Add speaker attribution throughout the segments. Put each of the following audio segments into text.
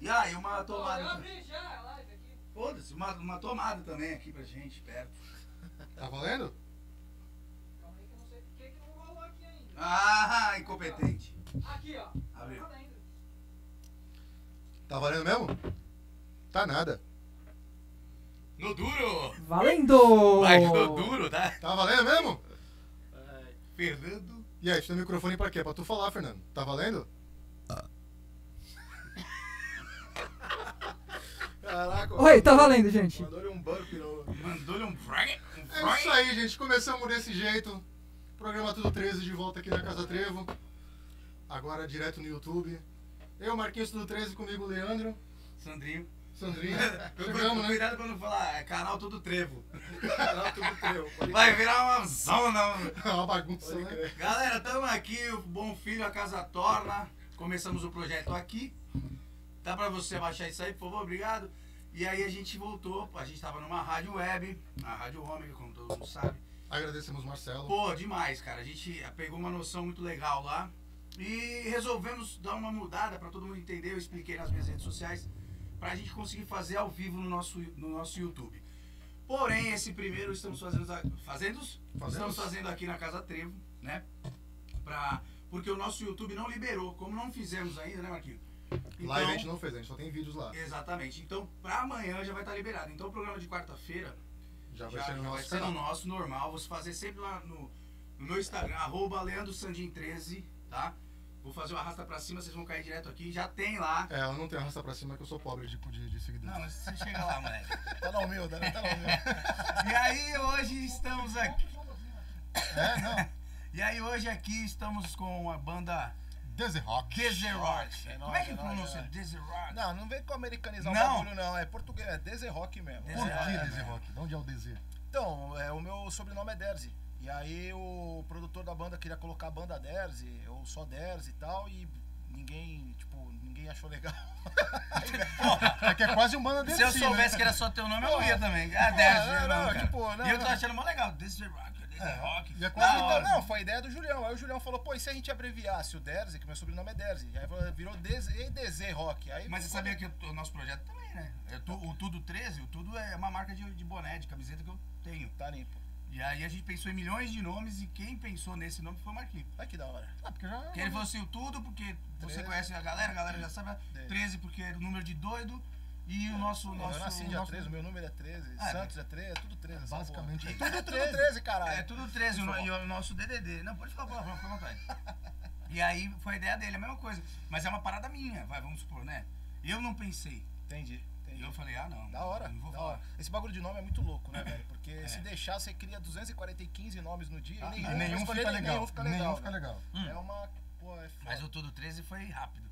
Speaker 1: E aí, uma
Speaker 2: eu
Speaker 1: tomada.
Speaker 2: abri já a live aqui.
Speaker 1: Foda-se, uma, uma tomada também aqui pra gente, perto.
Speaker 3: Tá valendo?
Speaker 2: Calma aí que eu não sei por que que não rolou aqui ainda.
Speaker 1: Ah, incompetente.
Speaker 2: Aqui, ó.
Speaker 1: Abriu.
Speaker 2: Nada ainda.
Speaker 3: Tá valendo mesmo? Tá nada.
Speaker 4: No duro!
Speaker 5: Valendo!
Speaker 4: Mas no duro, tá?
Speaker 3: Tá valendo mesmo?
Speaker 4: Fernando.
Speaker 3: E aí, tu tem o microfone pra quê? Pra tu falar, Fernando. Tá valendo? Caraca.
Speaker 5: Oi, tá valendo, gente.
Speaker 3: Mandou-lhe um bump no...
Speaker 1: Mandou-lhe um frag. Um
Speaker 3: É isso
Speaker 1: frag.
Speaker 3: aí, gente. Começamos desse jeito. Programa Tudo 13 de volta aqui na Casa Trevo. Agora direto no YouTube. Eu, Marquinhos Tudo 13, comigo, Leandro,
Speaker 1: Sandrinho.
Speaker 3: Sandrinho.
Speaker 1: Eu
Speaker 3: Chegamos, né?
Speaker 1: Cuidado pra não falar, é canal todo trevo.
Speaker 3: Canal Tudo Trevo.
Speaker 1: Vai virar uma zona. um mano.
Speaker 3: É uma bagunça, né?
Speaker 1: Galera, tamo aqui, o Bom Filho, a Casa Torna. Começamos o projeto aqui. Dá pra você baixar isso aí, por favor, obrigado. E aí a gente voltou, a gente tava numa rádio web, a Rádio Home, como todo mundo sabe.
Speaker 3: Agradecemos Marcelo.
Speaker 1: Pô, demais, cara. A gente eh, pegou uma noção muito legal lá e resolvemos dar uma mudada pra todo mundo entender. Eu expliquei nas minhas redes sociais pra gente conseguir fazer ao vivo no nosso, no nosso YouTube. Porém, esse primeiro estamos fazendo, a- fazendo, estamos fazendo aqui na Casa Trevo, né? Pra, porque o nosso YouTube não liberou, como não fizemos ainda, né, Marquinhos?
Speaker 3: Live a gente não fez, a gente só tem vídeos lá.
Speaker 1: Exatamente. Então, pra amanhã já vai estar liberado. Então, o programa de quarta-feira
Speaker 3: Já vai
Speaker 1: já,
Speaker 3: ser no
Speaker 1: já vai
Speaker 3: nosso
Speaker 1: ser no
Speaker 3: canal.
Speaker 1: nosso normal. Vou fazer sempre lá no, no meu Instagram, arroba leandrosandin13, tá? Vou fazer o arrasta pra cima, vocês vão cair direto aqui. Já tem lá.
Speaker 3: É, eu não tenho arrasta pra cima que eu sou pobre de, de, de seguidores.
Speaker 1: mas você chega lá, moleque.
Speaker 3: Tá na humilde, né? Tá na humilde.
Speaker 1: E aí, hoje estamos aqui.
Speaker 3: É, não.
Speaker 1: E aí, hoje aqui estamos com a banda
Speaker 3: Dizzy Rock.
Speaker 1: Deserrock.
Speaker 6: É
Speaker 1: Como é que
Speaker 6: nóis, é
Speaker 1: pronuncia?
Speaker 6: nóis,
Speaker 1: Deserrock.
Speaker 6: Não, não vem com americanizar
Speaker 1: Não.
Speaker 6: o bagulho, não. É português, é Deze Rock mesmo.
Speaker 3: Por que
Speaker 1: É,
Speaker 3: Dizzy
Speaker 1: né?
Speaker 3: Rock? De onde é o Dizzy?
Speaker 6: Então, é, o meu sobrenome é Derzi. E aí o produtor da banda queria colocar a banda Derzi, ou só Derzi e tal, e ninguém, tipo, ninguém achou legal. né,
Speaker 3: É que é quase um banda desse.
Speaker 1: Se eu soubesse que era só teu nome, eu ia também. Ah,
Speaker 6: Pô,
Speaker 1: Desert,
Speaker 6: não,
Speaker 1: não,
Speaker 6: não,
Speaker 1: cara.
Speaker 6: tipo, não,
Speaker 1: E eu tô
Speaker 6: não.
Speaker 1: achando mó legal. Deserrock, Deserrock.
Speaker 3: E é
Speaker 6: Não,
Speaker 3: quase
Speaker 6: então, não, foi a ideia do Julião. Aí o Julião falou, pô, e se a gente abreviasse o Derzi, que meu sobrenome é Derzi? Aí falou, virou Deze, e Deze Rock. Aí,
Speaker 1: Mas você sabia que o nosso projeto também, né? Eu tu- o Tudo 13, o Tudo é uma marca de, de boné, de camiseta que eu tenho.
Speaker 6: Tá limpo.
Speaker 1: E aí a gente pensou em milhões de nomes e quem pensou nesse nome foi o Marquinhos.
Speaker 6: Ai, que da hora.
Speaker 3: Ah, porque já...
Speaker 1: Porque ele falou assim, o Tudo, porque você
Speaker 6: Treze.
Speaker 1: conhece a galera, a galera já sabe.
Speaker 6: Treze. É,
Speaker 1: 13 porque é o número de doido e o nosso... nosso
Speaker 6: eu nasci
Speaker 1: o
Speaker 6: dia
Speaker 1: nosso-
Speaker 6: 13, o meu número é 13,
Speaker 1: Ah,
Speaker 6: Santos é 13, é tudo 13. essa
Speaker 3: Basicamente
Speaker 6: porra.
Speaker 3: é
Speaker 6: tudo 13. Tudo 13, caralho.
Speaker 1: É, Tudo 13 o no- e o nosso DDD. Não, pode falar palavrão, fica à vontade. E aí foi a ideia dele, a mesma coisa. Mas é uma parada minha, vai, vamos supor, né? Eu não pensei.
Speaker 6: Entendi, entendi.
Speaker 1: Eu falei, ah, não.
Speaker 6: Da hora,
Speaker 1: Não vou
Speaker 6: da
Speaker 1: falar.
Speaker 6: hora. Esse bagulho de nome é muito louco, né, velho? Porque
Speaker 1: É.
Speaker 6: se deixar, você cria 245 nomes no dia
Speaker 1: Ah,
Speaker 6: e
Speaker 1: e
Speaker 6: nenhum,
Speaker 1: nenhum
Speaker 6: vai escolher,
Speaker 3: fica legal.
Speaker 6: nenhum fica legal.
Speaker 3: Nenhum fica
Speaker 6: né?
Speaker 3: legal.
Speaker 1: Hum.
Speaker 6: É uma. Pô, é foda.
Speaker 1: Mas o Tudo 13 foi rápido.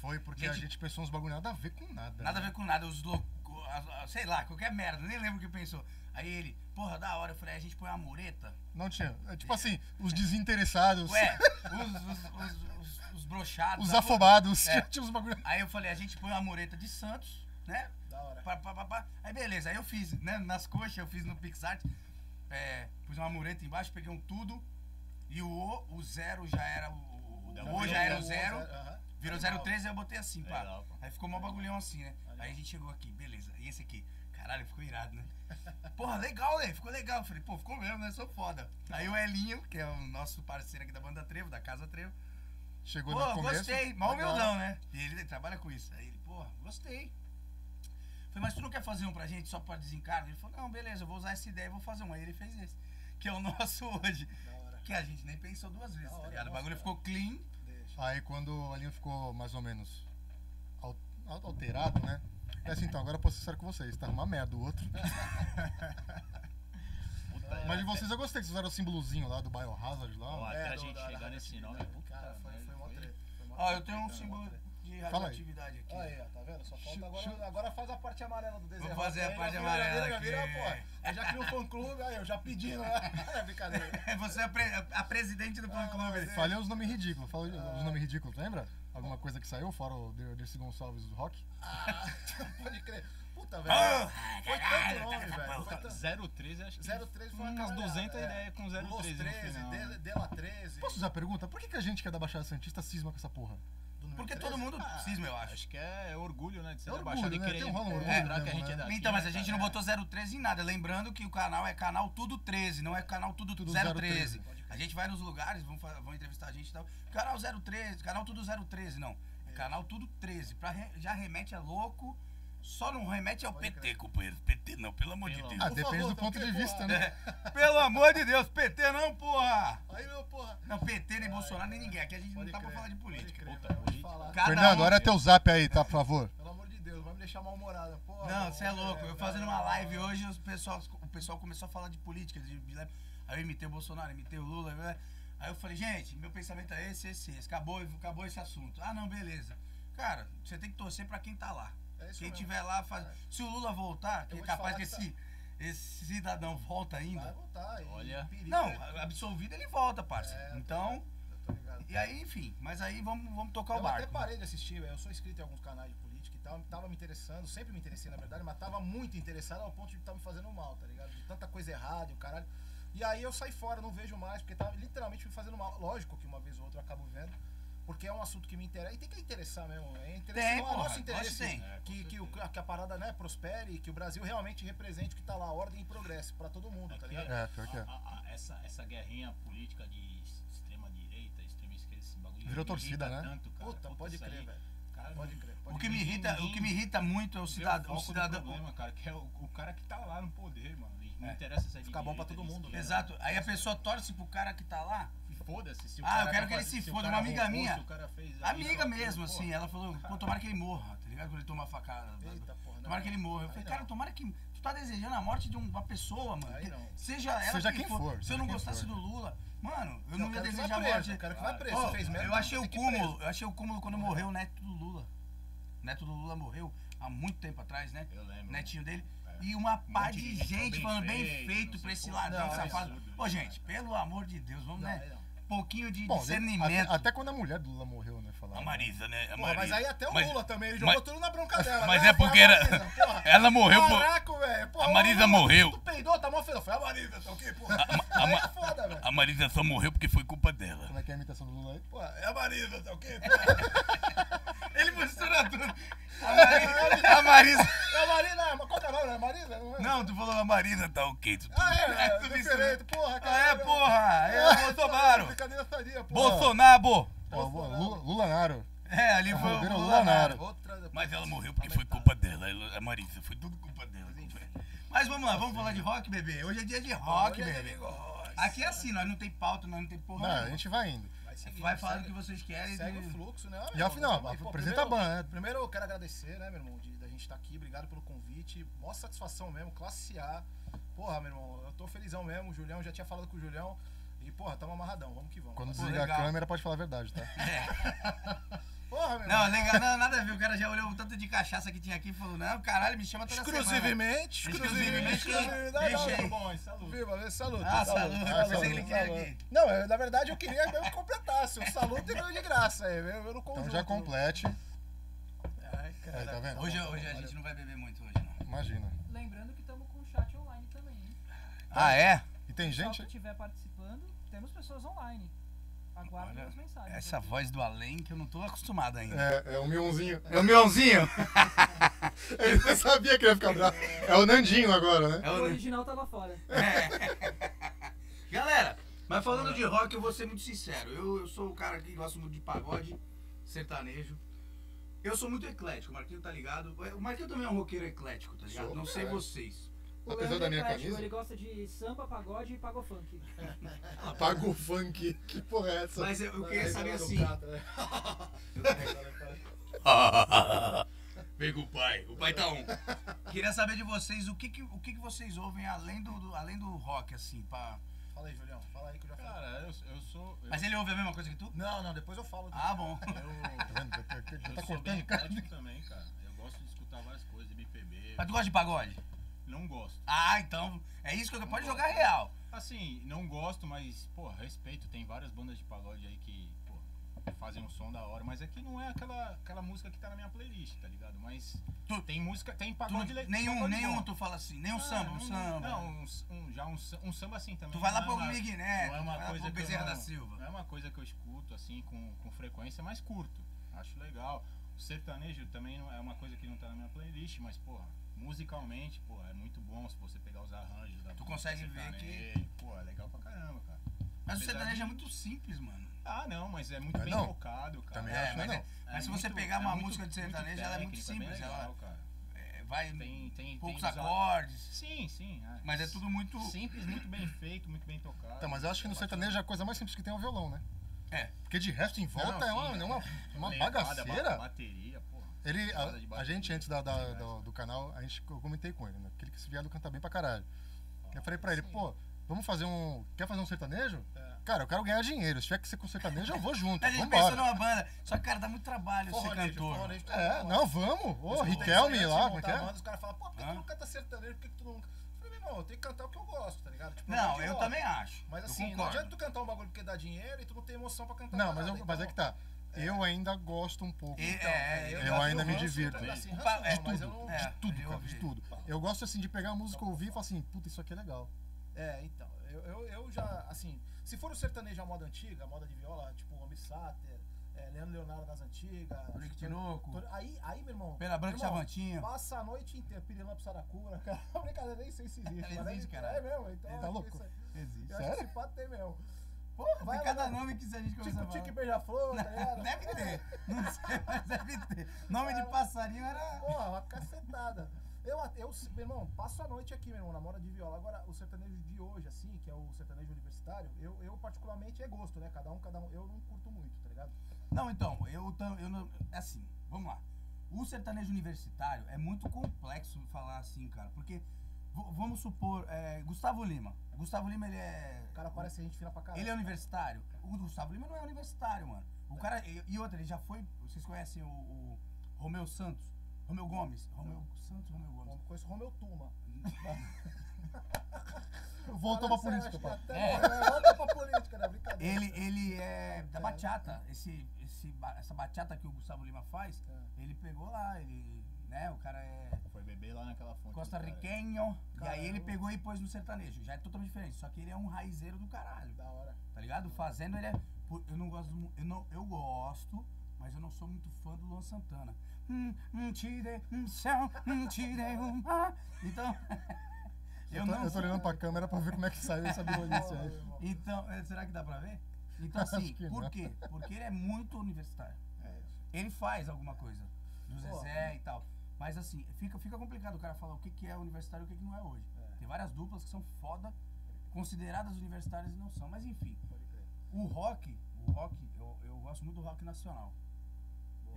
Speaker 3: Foi porque a
Speaker 1: Gente-
Speaker 3: gente pensou uns bagulho nada a ver com nada.
Speaker 1: Nada a
Speaker 3: né?
Speaker 1: ver com nada, os loucos, sei lá, qualquer merda, nem lembro o que pensou. Aí ele, porra, da hora, eu falei, a gente põe uma mureta.
Speaker 3: Não tinha. É tipo assim, os desinteressados,
Speaker 1: Ué, os, os, os, os, os brochados.
Speaker 3: os
Speaker 1: tá bom?
Speaker 3: afobados,
Speaker 1: É.
Speaker 3: tinha uns bagulho.
Speaker 1: Aí eu falei, a gente põe uma mureta de Santos, né?
Speaker 6: Da hora.
Speaker 1: Pá, pá, pá, pá. Aí beleza, aí eu fiz, né? Nas coxas, eu fiz no PixArt. É, pus uma mureta embaixo, peguei um tudo. E o O, o zero já era o. O, o O já era o zero.
Speaker 6: é, aham.
Speaker 1: Virou
Speaker 6: Legal.
Speaker 1: 013 e eu botei assim, pá.
Speaker 6: Legal, pô.
Speaker 1: Aí ficou mó bagulhão assim, né?
Speaker 6: Legal.
Speaker 1: Aí a gente chegou aqui, beleza. E esse aqui? Caralho, ficou irado, né? Porra, legal, né? Ficou legal. Eu Falei, pô, ficou mesmo, né? Sou foda. Aí o Elinho, que é o nosso parceiro aqui da banda Trevo, da Casa Trevo.
Speaker 3: Chegou
Speaker 1: Pô,
Speaker 3: no começo.
Speaker 1: gostei. Mó
Speaker 3: legal.
Speaker 1: humildão, né? E ele trabalha com isso. Aí ele, porra, gostei. Falei, mas tu não quer fazer um pra gente só pra desencargo? Ele falou, não, beleza, eu vou usar essa ideia e vou fazer um. Aí ele fez esse, que é o nosso hoje.
Speaker 6: Da hora.
Speaker 1: Que a gente nem pensou duas vezes,
Speaker 6: Da
Speaker 1: tá
Speaker 6: hora,
Speaker 1: ligado? O
Speaker 6: nossa,
Speaker 1: bagulho
Speaker 6: cara.
Speaker 1: ficou clean.
Speaker 6: Deixa.
Speaker 3: Aí quando o Alinho ficou mais ou menos al- al- alterado, né? É assim, então, agora eu posso ser sincero com vocês, tá uma merda o outro.
Speaker 1: É.
Speaker 3: Mas de vocês eu gostei, que vocês usaram o símbolozinho lá do Biohazard
Speaker 7: Ó,
Speaker 3: lá.
Speaker 7: até a
Speaker 6: É, do-
Speaker 7: gente
Speaker 6: da- da
Speaker 7: chegar nesse
Speaker 6: radioatividade.
Speaker 7: nome, puta
Speaker 6: Cara, foi,
Speaker 7: merda,
Speaker 6: foi mó
Speaker 7: foi-
Speaker 6: treta. foi mó
Speaker 1: Ó, eu
Speaker 6: treta,
Speaker 1: tenho um
Speaker 6: cara.
Speaker 1: símbolo de
Speaker 3: Fala aí.
Speaker 1: radioatividade aqui.
Speaker 6: Olha aí, ó, tá vendo? Só
Speaker 3: Chu-
Speaker 6: falta
Speaker 3: chu-
Speaker 6: agora. Agora faz a parte amarela do desenho.
Speaker 1: fazer a
Speaker 6: Aí,
Speaker 1: parte
Speaker 6: já vira,
Speaker 1: amarela
Speaker 6: vira, vira,
Speaker 1: aqui.
Speaker 6: pô. Eu já criei um fã clube, aí eu já pedi, né? É brincadeira.
Speaker 1: Você é a, pre- a presidente do fã clube.
Speaker 3: Falei os nomes ridículos, falei os nomes ridículos, lembra? Alguma coisa que saiu, fora o Der- Dercy Gonçalves do rock?
Speaker 6: Ah, pode crer. Puta, velho.
Speaker 1: Ah,
Speaker 6: Foi
Speaker 1: caralho,
Speaker 6: tanto nome,
Speaker 1: tá- tá-
Speaker 6: velho. Foi
Speaker 1: tá-
Speaker 6: tanto.
Speaker 7: 013, acho que
Speaker 6: 03 foi uma
Speaker 7: umas
Speaker 6: caralhada,
Speaker 7: 200
Speaker 6: é.
Speaker 7: ideias com 013
Speaker 6: Los
Speaker 7: no
Speaker 6: 13,
Speaker 7: final.
Speaker 6: Dela 13.
Speaker 3: Posso usar a pergunta? Por que, que a gente que é da Baixada Santista cisma com essa porra?
Speaker 6: Do
Speaker 8: mundo.
Speaker 1: Porque
Speaker 8: não
Speaker 1: todo
Speaker 8: interessa.
Speaker 1: mundo cisma, eu acho.
Speaker 7: Acho que é orgulho, né? De ser
Speaker 8: É
Speaker 7: da
Speaker 8: orgulho,
Speaker 7: Baixada e
Speaker 8: né?
Speaker 7: querer
Speaker 8: Tem um rolo orgulho
Speaker 7: mostrar
Speaker 8: mesmo,
Speaker 7: que a gente
Speaker 8: né?
Speaker 7: é daqui.
Speaker 1: Então, mas a
Speaker 7: né,
Speaker 1: gente
Speaker 7: cara?
Speaker 1: não botou 013 em nada. Lembrando que o canal é canal Tudo 13, não é canal Tudo,
Speaker 8: Tudo
Speaker 1: 013.
Speaker 8: 013.
Speaker 1: A gente vai nos lugares, vão, fa- vão entrevistar a gente e tal. Canal 013, canal Tudo 013, não. É canal Tudo 13. Pra re- já remete a louco, só não remete ao PT, companheiro. PT não, pelo amor de
Speaker 7: Pelo
Speaker 8: Ah,
Speaker 1: Deus.
Speaker 8: depende
Speaker 6: favor,
Speaker 8: do ponto de vista, né?
Speaker 1: É, pelo amor de Deus, PT não, porra!
Speaker 8: Aí não, porra.
Speaker 1: Não, PT, nem Bolsonaro, nem ninguém. Aqui a gente não tá pra falar de política.
Speaker 6: Puta,
Speaker 7: Puta,
Speaker 6: vou te
Speaker 7: política.
Speaker 6: falar.
Speaker 1: Cada
Speaker 8: Fernando,
Speaker 1: um-
Speaker 8: olha teu zap aí, tá, por favor.
Speaker 6: Pelo amor de Deus, vai me deixar mal-humorada. Porra,
Speaker 1: Não, você é
Speaker 6: mano,
Speaker 1: louco. Eu
Speaker 6: não,
Speaker 1: fazendo
Speaker 6: não,
Speaker 1: uma
Speaker 6: não.
Speaker 1: live hoje, os pessoal, o pessoal começou a falar de política. De, de, aí eu imitei o Bolsonaro, imitei o Lula. né? Aí eu falei, gente, meu pensamento é esse, esse, esse. Acabou, acabou esse assunto. Ah, não, beleza. Cara, você tem que torcer pra quem tá lá.
Speaker 6: É isso
Speaker 1: quem
Speaker 6: mesmo. É.
Speaker 1: tiver lá, faz. Se o Lula voltar, que é
Speaker 6: vou te
Speaker 1: capaz
Speaker 6: falar
Speaker 1: que
Speaker 6: que tá-
Speaker 1: esse, esse cidadão volta
Speaker 6: Vai
Speaker 1: ainda.
Speaker 6: voltar. e
Speaker 7: Olha.
Speaker 6: perigo,
Speaker 1: Não,
Speaker 6: né?
Speaker 1: absolvido ele volta, parça.
Speaker 6: É, eu tô
Speaker 1: Então,
Speaker 6: Eu tô ligado.
Speaker 1: e aí, enfim. Mas aí vamos, vamos tocar o
Speaker 6: Eu até
Speaker 1: barco.
Speaker 6: parei de assistir, velho. eu sou inscrito em alguns canais de política e tal, tava me interessando, sempre me interessei na verdade, mas tava muito interessado ao ponto de estar me fazendo mal, tá ligado? De tanta coisa errada e o caralho. E aí eu saí fora, não vejo mais, porque tava literalmente me fazendo mal. Lógico que uma vez ou outra eu acabo vendo, porque é um assunto que me interessa. E tem que interessar mesmo, é interessante.
Speaker 1: Tem,
Speaker 6: o
Speaker 1: porra,
Speaker 6: nosso
Speaker 1: lógico
Speaker 6: interesse
Speaker 1: que tem.
Speaker 7: É, com
Speaker 6: que, que, o-
Speaker 7: certeza.
Speaker 6: que a parada né, prospere e que o Brasil realmente represente o que tá lá, ordem e progresso pra todo mundo, tá
Speaker 7: Aqui
Speaker 6: ligado?
Speaker 8: É, pior que é.
Speaker 7: A- a- essa, essa guerrinha política de extrema direita, extrema esquerda, esse bagulho.
Speaker 8: Virou
Speaker 7: me
Speaker 8: torcida,
Speaker 7: irrita
Speaker 8: né?
Speaker 7: Tanto, cara.
Speaker 6: Puta, pode
Speaker 7: isso
Speaker 6: crer,
Speaker 7: aí,
Speaker 6: velho.
Speaker 7: cara,
Speaker 6: Pode
Speaker 7: não
Speaker 6: crer. Pode
Speaker 1: O que, me irrita, o que me irrita muito é o
Speaker 7: vê
Speaker 1: cidadão.
Speaker 7: o
Speaker 1: O
Speaker 7: foco do
Speaker 1: cidadão
Speaker 7: problema, cara, que é o, o cara que tá lá no poder, mano. E não interessa se é de
Speaker 6: Fica bom pra
Speaker 7: direita,
Speaker 6: todo
Speaker 7: de
Speaker 6: mundo, né?
Speaker 1: Exato. Aí a pessoa torce pro cara que tá lá.
Speaker 7: E Foda-se. se o
Speaker 1: Ah,
Speaker 7: cara
Speaker 1: eu quero
Speaker 7: tá
Speaker 1: que ele
Speaker 7: fazendo-
Speaker 1: se
Speaker 7: se o
Speaker 1: foda,
Speaker 7: cara
Speaker 1: uma amiga
Speaker 7: roubou,
Speaker 1: minha.
Speaker 7: se o cara fez isso,
Speaker 1: Amiga
Speaker 7: aquilo,
Speaker 1: mesmo,
Speaker 7: pô,
Speaker 1: assim. Ela falou, pô, tomara que ele morra, tá ligado? Quando ele toma a facada.
Speaker 6: Eita, porra, não.
Speaker 1: Tomara que ele morra. Eu
Speaker 6: Aí
Speaker 1: falei,
Speaker 6: não.
Speaker 1: cara, tomara que. Tu tá desejando a morte de uma pessoa, mano.
Speaker 6: Aí
Speaker 1: Que-
Speaker 6: não.
Speaker 1: Seja ela
Speaker 8: Seja quem for,
Speaker 1: Se
Speaker 8: seja
Speaker 1: eu não
Speaker 8: quem
Speaker 1: gostasse
Speaker 8: for.
Speaker 1: do Lula, mano, eu
Speaker 6: Não,
Speaker 1: não ia
Speaker 6: quero que vá
Speaker 1: desejar a
Speaker 6: preso,
Speaker 1: morte.
Speaker 6: eu quero que vá preso,
Speaker 1: Ó,
Speaker 6: fez merda,
Speaker 1: eu achei o
Speaker 6: tem que ir preso.
Speaker 1: cúmulo, eu achei o cúmulo quando morreu o neto do Lula. O neto do Lula morreu há muito tempo atrás, né?
Speaker 7: Eu lembro.
Speaker 1: netinho dele. E uma pá
Speaker 7: monte
Speaker 1: de
Speaker 7: de gente
Speaker 1: gente falando
Speaker 7: falando
Speaker 1: bem
Speaker 7: bem
Speaker 1: feito,
Speaker 7: feito, não
Speaker 1: pra
Speaker 7: sei
Speaker 1: esse
Speaker 7: como.
Speaker 1: ladrão
Speaker 6: Não, é
Speaker 1: safado.
Speaker 7: absurdo,
Speaker 1: Ô,
Speaker 7: né,
Speaker 1: gente, pelo amor de Deus, vamos,
Speaker 6: Não,
Speaker 1: né?
Speaker 6: aí não.
Speaker 1: Pouquinho de
Speaker 8: Bom,
Speaker 1: discernimento.
Speaker 8: até, até quando a mulher do Lula morreu, né? Falar.
Speaker 1: A Marisa, né? A
Speaker 6: Porra,
Speaker 1: Marisa.
Speaker 6: mas aí até o
Speaker 1: Mas-
Speaker 6: Lula também, ele
Speaker 1: mas-
Speaker 6: jogou tudo na bronca dela.
Speaker 1: mas
Speaker 6: né?
Speaker 1: é
Speaker 6: Foi a
Speaker 1: porque era-
Speaker 6: Marisa, porra.
Speaker 1: Ela morreu por-
Speaker 6: Caraca, velho. porra,
Speaker 1: A Marisa
Speaker 6: ô, Lula,
Speaker 1: morreu.
Speaker 6: Tu peidou, tá mó feio. Foi a Marisa, tá ok, porra.
Speaker 1: a
Speaker 6: Aí
Speaker 1: Ma-
Speaker 6: é foda, velho.
Speaker 1: A Marisa só morreu porque foi culpa dela.
Speaker 8: Como é que é a imitação do Lula aí?
Speaker 6: Pô, é a Marisa, tá ok? porra.
Speaker 1: Ele mistura tudo. A Marisa. A Marisa.
Speaker 6: É a Marisa, mas qual que é o nome? É a Marisa? Não, é?
Speaker 1: Não, tu falou a Marisa, tá ok. Tu,
Speaker 6: Ah, é, é,
Speaker 1: tu
Speaker 6: diferente, porra.
Speaker 1: Ah, é,
Speaker 6: caralho.
Speaker 1: porra. É, Bolsonaro.
Speaker 6: Brincadeira sadia, porra.
Speaker 1: Bolsonaro.
Speaker 8: Ó, é Lula, Lula Naro.
Speaker 1: É, ali foi
Speaker 8: Arrodeiro
Speaker 1: o
Speaker 8: Lula
Speaker 1: Bolsonaro.
Speaker 8: Naro.
Speaker 6: Outra...
Speaker 1: Mas ela morreu porque foi
Speaker 6: Lamentável.
Speaker 1: culpa dela. ela- A Marisa, foi tudo culpa dela. Mas vamos lá, vamos falar de rock, bebê. Hoje é dia de rock,
Speaker 6: Hoje é
Speaker 1: bebê.
Speaker 6: dia de rock.
Speaker 1: Aqui é assim, nós não tem pauta, nós não tem porra.
Speaker 8: Não, a
Speaker 1: nenhuma.
Speaker 8: gente vai indo.
Speaker 6: Vai seguir,
Speaker 1: Vai falar do que é
Speaker 6: segue-
Speaker 1: vocês querem.
Speaker 6: Segue
Speaker 1: do-
Speaker 6: o fluxo, né?
Speaker 8: E ao
Speaker 6: Pô,
Speaker 8: final,
Speaker 6: tamo aí. Pô,
Speaker 8: apresenta a
Speaker 6: primeiro-
Speaker 8: banda, né?
Speaker 6: Primeiro eu quero agradecer, né, meu irmão, de, da gente estar aqui. Obrigado pelo convite. Mó satisfação mesmo, classe A. Porra, meu irmão, eu tô felizão mesmo. O Julião, já tinha falado com o Julião. E, porra, tamo amarradão. Vamos que vamos.
Speaker 8: Quando
Speaker 1: Pô,
Speaker 8: desligar
Speaker 1: legal.
Speaker 8: a câmera, pode falar a verdade, tá?
Speaker 6: Porra, meu
Speaker 1: Não,
Speaker 6: irmão.
Speaker 1: legal, não, nada a ver. O cara já olhou o tanto de cachaça que tinha aqui e falou: Não, caralho, me chama toda semana.
Speaker 6: exclusivamente,
Speaker 1: Exclusivamente, né?
Speaker 6: exclusivamente,
Speaker 1: deixa aí.
Speaker 6: exclusividade.
Speaker 7: Bom, saludo.
Speaker 6: Viva, vê, saludo.
Speaker 1: Ah, saludo, eu pensei que ele queria
Speaker 6: saludo.
Speaker 1: aqui.
Speaker 6: Não, eu, na verdade eu queria mesmo que completasse. O saludo e veio de graça é, aí, veio veio no conjunto.
Speaker 8: Então já complete.
Speaker 6: Ai, cara.
Speaker 8: Aí, tá vendo?
Speaker 1: Hoje, hoje a gente não vai beber muito hoje, não.
Speaker 8: Imagina.
Speaker 9: Lembrando que estamos com chat online também, hein?
Speaker 1: Ah, é?
Speaker 8: E tem
Speaker 9: Pessoal
Speaker 8: gente.
Speaker 9: que estiver participando, temos pessoas online. Aguardem
Speaker 1: Olha,
Speaker 9: as mensagens.
Speaker 1: Essa voz do além que eu não tô acostumado ainda.
Speaker 8: É, é o Mionzinho.
Speaker 1: É o Mionzinho?
Speaker 8: Ele não sabia que ele ia ficar bravo. É o Nandinho agora, né?
Speaker 1: É
Speaker 9: O
Speaker 1: o
Speaker 9: original tava fora.
Speaker 1: É.
Speaker 10: Galera, mas falando de rock, eu vou ser muito sincero. Eu, eu sou o cara que gosta muito de pagode, sertanejo. Eu sou muito eclético, o Marquinho tá ligado. O Marquinho também é um roqueiro eclético, tá ligado?
Speaker 8: Sou,
Speaker 10: Não sei
Speaker 8: caralho.
Speaker 10: vocês.
Speaker 9: O
Speaker 8: Apesar
Speaker 9: Leandro
Speaker 8: da minha
Speaker 9: é eclético,
Speaker 8: camisa?
Speaker 9: Ele gosta de samba, pagode e pagofunk.
Speaker 8: Paga o funk. Que porra é essa?
Speaker 10: Mas eu, eu queria saber assim.
Speaker 1: Vem com o pai, o pai tá um. Queria saber de vocês o que, que- o que, que vocês ouvem além do, do- além do rock, assim, pá.
Speaker 6: Fala aí, Julião. Fala aí que eu já falei.
Speaker 7: Cara, eu, eu sou. Eu,
Speaker 1: Mas ele ouve a mesma coisa que tu?
Speaker 6: Não, não, depois eu falo.
Speaker 1: Ah, bom.
Speaker 7: eu,
Speaker 8: Tá vendo? Tá- tá-
Speaker 7: eu
Speaker 8: tá
Speaker 7: sou bem
Speaker 8: cortando, cara.
Speaker 7: eclético também, cara. Eu gosto de escutar várias coisas, MPB.
Speaker 1: Mas tu gosta de pagode?
Speaker 7: Não gosto.
Speaker 1: Ah, então. É isso que eu pode jogar real.
Speaker 7: Assim, não gosto, mas, pô, respeito. Tem várias bandas de pagode aí que, pô, fazem um som da hora. Mas aqui não é aquela, aquela música que tá na minha playlist, tá ligado? Mas
Speaker 1: Tu-
Speaker 7: tem música, tem
Speaker 1: Tu,
Speaker 7: pagode... le-
Speaker 1: nenhum,
Speaker 7: pagode
Speaker 1: nenhum
Speaker 7: bom.
Speaker 1: tu fala assim, nenhum
Speaker 7: Ah,
Speaker 1: samba, um
Speaker 7: não-
Speaker 1: samba.
Speaker 7: Não, um, s- um- já um, sa- um samba assim também.
Speaker 1: Tu vai lá
Speaker 7: não é
Speaker 1: pro
Speaker 7: uma-
Speaker 1: Big Neto,
Speaker 7: não é uma
Speaker 1: vai lá
Speaker 7: coisa
Speaker 1: pro
Speaker 7: que eu
Speaker 1: Bezerra
Speaker 7: não-
Speaker 1: da Silva.
Speaker 7: Não é uma coisa que eu escuto assim com, com frequência, mas curto. acho legal. O sertanejo também não- é uma coisa que não tá na minha playlist, mas, porra, musicalmente, porra, é muito bom se você pegar os arranjos da
Speaker 1: Tu
Speaker 7: música
Speaker 1: consegue ver que-
Speaker 7: sertaneja, Pô, é legal pra caramba, cara.
Speaker 1: Mas o
Speaker 7: Apesar
Speaker 1: sertanejo
Speaker 7: de-
Speaker 1: é muito simples, mano.
Speaker 7: Ah, não, mas é muito
Speaker 3: Mas
Speaker 7: bem
Speaker 3: não,
Speaker 7: focado, cara.
Speaker 3: também
Speaker 7: É,
Speaker 3: acho, né?
Speaker 7: mas
Speaker 3: não.
Speaker 7: é-
Speaker 1: Mas
Speaker 7: é
Speaker 1: se você
Speaker 7: muito-
Speaker 1: pegar
Speaker 7: é
Speaker 1: uma
Speaker 7: muito-
Speaker 1: música de
Speaker 7: muito
Speaker 1: sertanejo, ela é muito
Speaker 7: técnico, bem
Speaker 1: simples,
Speaker 7: legal,
Speaker 1: ela-
Speaker 7: cara.
Speaker 1: É, vai
Speaker 7: Tem, tem,
Speaker 1: poucos
Speaker 7: tem os
Speaker 1: acordes,
Speaker 7: Sim, sim. é.
Speaker 1: mas é tudo muito...
Speaker 7: Simples, muito bem feito, muito bem tocado.
Speaker 3: Tá, mas eu acho que no sertanejo a coisa mais simples que tem é o violão, né?
Speaker 1: É.
Speaker 3: Porque de resto em volta
Speaker 7: Não,
Speaker 3: é uma,
Speaker 7: sim,
Speaker 3: é uma, uma
Speaker 7: Levada, ba-
Speaker 3: bagaceira.
Speaker 7: Bateria, porra.
Speaker 3: Ele,
Speaker 7: Levada
Speaker 3: a,
Speaker 7: de
Speaker 3: a
Speaker 7: bateria.
Speaker 3: gente, antes da, da- do, do canal, a gente, eu comentei com ele, né? Aquele que esse viado canta bem pra caralho. Eu falei pra ele, pô, vamos fazer um. Quer fazer um sertanejo? Cara, eu quero ganhar dinheiro. Se tiver que ser com sertanejo, eu vou junto.
Speaker 1: A gente pensou
Speaker 3: Vambora.
Speaker 1: numa banda, só que, cara, dá muito trabalho ser cantor. mano.
Speaker 6: tá
Speaker 3: É, não, vamos. Ô, Riquelme lá, como é que é?
Speaker 6: Os caras falam, pô, por que
Speaker 1: Hã?
Speaker 6: tu não canta sertanejo? Por que que tu não. Eu falei, meu irmão, eu tenho que cantar o que eu gosto, tá ligado? Tipo,
Speaker 1: Não,
Speaker 6: de
Speaker 1: eu
Speaker 6: rock.
Speaker 1: também acho.
Speaker 6: Mas
Speaker 1: Eu
Speaker 6: assim, não
Speaker 1: concordo.
Speaker 6: adianta tu cantar um bagulho porque dá dinheiro e tu não tem emoção pra cantar.
Speaker 3: Não,
Speaker 6: nada,
Speaker 3: mas, eu-
Speaker 6: então.
Speaker 3: mas é que tá. Eu ainda gosto um pouco.
Speaker 1: E- é,
Speaker 6: É,
Speaker 1: eu-
Speaker 3: Eu ainda me
Speaker 6: ranço,
Speaker 3: divirto.
Speaker 6: tá ligado? Assim,
Speaker 1: O
Speaker 6: ranço
Speaker 1: pa-
Speaker 6: não,
Speaker 1: é,
Speaker 6: mas
Speaker 3: tudo.
Speaker 6: eu não-
Speaker 1: É,
Speaker 3: De tudo,
Speaker 1: eu
Speaker 3: cara, de
Speaker 1: ouvi.
Speaker 3: tudo. Eu gosto assim de pegar a música, ouvir e falar assim, puta, isso aqui é legal.
Speaker 6: É, então, eu, eu, eu já, assim, se for o sertanejo à moda antiga, a moda de viola, tipo Homem Sater, é, Leandro Leonardo das antigas,
Speaker 1: Rick
Speaker 6: Tony-
Speaker 1: Tinoco.
Speaker 6: Tony- aí, aí, meu irmão,
Speaker 1: Pela Branca e
Speaker 6: meu irmão,
Speaker 1: Chavantinha.
Speaker 6: passa a noite inteira, Pirilampo Saracura, cara, brincadeira, nem sei se existe, mas
Speaker 1: Existe,
Speaker 6: é,
Speaker 1: caralho.
Speaker 6: é mesmo, então,
Speaker 3: Ele tá
Speaker 6: acho que
Speaker 3: louco?
Speaker 6: isso aí-
Speaker 1: Existe.
Speaker 6: eu acho que
Speaker 3: Sério?
Speaker 6: esse pato tem mesmo, Tipo,
Speaker 1: Porra, tem
Speaker 6: Vai lá,
Speaker 1: cada
Speaker 6: vai lá.
Speaker 1: nome que se a gente começar a
Speaker 6: Tico
Speaker 1: falar.
Speaker 6: Tico e Beija-Flor, tá ligado?
Speaker 1: Deve ter. Não sei, mas deve ter. Nome de passarinho era.
Speaker 6: Porra, uma cacetada. Eu, at- eu, meu irmão, passo a noite aqui, meu irmão, na moda de viola. Agora, o sertanejo de hoje, assim, que é o sertanejo universitário, eu, eu particularmente é gosto, né? Cada um, cada um. Eu não curto muito, tá ligado?
Speaker 1: Não, então, eu, tam- eu não. é Assim, vamos lá. O sertanejo universitário é muito complexo falar assim, cara, porque. v- Vamos supor, é, Gustavo Lima. Gustavo Lima, ele é.
Speaker 6: O cara parece gente fina pra caralho.
Speaker 1: Ele é universitário? O Gustavo Lima não é universitário, mano. O cara. E, e outra, ele já foi. Vocês conhecem o, o Romeu Santos? Romeu Gomes? Romeu Santos, Romeu Gomes.
Speaker 6: Bom, conheço o Romeu Tuma.
Speaker 3: Voltou pra
Speaker 6: Fala
Speaker 3: política, É.
Speaker 6: sério,
Speaker 3: pá.
Speaker 6: acho que até- Volta pra política, né?
Speaker 1: É,
Speaker 6: Brincadeira.
Speaker 1: Ele, ele é da bachata. Esse, esse, ba- essa bachata que o Gustavo Lima faz,
Speaker 6: É.
Speaker 1: ele pegou lá, ele. Né, o cara é
Speaker 7: Foi beber lá naquela fonte. do cara.
Speaker 1: costarriquenho. E aí ele
Speaker 6: Caramba.
Speaker 1: pegou e pôs no sertanejo. Já é totalmente diferente. Só que ele é um raizeiro do
Speaker 3: É.
Speaker 1: caralho.
Speaker 6: Da hora.
Speaker 1: Tá ligado? Fazendo ele é. pô, Eu não gosto. mu- Eu, não, eu gosto, mas eu não sou muito fã do Luan Santana. Hum, hum, te dei um céu, hum, te dei um mar. Então.
Speaker 3: Eu tô, eu tô
Speaker 1: sou-
Speaker 3: olhando pra câmera pra ver como é que saiu essa bilonice
Speaker 6: Porra, meu
Speaker 3: aí.
Speaker 6: irmão.
Speaker 1: Então, é, será que dá pra ver? Então,
Speaker 3: Acho
Speaker 1: assim,
Speaker 3: que
Speaker 1: por
Speaker 3: não.
Speaker 1: quê? Porque ele é muito universitário.
Speaker 3: É
Speaker 1: Ele faz alguma coisa. Do Zezé e tal. Mas, assim, fica, fica complicado o cara falar o que, que é universitário e o que, que não é hoje. Tem várias duplas que são foda, consideradas universitárias e não são. Mas, enfim. O rock, o rock, eu, eu gosto muito do rock nacional.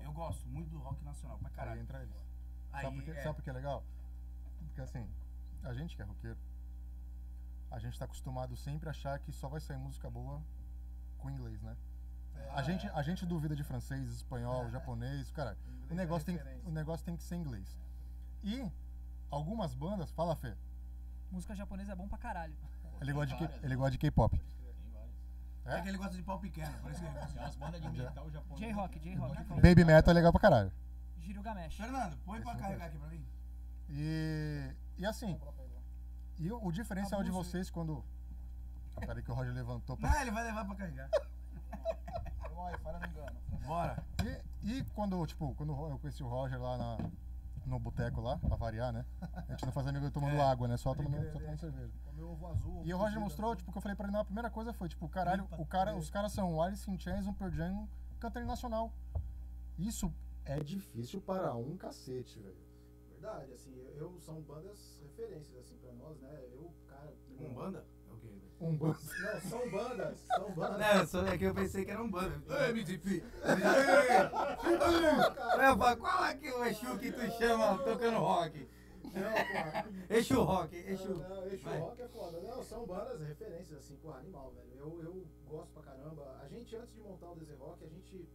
Speaker 1: Eu gosto muito do rock nacional, pra
Speaker 3: Aí
Speaker 1: caralho.
Speaker 3: entra ele.
Speaker 1: Aí,
Speaker 3: Sabe por, que,
Speaker 1: é,
Speaker 3: sabe por que é legal? Porque assim, a gente que é roqueiro, a gente tá acostumado sempre a achar que só vai sair música boa com inglês, né? A
Speaker 1: É.
Speaker 3: gente, a gente duvida de francês, espanhol, japonês, cara.
Speaker 6: Inglês
Speaker 3: O
Speaker 6: é
Speaker 3: negócio, tem,
Speaker 6: referência.
Speaker 3: o negócio tem que ser inglês. E algumas bandas, fala Fê,
Speaker 9: Música japonesa é bom pra caralho.
Speaker 3: ele gosta de, K- ele gosta de K-pop.
Speaker 1: é que ele gosta de pau pequeno, por isso que ele gosta.
Speaker 7: Tem umas bandas de metal japonês.
Speaker 8: né?
Speaker 9: J-Rock, J-Rock.
Speaker 3: Baby metal é legal pra caralho.
Speaker 9: Girugamesh.
Speaker 1: Fernando, põe pra carregar aqui pra mim.
Speaker 3: E, e assim, e o, o diferencial de
Speaker 9: Abuso.
Speaker 3: vocês quando. Ah, Peraí que o Roger levantou. pra-
Speaker 1: Não, ele vai levar pra carregar.
Speaker 6: Irmão, aí, fala, não engano.
Speaker 1: Bora.
Speaker 3: E, e quando, tipo, quando o Ro- eu conheci o Roger lá na, no boteco lá, pra variar, né? A gente não faz amigo tomando água, né? Só tomando, só
Speaker 6: é.
Speaker 3: tomando cerveja.
Speaker 6: Comeu ovo azul.
Speaker 3: E o Roger mostrou, tipo, que eu falei pra ele, não, a primeira coisa foi, tipo, caralho, o cara, os caras são o Alice in Chains, um Pearl Jam, um cantor nacional. Isso é difícil para um cacete, velho.
Speaker 6: Verdade, assim, eu, são bandas referências, assim, pra nós, né? Eu, cara.
Speaker 10: Umbanda? É o quê?
Speaker 3: Um bando.
Speaker 6: Não, são bandas, são bandas.
Speaker 10: Não, só é que eu pensei que era um bando. Ei, MDP! Leva, qual é que é o Exu que tu chama tocando rock? Exu rock, Exu.
Speaker 6: Não, eixo
Speaker 10: Vai.
Speaker 6: rock é foda. Não, são bandas referências, assim, porra, animal, velho. Eu, eu gosto pra caramba. A gente, antes de montar o Desert Rock, a gente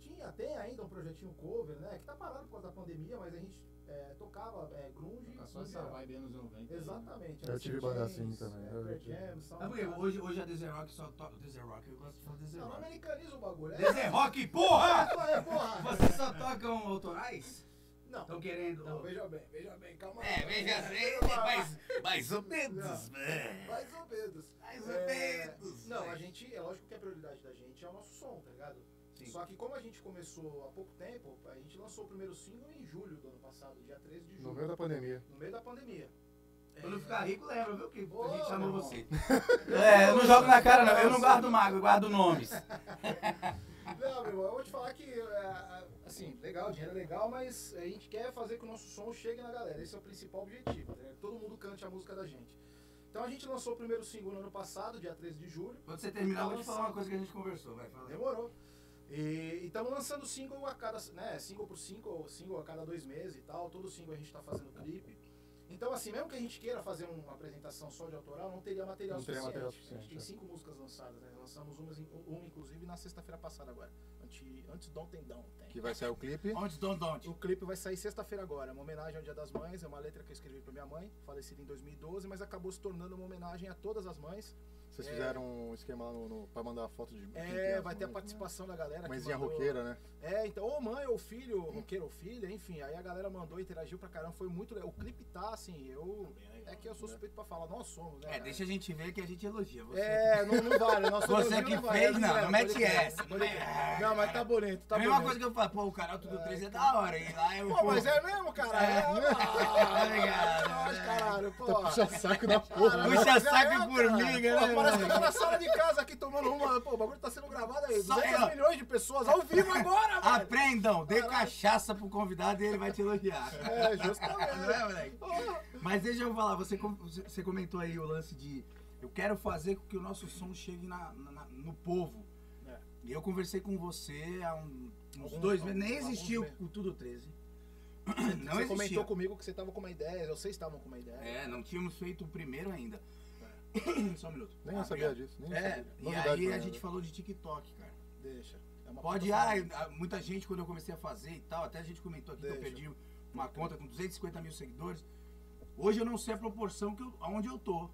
Speaker 6: tinha, tem ainda um projetinho cover, né? Que tá parado por causa da pandemia, mas a gente é, tocava é, grunge.
Speaker 10: Tá
Speaker 7: Passou essa vibe anos 90.
Speaker 6: Exatamente.
Speaker 3: Eu
Speaker 6: Alice
Speaker 3: tive
Speaker 6: in
Speaker 3: banda
Speaker 6: Chains,
Speaker 3: assim também,
Speaker 6: é,
Speaker 3: eu
Speaker 6: Pearl
Speaker 3: tive.
Speaker 6: Jam,
Speaker 10: né? Ah, porque
Speaker 6: Soundgarden.
Speaker 10: hoje, hoje a Desert Rock só toca Desert Rock, eu gosto de falar Desert
Speaker 6: Não, não
Speaker 10: Rock.
Speaker 6: americaniza o bagulho. É,
Speaker 10: Desert Rock, porra!
Speaker 6: é, porra.
Speaker 10: Vocês só tocam autorais?
Speaker 6: Não,
Speaker 10: Estão querendo...
Speaker 6: não, veja bem, veja bem, calma aí.
Speaker 10: É, veja bem, mais, mais ou menos, né?
Speaker 6: Mais ou menos.
Speaker 10: Mais ou
Speaker 6: É,
Speaker 10: menos.
Speaker 6: Não,
Speaker 10: né?
Speaker 6: a gente, é lógico que a prioridade da gente é o nosso som, tá ligado?
Speaker 10: Sim.
Speaker 6: Só que como a gente começou há pouco tempo, a gente lançou o primeiro single em julho do ano passado, dia 13 de
Speaker 3: No
Speaker 6: julho,
Speaker 3: meio da pandemia.
Speaker 6: no meio da pandemia.
Speaker 10: Quando ficar rico, lembra, viu? Que
Speaker 6: Ô,
Speaker 10: a gente chamou
Speaker 6: meu irmão.
Speaker 10: você. É, eu não jogo na cara, não. Eu não guardo mago, eu guardo nomes.
Speaker 6: Não, meu irmão, eu vou te falar que, é, assim, legal, dinheiro é legal, mas a gente quer fazer que o nosso som chegue na galera. Esse é o principal objetivo, né? Todo mundo cante a música da gente. Então a gente lançou o primeiro single no ano passado, dia 13 de julho.
Speaker 10: Quando você terminar, eu vou te falar uma coisa que a gente conversou. Vai, fala aí.
Speaker 6: Demorou. E estamos lançando single a cada, né, single por single, single a cada dois meses e tal. Todo single a gente está fazendo clipe. Então, assim, mesmo que a gente queira fazer uma apresentação só de autoral, não teria material
Speaker 3: Não teria
Speaker 6: suficiente.
Speaker 3: material
Speaker 6: a gente
Speaker 3: suficiente,
Speaker 6: tem
Speaker 3: é.
Speaker 6: cinco músicas lançadas, né? Lançamos uma, uma, inclusive, na sexta-feira passada agora. Antes, antes do ontem, não. Tem.
Speaker 3: Que vai sair o clipe.
Speaker 10: Onde, onde, onde?
Speaker 6: O clipe vai sair sexta-feira agora. É Uma homenagem ao Dia das Mães. É uma letra que eu escrevi para minha mãe, falecida em 2012, mas acabou se tornando uma homenagem a todas as mães.
Speaker 3: Vocês
Speaker 6: É.
Speaker 3: fizeram um esquema lá no, no, pra mandar foto de.
Speaker 6: É, vai
Speaker 3: né?
Speaker 6: ter a participação da galera. que
Speaker 3: Mãezinha
Speaker 6: mandou-
Speaker 3: roqueira, né?
Speaker 6: É, então, ou mãe, ou filho, roqueiro ou filha, enfim. Aí a galera mandou, interagiu pra caramba. Foi muito legal. O clipe tá assim, eu. É que eu sou suspeito pra falar, nós somos, né?
Speaker 1: É, deixa a gente ver que a gente elogia você.
Speaker 6: É, não, não vale. Nosso
Speaker 1: Você
Speaker 6: elogio
Speaker 1: que
Speaker 6: vale,
Speaker 1: fez, não,
Speaker 6: vale,
Speaker 1: não mete
Speaker 6: né? pode crer,
Speaker 1: essa,
Speaker 6: pode
Speaker 1: não
Speaker 6: crer.
Speaker 1: é.
Speaker 6: Não, mas tá bonito, tá
Speaker 1: a mesma
Speaker 6: bonito.
Speaker 1: coisa que eu falo, pô, o Caralto do 3 é da hora, e lá eu.
Speaker 6: Pô, mas é mesmo, caralho?
Speaker 1: É.
Speaker 6: Ah,
Speaker 1: Obrigado,
Speaker 6: nós,
Speaker 1: né?
Speaker 6: caralho, pô.
Speaker 3: Puxa saco da Tá porra.
Speaker 6: Caralho,
Speaker 1: Puxa
Speaker 6: mas é
Speaker 1: saco e
Speaker 6: eu,
Speaker 1: formiga,
Speaker 6: cara.
Speaker 1: né,
Speaker 6: Pô, parece que eu
Speaker 1: mano?
Speaker 6: tô na sala de casa aqui tomando uma. Pô, o bagulho tá sendo gravado aí.
Speaker 1: Só
Speaker 6: 200
Speaker 1: eu.
Speaker 6: milhões de pessoas ao vivo agora, velho.
Speaker 1: Aprendam, dê
Speaker 6: Caralho.
Speaker 1: cachaça pro convidado e ele vai te elogiar.
Speaker 6: É, justamente.
Speaker 1: Não é, moleque? Mas deixa eu falar, você, com- você comentou aí o lance de eu quero fazer com que o nosso som chegue na- na- na- no povo.
Speaker 6: É.
Speaker 1: E eu conversei com você há um- uns
Speaker 6: Alguns-
Speaker 1: dois meses, nem
Speaker 6: alguns
Speaker 1: existiu
Speaker 6: meses.
Speaker 1: o Tudo 13. Não
Speaker 6: Você
Speaker 1: existia.
Speaker 6: comentou comigo que você tava com uma ideia, vocês estavam com uma ideia.
Speaker 1: É, não tínhamos feito o primeiro ainda.
Speaker 6: É.
Speaker 1: Só um minuto.
Speaker 3: Nem
Speaker 1: Ah,
Speaker 3: eu sabia
Speaker 1: obrigado.
Speaker 3: disso. Nem eu
Speaker 1: É,
Speaker 3: sabia.
Speaker 1: e
Speaker 3: Novidade
Speaker 1: aí
Speaker 3: pra
Speaker 1: a
Speaker 3: mim,
Speaker 1: gente
Speaker 3: né?
Speaker 1: falou de TikTok, cara.
Speaker 6: Deixa. É uma
Speaker 1: Pode,
Speaker 6: plataforma.
Speaker 1: ah, eu- ah, muita gente quando eu comecei a fazer e tal, até a gente comentou aqui que eu
Speaker 6: Deixa.
Speaker 1: perdi uma conta com 250 mil seguidores. Hoje eu não sei a proporção que eu, aonde eu tô.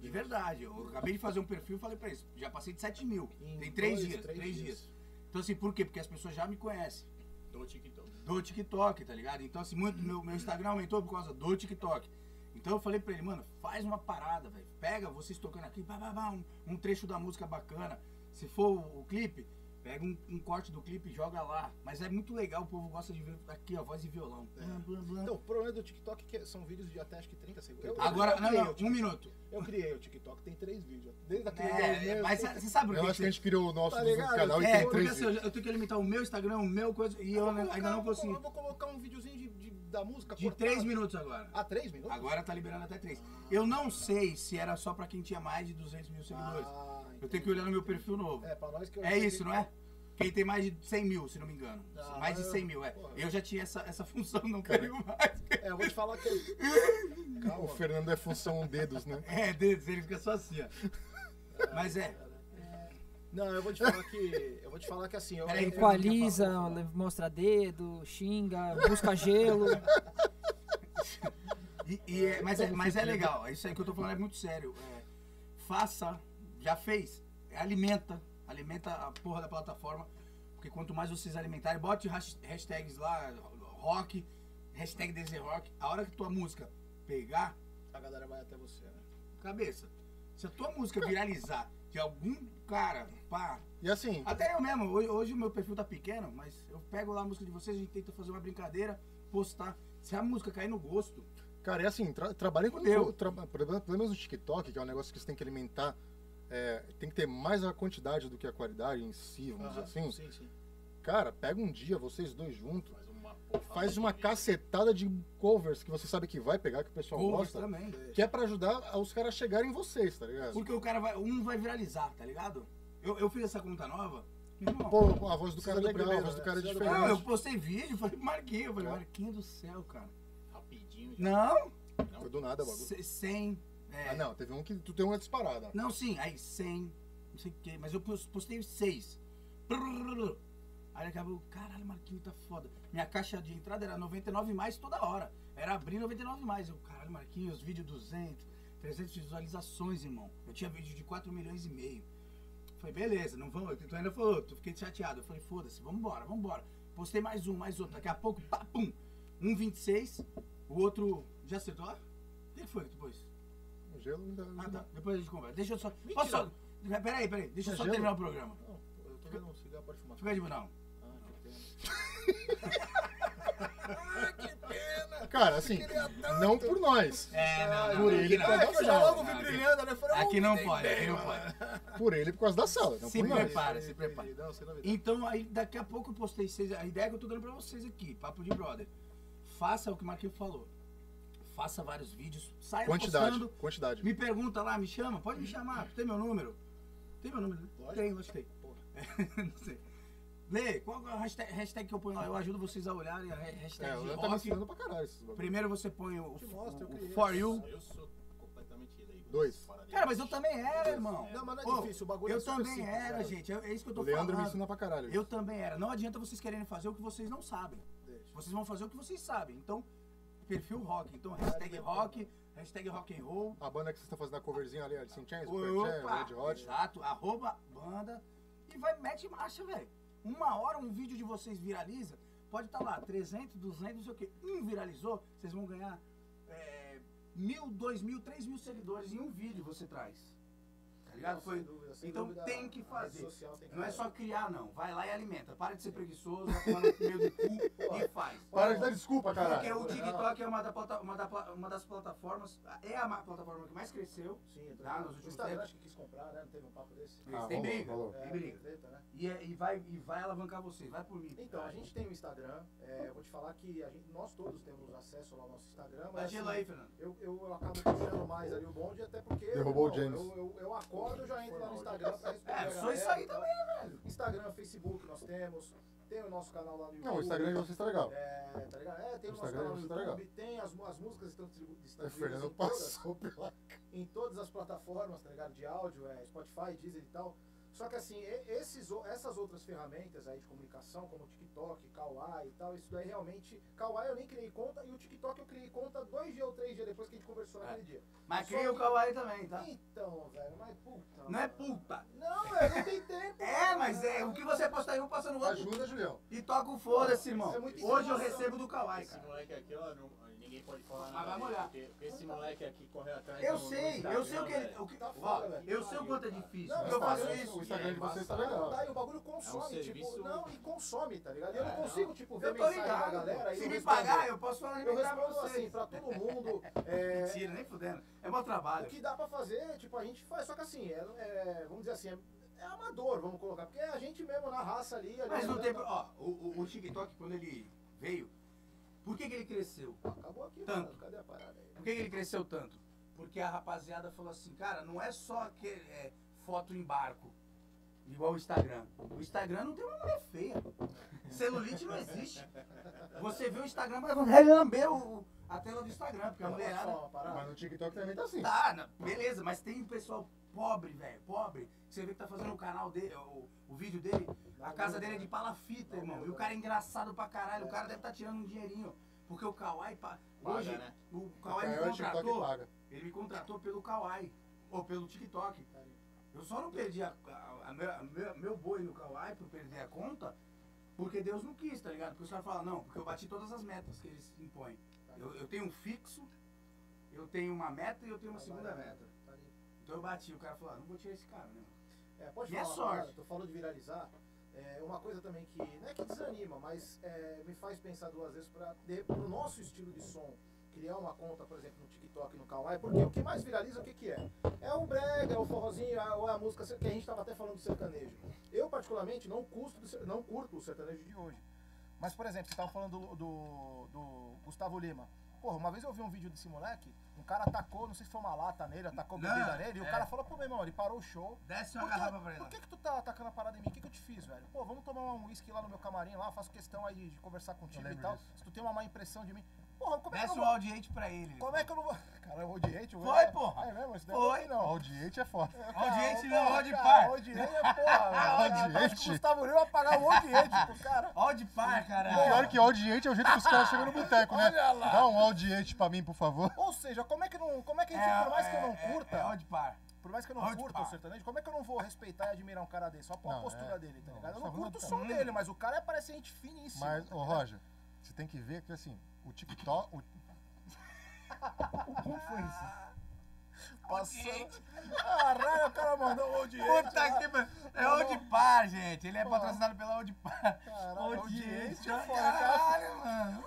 Speaker 1: De verdade. Eu acabei de fazer um perfil e falei pra eles, já passei de 7 mil.
Speaker 6: Em
Speaker 1: ah, Tem três
Speaker 6: dois,
Speaker 1: dias,
Speaker 6: três
Speaker 1: três
Speaker 6: dias.
Speaker 1: dias. Então assim, por quê? Porque as pessoas já me conhecem.
Speaker 7: Do TikTok.
Speaker 1: Do TikTok, tá ligado? Então assim, muito, meu, meu Instagram aumentou por causa do TikTok. Então eu falei pra ele, mano, faz uma parada, velho. Pega vocês tocando aqui, bah, bah, bah, um, um trecho da música bacana. Se for o, o clipe, pega um, um corte do clipe e joga lá. Mas é muito legal, o povo gosta de ver aqui, ó, voz e violão.
Speaker 3: É.
Speaker 1: Blá, blá, blá.
Speaker 6: Então, o problema do TikTok é que são vídeos de até acho que 30 segundos. Eu-
Speaker 1: Agora,
Speaker 6: eu
Speaker 1: não,
Speaker 6: criei
Speaker 1: não,
Speaker 6: o
Speaker 1: um
Speaker 6: Tik-
Speaker 1: minuto.
Speaker 6: Eu criei o TikTok, tem três vídeos. Desde aquele
Speaker 1: É,
Speaker 6: meu-
Speaker 1: mas você sabe o
Speaker 3: Eu acho que a gente criou o nosso
Speaker 6: Tá
Speaker 3: do- do
Speaker 6: ligado?
Speaker 3: canal e
Speaker 1: É,
Speaker 3: tem
Speaker 1: porque
Speaker 3: três.
Speaker 1: assim, eu, eu tenho que limitar o meu Instagram, o meu coisa, e eu,
Speaker 6: vou
Speaker 1: ainda-
Speaker 6: colocar-
Speaker 1: ainda não
Speaker 6: eu vou colo-
Speaker 1: consigo.
Speaker 6: Eu vou colocar um videozinho de, de- da música.
Speaker 1: De
Speaker 6: cortado.
Speaker 1: três minutos agora.
Speaker 6: Ah, três minutos?
Speaker 1: Agora tá liberando até três. Eu não sei se era só pra quem tinha mais de 200 mil seguidores.
Speaker 6: Ah,
Speaker 1: Eu
Speaker 6: entendi.
Speaker 1: tenho que olhar no meu perfil novo.
Speaker 6: É, pra nós que eu
Speaker 1: É
Speaker 6: achei
Speaker 1: isso,
Speaker 6: que-
Speaker 1: não é? Quem tem mais de 100 mil, se não me engano.
Speaker 6: Ah,
Speaker 1: mais de
Speaker 6: eu-
Speaker 1: 100 mil, é.
Speaker 6: porra.
Speaker 1: Eu já tinha essa, essa função, não quero mais.
Speaker 6: É, eu vou te falar que.
Speaker 3: O
Speaker 6: Calma.
Speaker 3: Fernando é função dedos, né?
Speaker 1: É, deles, ele fica só assim, ó. Mas é,
Speaker 6: Não, eu vou te falar que. Eu vou te falar que assim. Eu,
Speaker 1: Peraí,
Speaker 6: eu-
Speaker 2: Equaliza,
Speaker 8: Tá
Speaker 2: mostra dedo, xinga, busca gelo.
Speaker 1: E- e é- mas, é, mas é legal, isso aí que eu tô falando é muito sério. É, faça, já fez, alimenta, alimenta a porra da plataforma, porque quanto mais vocês alimentarem, bote has- hashtags lá, rock, hashtag DZ Rock, a hora que tua música pegar,
Speaker 6: A galera vai até você, né?
Speaker 1: cabeça. Se a tua música viralizar de algum cara, pá,
Speaker 3: E assim,
Speaker 1: até eu mesmo, hoje, hoje o meu perfil tá pequeno, mas eu pego lá a música de vocês, a gente tenta fazer uma brincadeira, postar. Se a música cair no gosto,
Speaker 3: cara, é assim, tra trabalhem com
Speaker 1: Fudeu.
Speaker 3: o tra problema- pelo menos no TikTok, que é um negócio que você tem que alimentar. é, tem que ter mais a quantidade do que a qualidade em si, vamos dizer
Speaker 6: Aham,
Speaker 3: assim.
Speaker 6: Sim, sim.
Speaker 3: Cara, pega um dia, vocês dois juntos,
Speaker 7: Faz uma porra.
Speaker 3: faz uma cacetada de covers que você sabe que vai pegar, que o pessoal
Speaker 1: gosto
Speaker 3: gosta,
Speaker 1: também.
Speaker 3: que é pra ajudar a- os caras a chegarem em vocês, tá ligado?
Speaker 1: Porque o cara vai. Um vai viralizar, tá ligado? Eu, eu fiz essa conta nova. meu irmão,
Speaker 3: Pô, a voz do
Speaker 6: Precisa
Speaker 3: cara é
Speaker 6: do
Speaker 3: legal, a
Speaker 6: primeiro,
Speaker 3: voz do cara é
Speaker 6: né? Precisa do
Speaker 3: diferente.
Speaker 1: não, eu postei vídeo, falei, Marquinhos, eu falei, Marquinhos do céu, cara. Tá
Speaker 7: Rapidinho. já.
Speaker 1: Não,
Speaker 3: Foi do nada o bagulho.
Speaker 1: se- 100. é,
Speaker 3: Ah, não, teve um que tu tem uma disparada.
Speaker 1: não, sim, aí 100, não sei o quê, mas eu pos- postei 6. Aí acabou, caralho, Marquinhos tá foda. Minha caixa de entrada era 99 mais toda hora. Era abrir 99 mais. Eu, caralho, Marquinhos, vídeo 200, 300 visualizações, irmão. Eu tinha vídeo de 4 milhões e meio. Falei, beleza, não vamos. Então ainda falou, eu fiquei chateado. Eu falei, foda-se, vambora, vambora. Postei mais um, mais outro. Daqui a pouco, pá, pum. Um 26, o outro. Já acertou lá? O que foi depois?
Speaker 3: O gelo ainda.
Speaker 1: Ah, tá. Depois a gente conversa. Deixa eu só. Posso só. Peraí, peraí. Deixa eu só
Speaker 3: Gelo?
Speaker 1: terminar o programa.
Speaker 6: Eu tô Não, não, cigarro pode fumar.
Speaker 1: Fica de moral.
Speaker 6: Ah, que pena.
Speaker 3: Cara, assim, não por nós. Ah, Por ele
Speaker 1: é
Speaker 3: por causa da
Speaker 1: Não,
Speaker 3: sala.
Speaker 1: aqui-
Speaker 6: brilhando, né? Falei,
Speaker 1: Aqui
Speaker 6: "Oh,
Speaker 1: não
Speaker 6: tem
Speaker 1: pode,
Speaker 6: bem,
Speaker 1: aqui não
Speaker 6: mano."
Speaker 1: pode.
Speaker 3: Por ele por causa da sala, não
Speaker 1: Se
Speaker 3: por nós.
Speaker 1: prepara, se
Speaker 6: Entendi,
Speaker 1: prepara.
Speaker 6: Não, sem novidade.
Speaker 1: Então, aí daqui a pouco eu postei vocês. A ideia que eu tô dando pra vocês aqui, papo de brother. Faça o que o Marquinhos falou. Faça vários vídeos, saia
Speaker 3: Quantidade,
Speaker 1: postando.
Speaker 3: quantidade.
Speaker 1: Me pergunta lá, me chama, pode me chamar, tem meu número? Tem meu número? né?
Speaker 6: Lógico.
Speaker 1: Tem, acho que tem. Não sei. Lê, qual a hashtag, hashtag que eu ponho lá? Eu ajudo vocês a olharem a ha- hashtag
Speaker 3: É, o
Speaker 1: de
Speaker 3: Léo tá me
Speaker 1: rock.
Speaker 3: ensinando pra caralho esses bagulho.
Speaker 1: Primeiro você põe o,
Speaker 6: Te mostro, eu
Speaker 1: o- o
Speaker 6: criei.
Speaker 1: For You.
Speaker 7: Eu sou completamente leigo.
Speaker 3: Dois.
Speaker 7: Fora dele.
Speaker 1: Cara, mas eu também era, irmão.
Speaker 6: Não, mas não é
Speaker 1: Ô,
Speaker 6: difícil, o bagulho é
Speaker 1: Eu
Speaker 6: super
Speaker 1: também
Speaker 6: simples,
Speaker 1: era,
Speaker 6: cara.
Speaker 1: gente. É é isso que eu
Speaker 3: O
Speaker 1: tô
Speaker 3: Leandro me
Speaker 1: falando.
Speaker 3: ensina pra caralho.
Speaker 1: Eu também era. Não adianta vocês quererem fazer o que vocês não sabem.
Speaker 6: Deixa.
Speaker 1: Vocês vão fazer o que vocês sabem. Então, perfil rock. Então, hashtag rock, hashtag rock and roll.
Speaker 3: A banda que vocês estão fazendo a coverzinha ali, Alice in Chains, Superchamp,
Speaker 1: Opa!
Speaker 3: Red Hot.
Speaker 1: Exato. Arroba banda. E vai, mete marcha, velho. Uma hora um vídeo de vocês viraliza. Pode estar lá, 300, 200, não sei o quê. Um viralizou, vocês vão ganhar é, mil, dois mil, três mil seguidores em um vídeo você traz. Tá ligado?
Speaker 6: Não,
Speaker 1: Foi-
Speaker 6: sem dúvida, sem
Speaker 1: então
Speaker 6: dúvida,
Speaker 1: tem que
Speaker 6: a
Speaker 1: fazer.
Speaker 6: rede social tem que
Speaker 1: Não é só
Speaker 6: fazer.
Speaker 1: criar, não. Vai lá e alimenta. Para de ser preguiçoso, vai tomar no meio do cu e faz.
Speaker 3: Para de dar desculpa,
Speaker 1: Porque
Speaker 3: caralho.
Speaker 1: o TikTok é uma, da plata- uma da pla- uma das plataformas, é a ma- plataforma que mais cresceu.
Speaker 6: Sim, eu tô
Speaker 1: Tá,
Speaker 6: ligado.
Speaker 1: nos
Speaker 6: O
Speaker 1: últimos
Speaker 6: Instagram
Speaker 1: tempos.
Speaker 6: acho que quis comprar, né? Não teve um papo desse.
Speaker 1: Eles
Speaker 3: Ah,
Speaker 1: têm
Speaker 3: rolou,
Speaker 1: briga,
Speaker 3: rolou.
Speaker 1: tem briga.
Speaker 6: treta, né?
Speaker 1: E, é- e vai, e vai alavancar você, vai por mim.
Speaker 6: Então, a gente tem o Instagram. é, eu vou te falar que a gente, nós todos temos acesso lá ao nosso Instagram.
Speaker 1: Dá
Speaker 6: Mas,
Speaker 1: gelo
Speaker 6: assim,
Speaker 1: aí, Fernando.
Speaker 6: Eu, eu acabo puxando mais ali o bonde, até porque.
Speaker 3: Derrubou o
Speaker 6: irmão,
Speaker 3: James.
Speaker 6: Eu, eu, eu acordo, eu já entro lá no Instagram pra responder.
Speaker 1: É,
Speaker 6: a
Speaker 1: sou isso
Speaker 6: galera
Speaker 1: aí
Speaker 6: e tal.
Speaker 1: também, velho.
Speaker 6: Instagram, Facebook nós temos. Tem o nosso canal lá no YouTube.
Speaker 3: Não, o Instagram de vocês tá legal.
Speaker 6: É, tá ligado? É, tem o
Speaker 3: O
Speaker 6: nosso
Speaker 3: Instagram
Speaker 6: canal no
Speaker 3: de vocês tá
Speaker 6: YouTube,
Speaker 3: legal.
Speaker 6: tem as, mu- as músicas estão distribu-
Speaker 3: O
Speaker 6: distribuídas
Speaker 3: Fernando
Speaker 6: em todas,
Speaker 3: passou pela.
Speaker 6: em todas as plataformas, tá ligado? De áudio, é, Spotify, Deezer e tal. Só que assim, e- esses, o- essas outras ferramentas aí de comunicação, como o TikTok, Kawaii e tal, isso daí realmente. Kawaii eu nem criei conta e o TikTok eu criei conta dois dias ou três dias depois que a gente conversou
Speaker 1: É.
Speaker 6: naquele dia.
Speaker 1: Mas cria o Kawaii também, tá?
Speaker 6: Então, velho, mas puta.
Speaker 1: Não é
Speaker 6: mano.
Speaker 1: puta.
Speaker 6: Não, velho, não tem tempo.
Speaker 1: É, mas é o que você posta em um passa no outro.
Speaker 3: Ajuda, Julião.
Speaker 1: E toca o foda-se, irmão.
Speaker 6: Isso é muita
Speaker 1: Hoje eu
Speaker 6: informação.
Speaker 1: recebo do Kawaii,
Speaker 7: Esse
Speaker 1: cara.
Speaker 7: moleque aqui, ó, não- ninguém pode falar
Speaker 1: Mas
Speaker 7: nada.
Speaker 1: vai
Speaker 7: dele,
Speaker 1: molhar.
Speaker 7: Porque, porque esse moleque aqui corre atrás
Speaker 1: Eu
Speaker 7: do- do
Speaker 1: sei, eu sei o
Speaker 7: Instagram,
Speaker 1: que ele.
Speaker 7: velho.
Speaker 1: o que-
Speaker 6: é Tá
Speaker 1: ó,
Speaker 6: foda, velho.
Speaker 1: eu sei o quanto é difícil,
Speaker 6: Não,
Speaker 1: porque eu
Speaker 6: mas
Speaker 1: faço
Speaker 6: tá
Speaker 1: isso.
Speaker 3: O Instagram de vocês tá
Speaker 6: Não,
Speaker 3: legal.
Speaker 6: Tá, e o bagulho consome,
Speaker 7: É um serviço-
Speaker 6: tipo, não, e consome, tá ligado? Eu
Speaker 7: É,
Speaker 6: não
Speaker 7: não.
Speaker 6: consigo, tipo, ver
Speaker 1: Eu tô
Speaker 6: mensagem da galera.
Speaker 1: ligado.
Speaker 6: e
Speaker 1: Se
Speaker 6: eu
Speaker 1: me
Speaker 6: respondo.
Speaker 1: pagar, eu posso tá
Speaker 6: Eu
Speaker 1: alimentar pra
Speaker 6: respondo assim,
Speaker 1: vocês.
Speaker 6: pra todo mundo. é,
Speaker 1: Mentira, nem fudendo. É meu
Speaker 6: o
Speaker 1: trabalho.
Speaker 6: que dá pra fazer, tipo, a gente faz. Só que assim, é, é, vamos dizer assim, é, é amador, vamos colocar. Porque é a gente mesmo na raça ali. tá ali
Speaker 1: Mas não
Speaker 6: andando,
Speaker 1: tem. pro- Ó, o, o- o TikTok, quando ele veio, por que, que ele cresceu?
Speaker 6: Acabou aqui,
Speaker 1: Tanto.
Speaker 6: mano. Cadê a parada aí?
Speaker 1: Por que, que ele cresceu tanto? Porque a rapaziada falou assim, cara, não é só que, é, foto em barco, igual o Instagram. O Instagram não tem uma mulher feia. Celulite não existe. Você vê o Instagram, mas vai relamber o- a tela do Instagram, porque a
Speaker 6: Posso falar
Speaker 1: mulherada.
Speaker 6: uma parada?
Speaker 3: Mas no TikTok também tá assim.
Speaker 1: Ah. Tá, na- beleza, mas tem um pessoal pobre, velho, pobre. que Você vê que tá fazendo o canal dele, o, o vídeo dele, a casa dele é de palafita, irmão. E o cara é engraçado pra caralho, o cara deve tá tirando um dinheirinho. Porque o Kawaii, pa-
Speaker 7: Paga,
Speaker 1: hoje,
Speaker 7: né?
Speaker 1: é o Kawaii me
Speaker 3: Aí o TikTok
Speaker 1: contratou,
Speaker 3: paga.
Speaker 1: ele me contratou pelo Kawaii, ou pelo TikTok. Eu só não perdi a, a- a meu, a meu- meu boi no Kawaii por perder a conta, porque Deus não quis, tá ligado? Porque os caras falam, não, porque eu bati todas as metas que eles impõem. Eu, eu tenho um fixo, eu tenho uma meta e eu tenho uma segunda é meta.
Speaker 6: Tá ali.
Speaker 1: Então eu bati, o cara falou, ah, não vou tirar esse cara, né?
Speaker 6: É, pode
Speaker 1: E é
Speaker 6: falar,
Speaker 1: sorte.
Speaker 6: cara, tu falou de viralizar. É uma coisa também que não é que desanima, mas é, me faz pensar duas vezes para o nosso estilo de som criar uma conta, por exemplo, no TikTok, no Kawaii, porque o que mais viraliza, o que, que é? É o brega, é o forrozinho, é ou é a música que a gente estava até falando do sertanejo. Eu, particularmente, não, custo do ser- não curto o sertanejo de hoje.
Speaker 11: Mas, por exemplo, você
Speaker 3: tá
Speaker 11: tava falando do, do, do Gustavo Lima. Porra, uma vez eu vi um vídeo desse moleque, um cara atacou, não sei se foi uma lata nele, atacou
Speaker 12: Não,
Speaker 11: bebida nele, e o
Speaker 12: é.
Speaker 11: cara falou, pô, meu irmão, ele parou o show.
Speaker 12: Desce uma
Speaker 11: Por que,
Speaker 12: garrafa pra ele.
Speaker 11: por que que tu tá atacando a parada em mim? O que que eu te fiz, velho? Pô, vamos tomar um uísque lá no meu camarim lá, faço questão aí de conversar contigo e
Speaker 3: lembro
Speaker 11: tal.
Speaker 3: disso.
Speaker 11: Se tu tem uma má impressão de mim. Porra, como é que eu
Speaker 12: Desce
Speaker 11: não
Speaker 12: o
Speaker 11: vou...
Speaker 12: audiente pra ele.
Speaker 11: Como é que eu não vou... Cara, eu odiei, tio.
Speaker 12: Foi, porra.
Speaker 11: É mesmo? Isso daí
Speaker 12: Foi.
Speaker 11: eu não. Ah,
Speaker 3: Ó, O diete é forte.
Speaker 12: Audiente não,
Speaker 11: Porra,
Speaker 12: ode
Speaker 11: cara,
Speaker 12: par.
Speaker 11: Odiei, é porra. velho.
Speaker 3: Odiei.
Speaker 11: Acho que o Gustavo Lima vai pagar o odiei pro cara.
Speaker 12: Ode par,
Speaker 3: O pior
Speaker 12: caralho.
Speaker 3: é que audiente é o jeito que os caras chegam no boteco, né?
Speaker 11: Olha lá.
Speaker 3: Dá um audiente pra mim, por favor.
Speaker 11: Ou seja, como é que não, como é que a gente, por mais que eu não curta,
Speaker 12: É, é ode par.
Speaker 11: por mais que eu não
Speaker 12: Onde
Speaker 11: curta
Speaker 12: tá?
Speaker 11: o sertanejo, como é que eu não vou respeitar e admirar um cara desse? Só pela
Speaker 3: Não,
Speaker 11: postura
Speaker 3: é.
Speaker 11: dele, tá
Speaker 3: Não,
Speaker 11: ligado? Eu
Speaker 3: só
Speaker 11: não
Speaker 3: vamos
Speaker 11: curto o
Speaker 3: dar-
Speaker 11: som dele, mas o cara parece gente finíssima.
Speaker 3: Mas, ô Roger, você tem que ver que assim, o TikTok. O... Como foi isso?
Speaker 6: Passando. Ah, Caralho, o cara mandou o Old Age.
Speaker 1: Puta que pariu. É Old Par, gente. Ele é patrocinado pela Old Par.
Speaker 6: Caralho, é Old Age,
Speaker 1: ó,
Speaker 6: fora,
Speaker 1: Caralho, mano.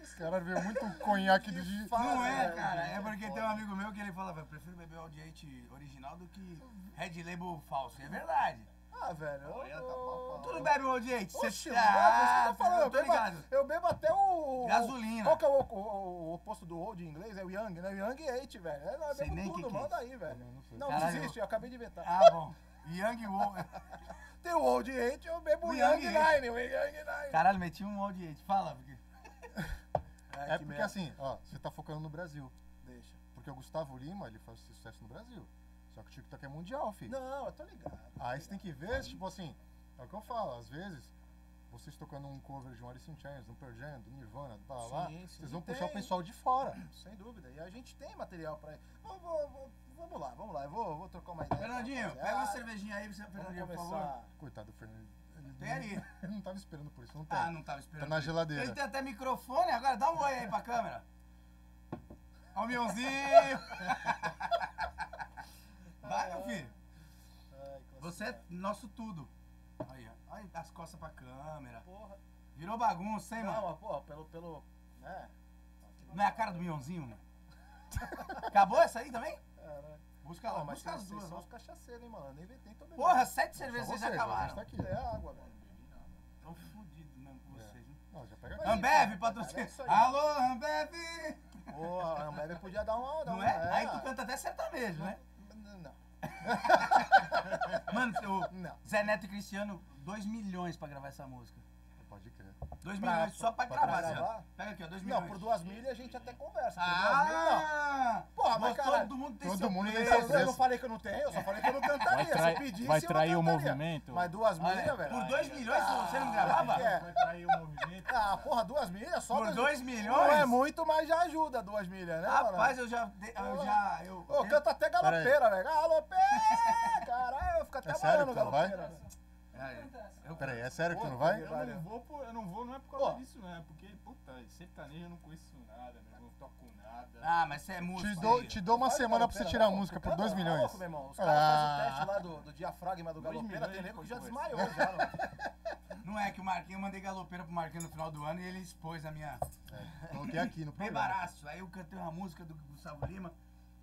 Speaker 3: Esse cara veio muito um conhaque do de.
Speaker 1: Não é, cara. É porque tem um amigo meu que ele fala, velho, prefiro beber Old Age original do que Red Label falso. E é verdade.
Speaker 6: Ah, velho. Eu,
Speaker 1: tá
Speaker 6: eu...
Speaker 1: Tu não bebe Old Age? Você- Ah,
Speaker 6: Oxi, mano, é isso que eu tô falando.
Speaker 1: eu tô
Speaker 6: Eu bebo,
Speaker 1: ligado.
Speaker 6: eu bebo até o.
Speaker 1: Gasolina.
Speaker 6: Qual que é o, o- o- o oposto do old em inglês? É o Young, né? O Young é hate, velho. É, Eu
Speaker 1: Sei
Speaker 6: bebo
Speaker 1: nem
Speaker 6: tudo,
Speaker 1: que que é
Speaker 6: manda aí, velho. Não, não
Speaker 1: Caralho.
Speaker 6: existe, eu acabei de inventar.
Speaker 1: Ah, bom. Young Wolf.
Speaker 6: Tem o old hate, eu bebo o
Speaker 1: O
Speaker 6: Young
Speaker 1: Young Hate.
Speaker 6: Nine, o Young Nine.
Speaker 1: Caralho, meti um Old Age. Fala. Porque...
Speaker 3: É
Speaker 6: Ai, que
Speaker 3: porque
Speaker 6: merda.
Speaker 3: assim, ó, você tá focando no Brasil.
Speaker 6: Deixa.
Speaker 3: Porque o Gustavo Lima, ele faz sucesso no Brasil. Só que o TikTok é mundial, filho.
Speaker 6: Não, eu tô ligado.
Speaker 1: Ah,
Speaker 3: Aí você tem que ver, tipo assim, é o que eu falo, às vezes, vocês tocando um cover de um Alice in Chains, um Pearl Jam, do Nirvana, do blá, blá,
Speaker 6: Sim, sim.
Speaker 3: vocês vão
Speaker 6: Tem.
Speaker 3: puxar o pessoal de fora.
Speaker 6: Sem dúvida. E a gente tem material pra. Vou, vou- vou- vamos lá, vamos lá. Eu vou, vou trocar uma ideia. com a
Speaker 1: Fernandinho,
Speaker 6: rapaziada.
Speaker 1: pega uma cervejinha aí, você,
Speaker 6: Vamos
Speaker 1: Fernandinho, por favor.
Speaker 6: começar.
Speaker 3: Coitado do Fernando. Ele
Speaker 1: Tem ali.
Speaker 3: não, ele não tava esperando por isso, não tem.
Speaker 1: Ah, não tava esperando.
Speaker 3: Tá na geladeira.
Speaker 1: Ele tem até microfone agora, dá um oi aí pra câmera. Ó o Mionzinho! Vai, meu filho.
Speaker 6: Ai, que
Speaker 1: Você é nosso tudo. Aí, ó. Aí, as costas pra câmera.
Speaker 6: Porra.
Speaker 1: Virou bagunça, hein,
Speaker 6: Não,
Speaker 1: mano?
Speaker 6: mas porra, pelo. pelo né?
Speaker 1: Não é a cara do Mionzinho, mano? Acabou essa aí também?
Speaker 6: Caralho.
Speaker 1: Busca lá,
Speaker 6: Pô, mas é
Speaker 1: busca
Speaker 6: vocês
Speaker 1: as
Speaker 6: vocês
Speaker 1: duas.
Speaker 6: são
Speaker 1: ó.
Speaker 6: os cachaceiros, hein, mano. Nem inventei, tô bebendo.
Speaker 1: Porra, sete
Speaker 3: Só
Speaker 1: cervejas
Speaker 3: você,
Speaker 1: já
Speaker 3: a gente
Speaker 1: acabaram.
Speaker 3: tá aqui.
Speaker 6: É água, mano.
Speaker 1: Tô fudido mesmo com vocês. né?
Speaker 3: Não, já pega
Speaker 6: É. Mas-
Speaker 3: aqui.
Speaker 1: Ambev,
Speaker 6: cara, é
Speaker 1: patrocínio.
Speaker 6: isso aí.
Speaker 1: Alô, Ambev!
Speaker 6: Porra, a Ambev podia dar uma. dar
Speaker 1: Não
Speaker 6: uma-
Speaker 1: é? Aí tu canta até sertanejo, né?
Speaker 6: Não, não. é.
Speaker 1: Mano, o
Speaker 6: Não.
Speaker 1: Zé Neto e Cristiano, 2 milhões pra gravar essa música.
Speaker 3: Pode crer.
Speaker 1: 2
Speaker 6: Pra-
Speaker 1: milhões só pra,
Speaker 3: pra
Speaker 1: gravar.
Speaker 6: gravar?
Speaker 1: Zé. Pega aqui, ó, 2 milhões.
Speaker 6: Não, por duas milhas a gente até conversa. Por duas milhas, não.
Speaker 1: Ah!
Speaker 6: Porra, Ah! mas
Speaker 1: Mostrou,
Speaker 6: caralho,
Speaker 1: todo mundo tem
Speaker 3: todo
Speaker 1: seu
Speaker 3: mundo tem
Speaker 1: preço.
Speaker 3: seu
Speaker 6: Eu, eu
Speaker 3: preço.
Speaker 6: não falei que eu não tenho, eu só falei que eu não
Speaker 7: Vai,
Speaker 6: cantaria.
Speaker 7: trai-
Speaker 6: Se pedisse,
Speaker 7: vai
Speaker 6: eu
Speaker 7: trair o
Speaker 6: cantaria.
Speaker 7: movimento?
Speaker 6: Mas duas milhas,
Speaker 1: Olha,
Speaker 6: velho.
Speaker 1: por 2 milhões você não
Speaker 6: Ah,
Speaker 1: gravava?
Speaker 6: é.
Speaker 7: Vai trair o movimento?
Speaker 6: Ah, porra, duas milhas só.
Speaker 1: Por
Speaker 6: dois-
Speaker 1: dois milhões?
Speaker 6: Não é muito, mas já ajuda duas milhas, né, mano?
Speaker 1: Rapaz, eu já. de- Eu já eu,
Speaker 3: É?
Speaker 6: Ô, canta até galopeira, velho. Galopeira! Caralho, eu fico até
Speaker 3: É sério
Speaker 6: amarrando
Speaker 3: que tu não vai?
Speaker 6: galopeira. velho.
Speaker 1: É, eu-
Speaker 3: Pera aí, é sério que tu não
Speaker 6: Puta
Speaker 3: vai?
Speaker 6: que
Speaker 7: Eu
Speaker 6: pariu.
Speaker 7: não vou, por, eu não vou, não é por causa
Speaker 6: Ó.
Speaker 7: disso, né? Porque, puta, sertanejo eu não conheço nada, meu irmão, eu toco nada.
Speaker 1: Ah, mas você é músico.
Speaker 3: Te dou,
Speaker 1: aí.
Speaker 3: te dou uma
Speaker 6: Faz
Speaker 3: semana pra você
Speaker 6: galopeira,
Speaker 3: tirar a
Speaker 6: não,
Speaker 3: música por
Speaker 6: canta
Speaker 3: 2
Speaker 6: não,
Speaker 3: milhões.
Speaker 6: louco, meu irmão. Os caras fazem o
Speaker 3: Ah.
Speaker 6: teste lá do, do diafragma do
Speaker 7: Dois
Speaker 6: galopeira,
Speaker 7: milhões
Speaker 6: tem nego que
Speaker 7: de
Speaker 6: já
Speaker 7: coisa.
Speaker 6: desmaiou
Speaker 1: É.
Speaker 6: já. mano.
Speaker 1: Não é que o Marquinhos, eu mandei galopeira pro Marquinhos no final do ano e ele expôs a minha.
Speaker 3: Coloquei aqui no programa.
Speaker 1: Bebaraço. Aí eu cantei uma música do Gustavo Lima.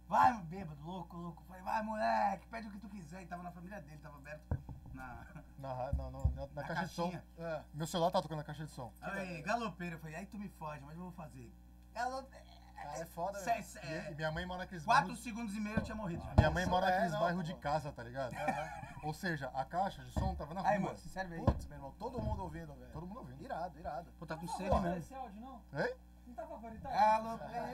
Speaker 1: Vai, bêbado, louco, louco. Falei, vai, moleque, pede o que tu quiser. E tava na família dele, tava aberto na,
Speaker 3: Na, ra- na, na, na, na
Speaker 1: na
Speaker 3: caixa de som.
Speaker 1: caixinha. Ah,
Speaker 6: É.
Speaker 3: Meu celular tá tocando na caixa de som.
Speaker 1: Aí, galopeira. Eu falei, aí tu me foge, mas eu vou fazer. Galopeira.
Speaker 6: Cara, é foda,
Speaker 1: Cê-
Speaker 6: velho.
Speaker 1: cê-
Speaker 3: E minha mãe mora naqueles
Speaker 1: Quatro
Speaker 3: bairros.
Speaker 1: segundos e meio eu tinha morrido. já.
Speaker 3: Minha mãe mora
Speaker 6: É,
Speaker 3: naqueles
Speaker 6: não,
Speaker 3: bairros de
Speaker 6: pô.
Speaker 3: casa, tá ligado? Ou seja, a caixa de som tava na
Speaker 1: Aí,
Speaker 3: rua.
Speaker 1: mano, se serve aí.
Speaker 6: Putz, meu irmão, todo mundo ouvindo, velho.
Speaker 3: Todo mundo ouvindo.
Speaker 6: Irado, irado.
Speaker 1: Pô, tá com
Speaker 2: Não tá
Speaker 9: é
Speaker 1: sede
Speaker 6: porra.
Speaker 2: favoritado
Speaker 1: mesmo.
Speaker 2: esse áudio, não?
Speaker 3: Hein?
Speaker 2: Não tá favoritado?
Speaker 3: Esse
Speaker 1: Galopeira.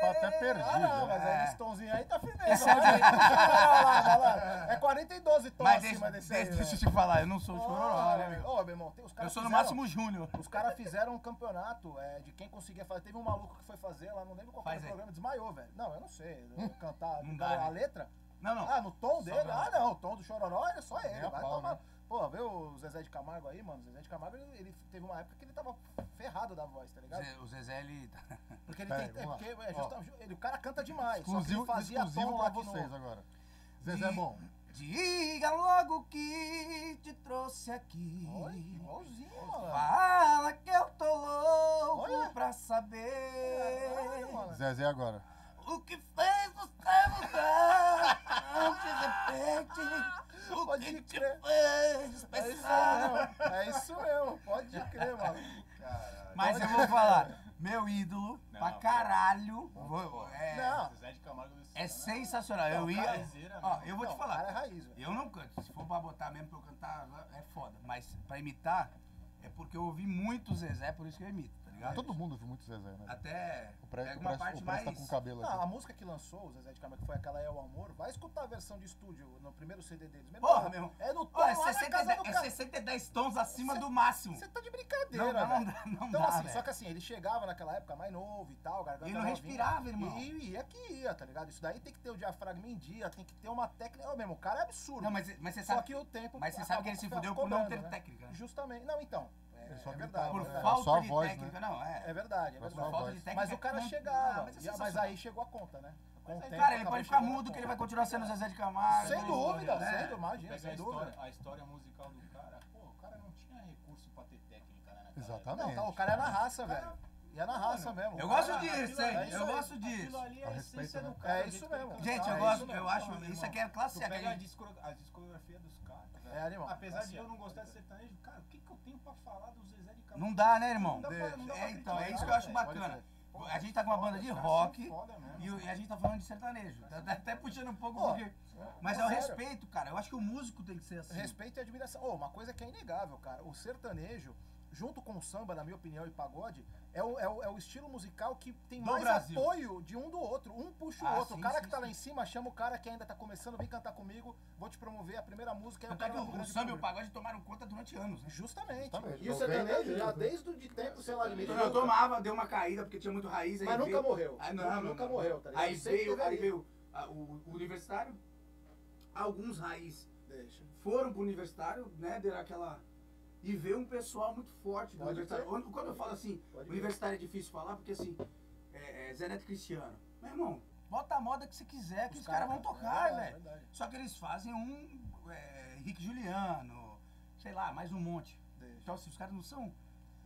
Speaker 3: pá até tá perdido. né?
Speaker 6: Ah, não, mas aí
Speaker 1: É.
Speaker 6: esse tomzinho aí tá firmeza. Olha lá, olha lá. É 42 tons
Speaker 1: Mas deixa,
Speaker 6: acima desse
Speaker 1: deixa-
Speaker 6: aí, né?
Speaker 1: deixa eu
Speaker 6: velho.
Speaker 1: te falar, eu não sou chororó, né,
Speaker 6: Ô,
Speaker 1: meu?
Speaker 6: Ô, meu irmão, tem os
Speaker 1: Eu
Speaker 6: caras
Speaker 1: sou no
Speaker 6: fizeram-
Speaker 1: máximo júnior.
Speaker 6: Os caras fizeram um campeonato é, de quem conseguia fazer. Teve um maluco que foi fazer lá, não lembro qual
Speaker 1: Faz
Speaker 6: era o
Speaker 1: aí.
Speaker 6: programa, desmaiou, velho. Não, eu não sei. eu
Speaker 3: Hum.
Speaker 6: vou cantar
Speaker 1: Não dá,
Speaker 6: a
Speaker 1: né?
Speaker 6: letra.
Speaker 1: Não, não.
Speaker 6: Ah, no tom dele?
Speaker 1: pra-
Speaker 6: Ah, não, o tom do Chororó é só ele.
Speaker 3: a
Speaker 6: Vai
Speaker 3: pau,
Speaker 6: tomar.
Speaker 3: né?
Speaker 6: Pô, vê o Zezé de Camargo aí, mano. O Zezé de Camargo, ele, ele teve uma época que ele tava ferrado da voz, tá ligado?
Speaker 1: Zé- O Zezé, ele. tá-
Speaker 6: Porque ele
Speaker 3: Pera
Speaker 6: tem.
Speaker 3: aí,
Speaker 6: é
Speaker 3: vamos lá.
Speaker 6: porque é
Speaker 3: Ó.
Speaker 6: justa- ele- o cara canta demais. só que
Speaker 3: Exclusivo,
Speaker 6: ele fazia
Speaker 3: exclusivo
Speaker 6: tom
Speaker 3: pra
Speaker 6: lá que não-
Speaker 3: vocês agora. Zezé é bom.
Speaker 1: Diga logo o que te trouxe aqui.
Speaker 6: Olha, igualzinho, mano.
Speaker 1: Fala que eu tô louco
Speaker 6: Olha.
Speaker 1: pra saber
Speaker 6: Caralho, É, mano.
Speaker 3: Zezé agora.
Speaker 1: o que fez você mudar de repente. O
Speaker 6: Pode
Speaker 1: que te
Speaker 6: crer.
Speaker 1: fez
Speaker 6: É isso
Speaker 1: pensar.
Speaker 6: mesmo, é isso mesmo, pode crer, mano.
Speaker 1: Mas eu vou falar, meu ídolo
Speaker 7: Não,
Speaker 1: pra
Speaker 7: pô.
Speaker 1: caralho. vou- é,
Speaker 6: Não,
Speaker 7: Zé de Camargo desse
Speaker 1: é sensacional. Eu
Speaker 7: Não, cara,
Speaker 1: ia.
Speaker 7: é zero,
Speaker 1: Ó,
Speaker 7: né?
Speaker 1: eu vou
Speaker 6: Não,
Speaker 1: te
Speaker 6: o cara é
Speaker 1: falar.
Speaker 6: raiz, velho.
Speaker 1: Eu não canto. Se for pra botar mesmo pra eu cantar, é foda. Mas pra imitar, é porque eu ouvi muito Zezé, por isso que eu imito, tá ligado?
Speaker 3: Todo mundo ouve muito Zezé, né?
Speaker 1: Até
Speaker 3: O Presta
Speaker 1: pega
Speaker 3: o
Speaker 1: uma
Speaker 3: Presta-
Speaker 1: parte
Speaker 3: o Presta
Speaker 1: mais. Ah,
Speaker 3: tá com o cabelo
Speaker 6: Não, a
Speaker 3: aqui.
Speaker 6: música que lançou, o Zezé de Camargo, que foi aquela É o Amor, vai escutar a versão de estúdio no primeiro CD deles. Meu
Speaker 1: Porra,
Speaker 6: irmão,
Speaker 1: meu irmão.
Speaker 6: É no tom,
Speaker 1: Ó, é
Speaker 6: lá na casa
Speaker 1: 60,
Speaker 6: do
Speaker 1: é
Speaker 6: cara.
Speaker 1: 62 tons acima
Speaker 6: Cê-
Speaker 1: do máximo.
Speaker 6: Você tá de
Speaker 1: Não,
Speaker 6: brincadeira,
Speaker 1: não, não
Speaker 6: velho.
Speaker 1: dá, não
Speaker 6: Então,
Speaker 1: dá,
Speaker 6: assim,
Speaker 1: velho.
Speaker 6: só que assim, ele chegava naquela época mais novo e tal, garganta
Speaker 1: Ele não
Speaker 6: novinha,
Speaker 1: respirava, irmão.
Speaker 6: E ia que ia, tá ligado? Isso daí tem que ter o diafragma em dia, tem que ter uma técnica. Ô, meu irmão, o cara é absurdo.
Speaker 1: Não, mas, mas você
Speaker 6: Só
Speaker 1: sabe.
Speaker 6: que o tempo.
Speaker 1: Mas você
Speaker 6: acabou
Speaker 1: sabe que ele se
Speaker 6: com-
Speaker 1: fudeu por não
Speaker 6: cobrando,
Speaker 1: ter
Speaker 6: né?
Speaker 1: técnica. né?
Speaker 6: Justamente. Não, então.
Speaker 3: Ele só
Speaker 6: é
Speaker 3: gritava,
Speaker 6: verdade.
Speaker 3: Por
Speaker 6: é verdade.
Speaker 3: falta Só a de voz, técnica, né?
Speaker 1: não, é.
Speaker 6: É verdade, é
Speaker 3: Só a
Speaker 6: verdade.
Speaker 3: falta de
Speaker 6: mas
Speaker 1: técnica
Speaker 6: o cara
Speaker 1: é-
Speaker 6: chegava,
Speaker 1: Ah, mas é
Speaker 6: e- mas,
Speaker 1: sensacional.
Speaker 6: aí chegou a conta, né? Com o tempo,
Speaker 1: Cara, ele
Speaker 6: acabou
Speaker 1: pode ficar
Speaker 6: chegando a
Speaker 1: mudo que ele vai
Speaker 6: conta.
Speaker 1: continuar sendo o Zezé de Camargo.
Speaker 6: Sem
Speaker 1: né?
Speaker 6: dúvida,
Speaker 1: Né?
Speaker 6: sem dúvida, imagina,
Speaker 7: Pega a
Speaker 6: sem
Speaker 7: história,
Speaker 6: dúvida.
Speaker 7: a história musical do cara, pô, o cara não tinha recurso pra ter técnica, né? naquela época.
Speaker 3: Exatamente.
Speaker 6: Não, tá, o cara é na raça, velho. E é na raça mesmo.
Speaker 1: Eu
Speaker 6: O
Speaker 1: gosto
Speaker 7: Ah,
Speaker 6: cara-
Speaker 1: disso,
Speaker 6: aquilo-
Speaker 1: hein?
Speaker 6: é isso
Speaker 1: Eu
Speaker 6: aí.
Speaker 1: gosto disso.
Speaker 7: ali é
Speaker 3: Ao
Speaker 7: a
Speaker 3: respeito,
Speaker 7: essência
Speaker 3: né?
Speaker 7: do cara.
Speaker 6: É
Speaker 7: o
Speaker 6: isso
Speaker 7: jeito que ele
Speaker 6: mesmo.
Speaker 7: cantava.
Speaker 1: Gente, eu
Speaker 6: Ah,
Speaker 1: gosto,
Speaker 6: isso mesmo.
Speaker 1: eu acho,
Speaker 7: Porra,
Speaker 1: isso
Speaker 7: irmão.
Speaker 1: aqui é classe
Speaker 7: Tu
Speaker 1: A.
Speaker 7: pega a, discro- a discografia dos caras, velho.
Speaker 6: É, animal.
Speaker 7: Apesar
Speaker 1: tá
Speaker 7: de
Speaker 6: Assim,
Speaker 7: eu
Speaker 6: ó.
Speaker 7: não gostar de sertanejo, cara, o que, que eu tenho pra falar do Zezé de Camargo?
Speaker 1: Não dá, né, irmão?
Speaker 7: Não dá pra- não dá pra
Speaker 1: É, então, é
Speaker 7: criticar,
Speaker 1: isso que eu acho
Speaker 7: velho.
Speaker 1: bacana.
Speaker 7: Pode
Speaker 1: A gente tá com uma banda de
Speaker 7: Os caras
Speaker 1: rock
Speaker 7: são foda mesmo.
Speaker 1: e, o- e a gente tá falando de sertanejo. Tá, tá até puxando um pouco
Speaker 6: Pô,
Speaker 1: porque. Mas é o
Speaker 6: sério.
Speaker 1: respeito, cara. Eu acho que o músico tem que ser assim.
Speaker 6: Respeito e admiração. Oh, uma coisa que é inegável, cara. O sertanejo, junto com o samba, na minha opinião, e pagode, é o, é o, é o estilo musical que tem
Speaker 1: Do
Speaker 6: mais
Speaker 1: Brasil.
Speaker 6: apoio de um do outro. Um puxa o
Speaker 1: Ah,
Speaker 6: outro.
Speaker 1: sim,
Speaker 6: o cara
Speaker 1: sim,
Speaker 6: que tá lá
Speaker 1: sim.
Speaker 6: em cima chama o cara que ainda tá começando, vem cantar comigo, vou te promover a primeira música. Aí o
Speaker 1: Tanto é
Speaker 6: cara
Speaker 1: que o,
Speaker 6: vai pro
Speaker 1: o
Speaker 6: grande
Speaker 1: samba e o
Speaker 6: público.
Speaker 1: pagode tomaram conta durante anos, né?
Speaker 6: Justamente. é
Speaker 3: Justamente.
Speaker 13: E o sertanejo já desde o de tempo, sei lá, de
Speaker 10: Então, eu tomava, deu uma caída porque tinha muito raiz. Aí
Speaker 13: Mas nunca
Speaker 10: veio-
Speaker 13: morreu.
Speaker 1: Ah,
Speaker 10: Aí, não, não,
Speaker 13: Nunca
Speaker 10: não.
Speaker 13: morreu, tá ligado?
Speaker 10: Aí
Speaker 13: Sempre
Speaker 10: veio,
Speaker 13: teve
Speaker 10: aí
Speaker 13: ali.
Speaker 10: veio ah, o, o universitário, alguns raiz
Speaker 13: Deixa.
Speaker 10: foram pro universitário, né? Deram aquela. E veio um pessoal muito forte do
Speaker 13: Pode
Speaker 10: universitário.
Speaker 13: crer.
Speaker 10: Quando, quando eu falo assim,
Speaker 13: Pode crer.
Speaker 10: universitário é difícil falar, porque assim, é, é Zé Neto e Cristiano. Meu irmão,
Speaker 1: Bota a moda que você quiser, que os, caras vão tocar,
Speaker 13: É,
Speaker 6: É, né?
Speaker 1: velho. Só que eles fazem um é, Henrique Juliano, sei lá, mais um monte. Então, assim, os caras não são.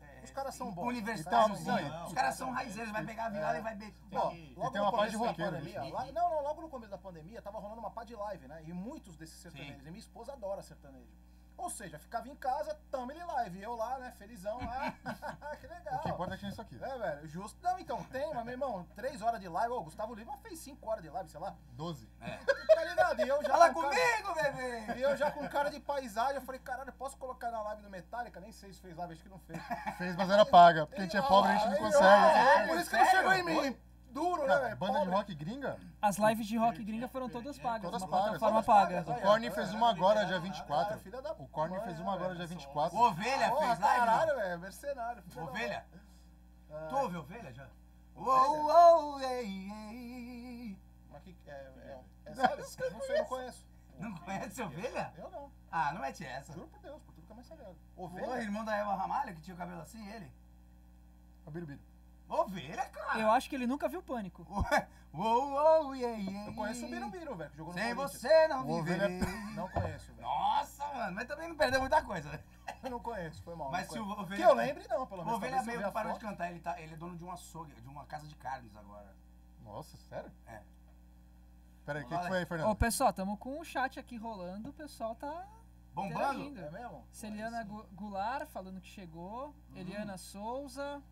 Speaker 1: é,
Speaker 6: Os caras são bons.
Speaker 1: Universitários,
Speaker 3: Os
Speaker 1: não,
Speaker 3: caras são
Speaker 1: não,
Speaker 3: bons.
Speaker 1: Os caras são raizeiros, vai pegar a virada e vai beber.
Speaker 6: Ó,
Speaker 7: E
Speaker 6: logo
Speaker 3: tem
Speaker 6: no
Speaker 3: uma parte de
Speaker 6: começo da
Speaker 3: roqueiro,
Speaker 6: pandemia,
Speaker 3: bicho.
Speaker 6: lá- não, não, logo no começo da pandemia tava rolando uma pá de live, né? E muitos desses sertanejos. E minha esposa adora sertanejo. Ou seja, ficava em casa, tamo ele live. E eu lá, né, felizão lá. que legal.
Speaker 3: O que importa é que é isso aqui.
Speaker 6: É, velho, justo. Não, então, tem, mas, meu irmão, três horas de live. Ô, o Gustavo Lima fez cinco horas de live, sei lá.
Speaker 3: 12.
Speaker 6: Tá ligado? E eu já.
Speaker 1: Fala
Speaker 6: com cara-
Speaker 1: comigo, bebê!
Speaker 6: E eu já com cara de paisagem, eu falei, caralho, posso colocar na live do Metallica? Nem sei se fez live, acho que não fez.
Speaker 3: Fez, mas era paga. Porque a gente é pobre, a gente não
Speaker 6: Aí, ó,
Speaker 3: consegue.
Speaker 6: é, Por isso que não
Speaker 1: Sério?
Speaker 6: chegou em mim. Duro, né,
Speaker 3: Cara,
Speaker 6: velho?
Speaker 3: banda de
Speaker 6: Pobre.
Speaker 3: rock gringa?
Speaker 2: As lives de rock gringa foram todas pagas,
Speaker 3: Todas
Speaker 2: uma
Speaker 3: pagas.
Speaker 2: plataforma paga.
Speaker 3: O Korn fez uma agora, dia 24.
Speaker 6: Filha da
Speaker 3: O Korn
Speaker 6: mãe,
Speaker 3: fez
Speaker 6: né,
Speaker 3: uma agora,
Speaker 6: velho?
Speaker 3: dia 24.
Speaker 1: O Ovelha
Speaker 6: Porra,
Speaker 1: fez live?
Speaker 6: Ah, Caralho, velho, mercenário. filha da mãe.
Speaker 1: Ovelha?
Speaker 6: É.
Speaker 1: Tu ouve ovelha já? Uou, uou, ei, ei.
Speaker 6: Mas que. É, é, é, sabe? Não sei, não conheço.
Speaker 1: Não conhece ovelha?
Speaker 6: Eu não.
Speaker 1: Ah, não mete essa.
Speaker 6: Juro por Deus, por tudo que é mais sagrado.
Speaker 1: O
Speaker 6: Ovelha?
Speaker 1: irmão da Eva Ramalho, que tinha o cabelo assim, ele?
Speaker 3: O Birubiru.
Speaker 1: Ovelha, cara!
Speaker 2: Eu acho que ele nunca viu pânico.
Speaker 1: Uou, uou, ei, ei.
Speaker 6: Eu conheço o Birubiru, velho, que jogou no
Speaker 1: Sem
Speaker 6: Corinthians.
Speaker 1: você não
Speaker 3: O ovelha- é
Speaker 1: viverei.
Speaker 6: Não conheço, velho.
Speaker 1: Nossa, mano, mas também não perdeu muita coisa, né?
Speaker 6: Eu não conheço, foi mal.
Speaker 1: Mas
Speaker 6: não
Speaker 1: se o
Speaker 6: conheço.
Speaker 1: ovelha-
Speaker 6: Que eu lembre, não, pelo
Speaker 1: O
Speaker 6: menos.
Speaker 1: ovelha
Speaker 6: talvez
Speaker 1: meio
Speaker 6: eu
Speaker 1: que
Speaker 6: vi a
Speaker 1: parou de
Speaker 6: foto.
Speaker 1: cantar, ele, tá, ele é dono de um açougue, de uma casa de carnes agora.
Speaker 3: Nossa, sério?
Speaker 1: É.
Speaker 3: Peraí, o que,
Speaker 1: Olha.
Speaker 3: que foi aí, Fernando?
Speaker 2: Ô, pessoal, tamo com o chat aqui rolando, o pessoal tá
Speaker 1: Bombando?
Speaker 2: interagindo.
Speaker 6: É mesmo?
Speaker 2: Celiana Gu- Goulart falando que chegou. Eliana Souza.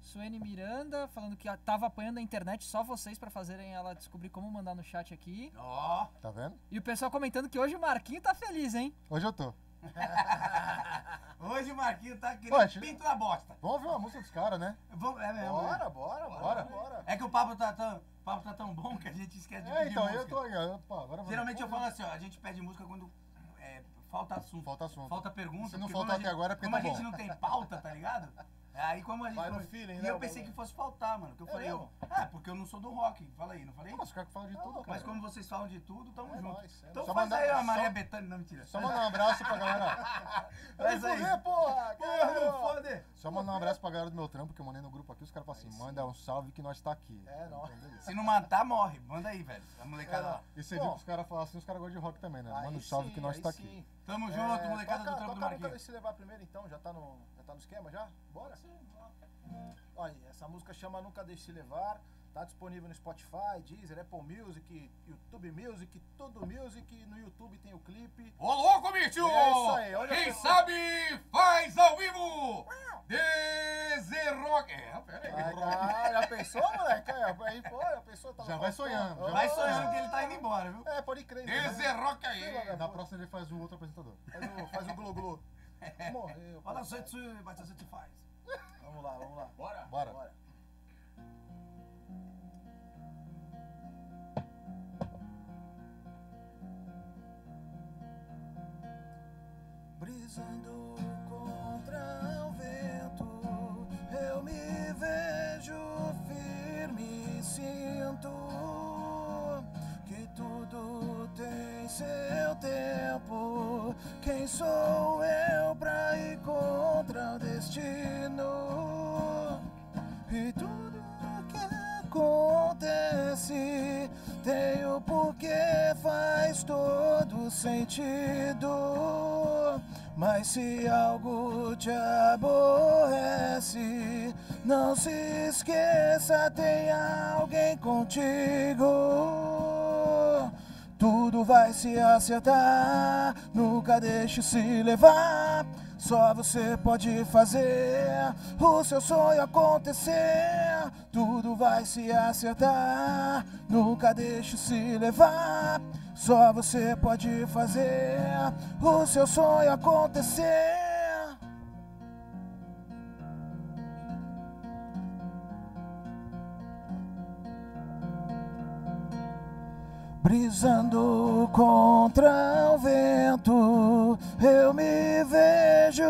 Speaker 2: Suene Miranda falando que a- tava apanhando a internet só vocês pra fazerem ela descobrir como mandar no chat aqui.
Speaker 1: Ó,
Speaker 3: Tá vendo?
Speaker 2: E o pessoal comentando que hoje o Marquinho tá feliz, hein?
Speaker 3: Hoje eu tô.
Speaker 1: hoje o Marquinho tá aqui
Speaker 3: Pode.
Speaker 1: pinto na bosta.
Speaker 3: Vamos ouvir uma música dos caras, né?
Speaker 1: Vamos- É mesmo. né?
Speaker 6: Bora, bora, bora,
Speaker 3: Bora.
Speaker 6: bora.
Speaker 1: É que o papo tá tão, o papo tá tão bom que a gente esquece de
Speaker 3: É,
Speaker 1: pedir
Speaker 3: então,
Speaker 1: música.
Speaker 3: eu tô aí. ó. Pô, agora vamos.
Speaker 1: Geralmente eu falo assim, ó, a gente pede música quando é, falta assunto.
Speaker 3: Falta assunto.
Speaker 1: Falta pergunta.
Speaker 3: Se não
Speaker 1: porque
Speaker 3: faltar
Speaker 1: como a
Speaker 3: até
Speaker 1: gente-
Speaker 3: agora é porque
Speaker 1: Como a
Speaker 3: tá
Speaker 1: gente
Speaker 3: bom.
Speaker 1: não tem pauta, tá ligado? Aí como a gente...
Speaker 6: Vai no
Speaker 1: come-
Speaker 6: feeling,
Speaker 1: e
Speaker 6: né,
Speaker 1: eu pensei
Speaker 6: mano?
Speaker 1: que fosse faltar, mano. Que eu
Speaker 6: É
Speaker 1: falei, eu,
Speaker 6: mesmo?
Speaker 1: ah, porque eu não sou do rock. Fala aí, não falei?
Speaker 3: Nossa, o cara que fala de tudo,
Speaker 1: Mas
Speaker 3: assim, cara.
Speaker 1: como vocês falam de tudo, tamo
Speaker 6: É
Speaker 1: junto.
Speaker 6: nóis, é
Speaker 1: então
Speaker 3: nóis.
Speaker 1: faz
Speaker 3: Só
Speaker 1: aí
Speaker 3: mandar-
Speaker 1: a Maria
Speaker 3: só-
Speaker 1: Bethânia, não mentira.
Speaker 3: Só mandar um abraço pra galera.
Speaker 1: Faz
Speaker 6: Vai
Speaker 1: aí.
Speaker 6: correr, porra!
Speaker 1: Porra,
Speaker 6: caralho.
Speaker 1: não foda.
Speaker 3: Só mandar um abraço pra galera do meu trampo que eu mandei no grupo aqui. Os caras falam assim: manda um salve que nós tá aqui.
Speaker 6: É, não.
Speaker 1: Se não matar, morre. Manda aí, velho. A molecada
Speaker 6: É,
Speaker 1: lá.
Speaker 3: E você
Speaker 6: Bom.
Speaker 3: viu que os caras falam assim: os caras gostam de rock também, né?
Speaker 6: Aí
Speaker 3: Manda um salve
Speaker 6: sim,
Speaker 3: que nós
Speaker 6: aí
Speaker 3: tá
Speaker 6: sim.
Speaker 3: aqui.
Speaker 1: Tamo junto,
Speaker 6: É,
Speaker 1: molecada
Speaker 6: toca-
Speaker 1: do trampo do
Speaker 6: toca no
Speaker 1: Marquinhos.
Speaker 6: Se levar primeiro então, já tá no, já tá no esquema já? Bora? Olha, aí, essa música chama Nunca Deixe Se Levar, tá disponível no Spotify, Deezer, Apple Music, YouTube Music, tudo Music, no YouTube tem o clipe.
Speaker 1: Ô louco, bicho!
Speaker 6: É isso aí, olha
Speaker 1: Quem
Speaker 6: só.
Speaker 1: sabe faz ao vivo! Deserrock! É, pera aí.
Speaker 6: Ai, Ah, caralho, já pensou, moleque? Aí, Aí, pô, já pensou? Tava
Speaker 3: Já vai
Speaker 6: faltando.
Speaker 3: sonhando, já
Speaker 1: Vai
Speaker 6: Ah,
Speaker 1: sonhando que ele tá indo embora, viu?
Speaker 6: É, pode crer. né?
Speaker 1: Deserrock
Speaker 6: Sei
Speaker 1: aí!
Speaker 6: lá,
Speaker 3: Na
Speaker 6: pô,
Speaker 3: próxima ele faz o outro apresentador.
Speaker 6: Faz o, faz o glu-glu. Morreu.
Speaker 1: Fala
Speaker 6: pô.
Speaker 1: só de sua, mas você te faz.
Speaker 6: Vamos lá, vamos lá.
Speaker 7: Bora?
Speaker 3: Bora.
Speaker 6: Bora. Brisando contra o vento, eu me vejo firme e sinto que tudo tem seu tempo. Quem sou eu pra ir contra o destino? E tudo que acontece tem o porquê, faz todo sentido. Mas se algo te aborrece, não se esqueça, tem alguém contigo. Tudo vai se acertar, nunca deixe se levar. Só você pode fazer o seu sonho acontecer. Tudo vai se acertar, nunca deixe se levar. Só você pode fazer o seu sonho acontecer. Brisando contra o vento, eu me vejo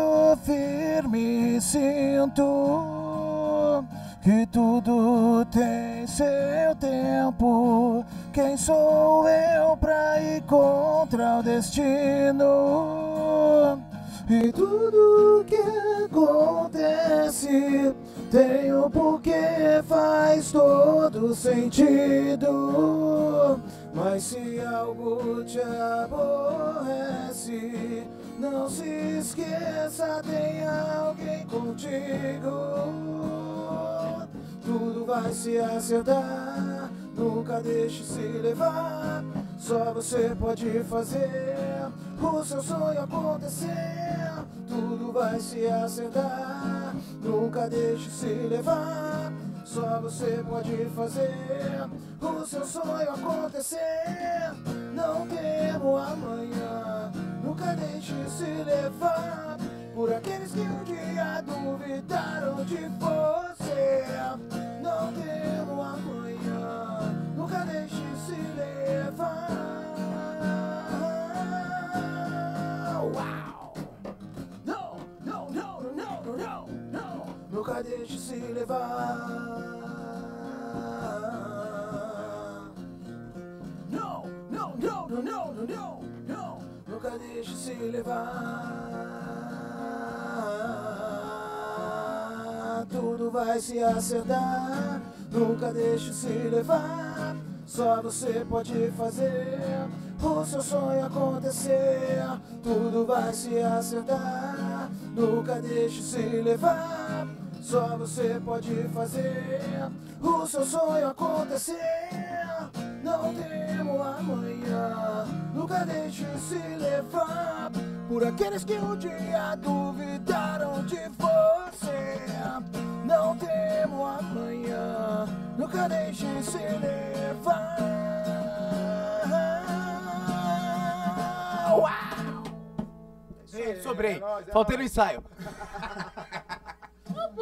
Speaker 6: firme e sinto que tudo tem seu tempo. Quem sou eu pra ir contra o destino? E tudo que acontece tem um porquê, faz todo sentido. Mas se algo te aborrece, não se esqueça, tem alguém contigo. Tudo vai se acertar, nunca deixe se levar. Só você pode fazer o seu sonho acontecer. Tudo vai se acertar, nunca deixe se levar. Só você pode fazer o seu sonho acontecer. Não temo amanhã, nunca deixe se levar por aqueles que um dia duvidaram de você. Não temo amanhã, nunca deixe se levar. Uau! Não, não, não, não, não, não, não. Nunca deixe se levar. Não, não, não, não, não, não, não, não. Nunca deixe se levar. Tudo vai se acertar. Nunca deixe se levar. Só você pode fazer o seu sonho acontecer. Tudo vai se acertar. Nunca deixe se levar. Só você pode fazer o seu sonho acontecer. Não temo amanhã, nunca deixe se levar por aqueles que um dia duvidaram de você. Não temo amanhã, nunca deixe se levar. Uau!
Speaker 14: Ei,
Speaker 6: Sobrei,
Speaker 14: é nóis, é
Speaker 6: faltei no
Speaker 14: nóis.
Speaker 6: ensaio.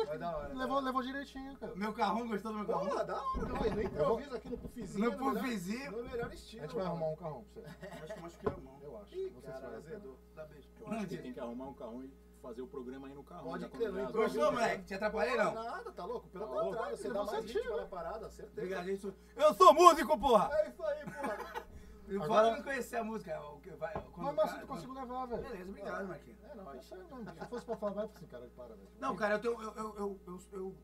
Speaker 14: Vai da hora.
Speaker 15: Levou, levou direitinho, cara.
Speaker 1: Meu carrão, gostou do meu carrão?
Speaker 14: Porra, da hora, não, no improviso aqui no puffzinho.
Speaker 1: No
Speaker 14: é melhor-
Speaker 1: puffzinho.
Speaker 14: No melhor
Speaker 3: A
Speaker 14: estilo.
Speaker 3: gente vai
Speaker 14: mano.
Speaker 3: arrumar um carrão pra você.
Speaker 1: Acho que machuquei a mão.
Speaker 3: Eu acho.
Speaker 14: Ih,
Speaker 3: Não sei se
Speaker 14: cara,
Speaker 3: vai dar.
Speaker 14: azedou.
Speaker 1: Tá
Speaker 14: Dá beijo.
Speaker 13: Eu acho que tem que arrumar um carrão e fazer o programa aí no carrão.
Speaker 14: Pode
Speaker 13: já
Speaker 14: crer,
Speaker 13: quando
Speaker 14: não
Speaker 13: grava.
Speaker 1: Gostou, moleque? Te atrapalhei, não?
Speaker 14: Nada, tá louco? Pelo
Speaker 13: Tá louco?
Speaker 14: contrário, você
Speaker 3: Ele
Speaker 14: dá
Speaker 3: é
Speaker 14: mais
Speaker 3: certinho,
Speaker 14: ritmo
Speaker 3: né?
Speaker 14: na parada, certeza.
Speaker 1: Obrigado, isso. Eu sou músico, porra!
Speaker 14: É isso aí, porra.
Speaker 1: Eu
Speaker 3: Agora-
Speaker 1: Agora... não conhecer a música. é O que vai, quando
Speaker 3: Mas
Speaker 1: o
Speaker 3: meu
Speaker 1: cara-
Speaker 3: assunto assim, eu consigo levar, velho.
Speaker 1: Beleza, obrigado, Marquinhos.
Speaker 14: É
Speaker 3: Não,
Speaker 14: nóis.
Speaker 3: isso aí não. Se fosse pra falar, vai assim, cara, para, velho.
Speaker 1: Não, cara, eu tenho. Eu, eu, eu, eu, eu-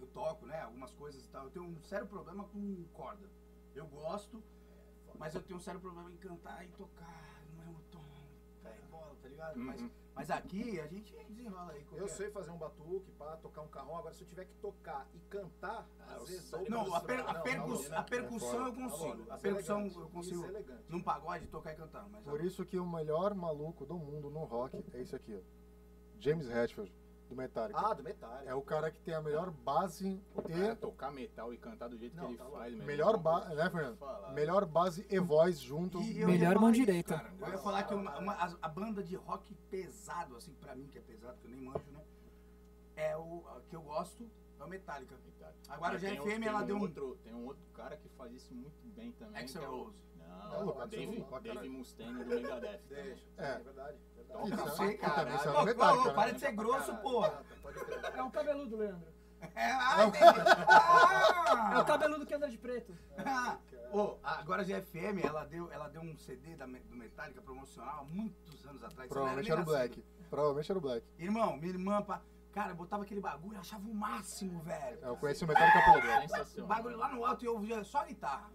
Speaker 1: eu toco, né? Algumas coisas e tal. Eu tenho um sério problema com corda. Eu gosto, mas eu tenho um sério problema em cantar e tocar no mesmo tom. Pé e bola, tá ligado? Mas, mas aqui a gente desenrola aí.
Speaker 14: Eu
Speaker 1: qualquer-
Speaker 14: sei fazer um batuque, pá, tocar um carrão. Agora, se eu tiver que tocar e cantar, às vezes... dou
Speaker 1: Ah, Não, a,
Speaker 14: uma
Speaker 1: per- a
Speaker 14: misturada. Não,
Speaker 1: percuss-
Speaker 14: não,
Speaker 1: a percussão eu consigo.
Speaker 14: né?
Speaker 1: A
Speaker 14: Tá Isso é
Speaker 1: percussão
Speaker 14: elegante,
Speaker 1: eu
Speaker 14: Isso
Speaker 1: consigo.
Speaker 14: é elegante.
Speaker 1: Num pagode, tocar e cantar. Mas
Speaker 3: Por isso que o melhor maluco do mundo no rock é esse aqui, ó. James Hetfield, do Metallica.
Speaker 14: Ah, do metal.
Speaker 3: É o cara que tem a melhor base
Speaker 13: O cara
Speaker 3: e.
Speaker 13: tocar metal e cantar do jeito
Speaker 14: Não,
Speaker 13: que ele
Speaker 14: tá louco.
Speaker 13: faz,
Speaker 3: Melhor
Speaker 13: barra,
Speaker 3: base. Né, Fernando?
Speaker 13: Falar.
Speaker 3: Melhor base e voz junto.
Speaker 1: E eu
Speaker 16: Melhor
Speaker 1: ia falar
Speaker 16: mão
Speaker 1: isso,
Speaker 16: direita.
Speaker 1: cara. Eu ia falar que uma- uma- as- a, banda de rock pesado, assim, pra mim que é pesado, que eu nem manjo, né? É o a que eu gosto, é o Metallica. Agora
Speaker 13: Mas
Speaker 1: já
Speaker 13: tem
Speaker 1: FM,
Speaker 13: outro- tem
Speaker 1: ela
Speaker 13: um
Speaker 1: deu um-
Speaker 13: Outro, tem um outro cara que faz isso muito bem
Speaker 14: né?
Speaker 13: também.
Speaker 1: Axl
Speaker 13: que é o-
Speaker 1: Rose.
Speaker 3: Tá
Speaker 13: Não,
Speaker 3: louco, Axl
Speaker 13: Dave,
Speaker 3: Rose, pra
Speaker 13: Dave
Speaker 3: caralho.
Speaker 13: Mustaine do Megadeth.
Speaker 14: Deixa,
Speaker 3: É.
Speaker 14: é verdade. verdade.
Speaker 3: Isso,
Speaker 1: Não
Speaker 3: isso
Speaker 1: sei,
Speaker 3: é- também isso é
Speaker 1: Ô,
Speaker 3: do Metallica,
Speaker 1: ô,
Speaker 3: né?
Speaker 1: para de ser grosso, porra.
Speaker 14: Pode crer.
Speaker 10: É um cabeludo, Leandro.
Speaker 1: É, ah,
Speaker 3: um
Speaker 1: entendi.
Speaker 10: É o
Speaker 1: Ah!
Speaker 10: cabeludo que anda de preto.
Speaker 1: Ô, agora
Speaker 10: é
Speaker 1: já FM, ela deu, ela deu um CD da, Me- do Metallica promocional há muitos anos atrás. você não
Speaker 3: Provavelmente
Speaker 1: nem
Speaker 3: era o
Speaker 1: nascido.
Speaker 3: Black. Provavelmente era o Black.
Speaker 1: Irmão, minha irmã, pá,
Speaker 10: Cara, eu botava aquele bagulho, eu achava o máximo, velho.
Speaker 3: É, eu conheci o Metallica pelo Deus.
Speaker 10: O bagulho lá no alto e eu ouvia só a guitarra.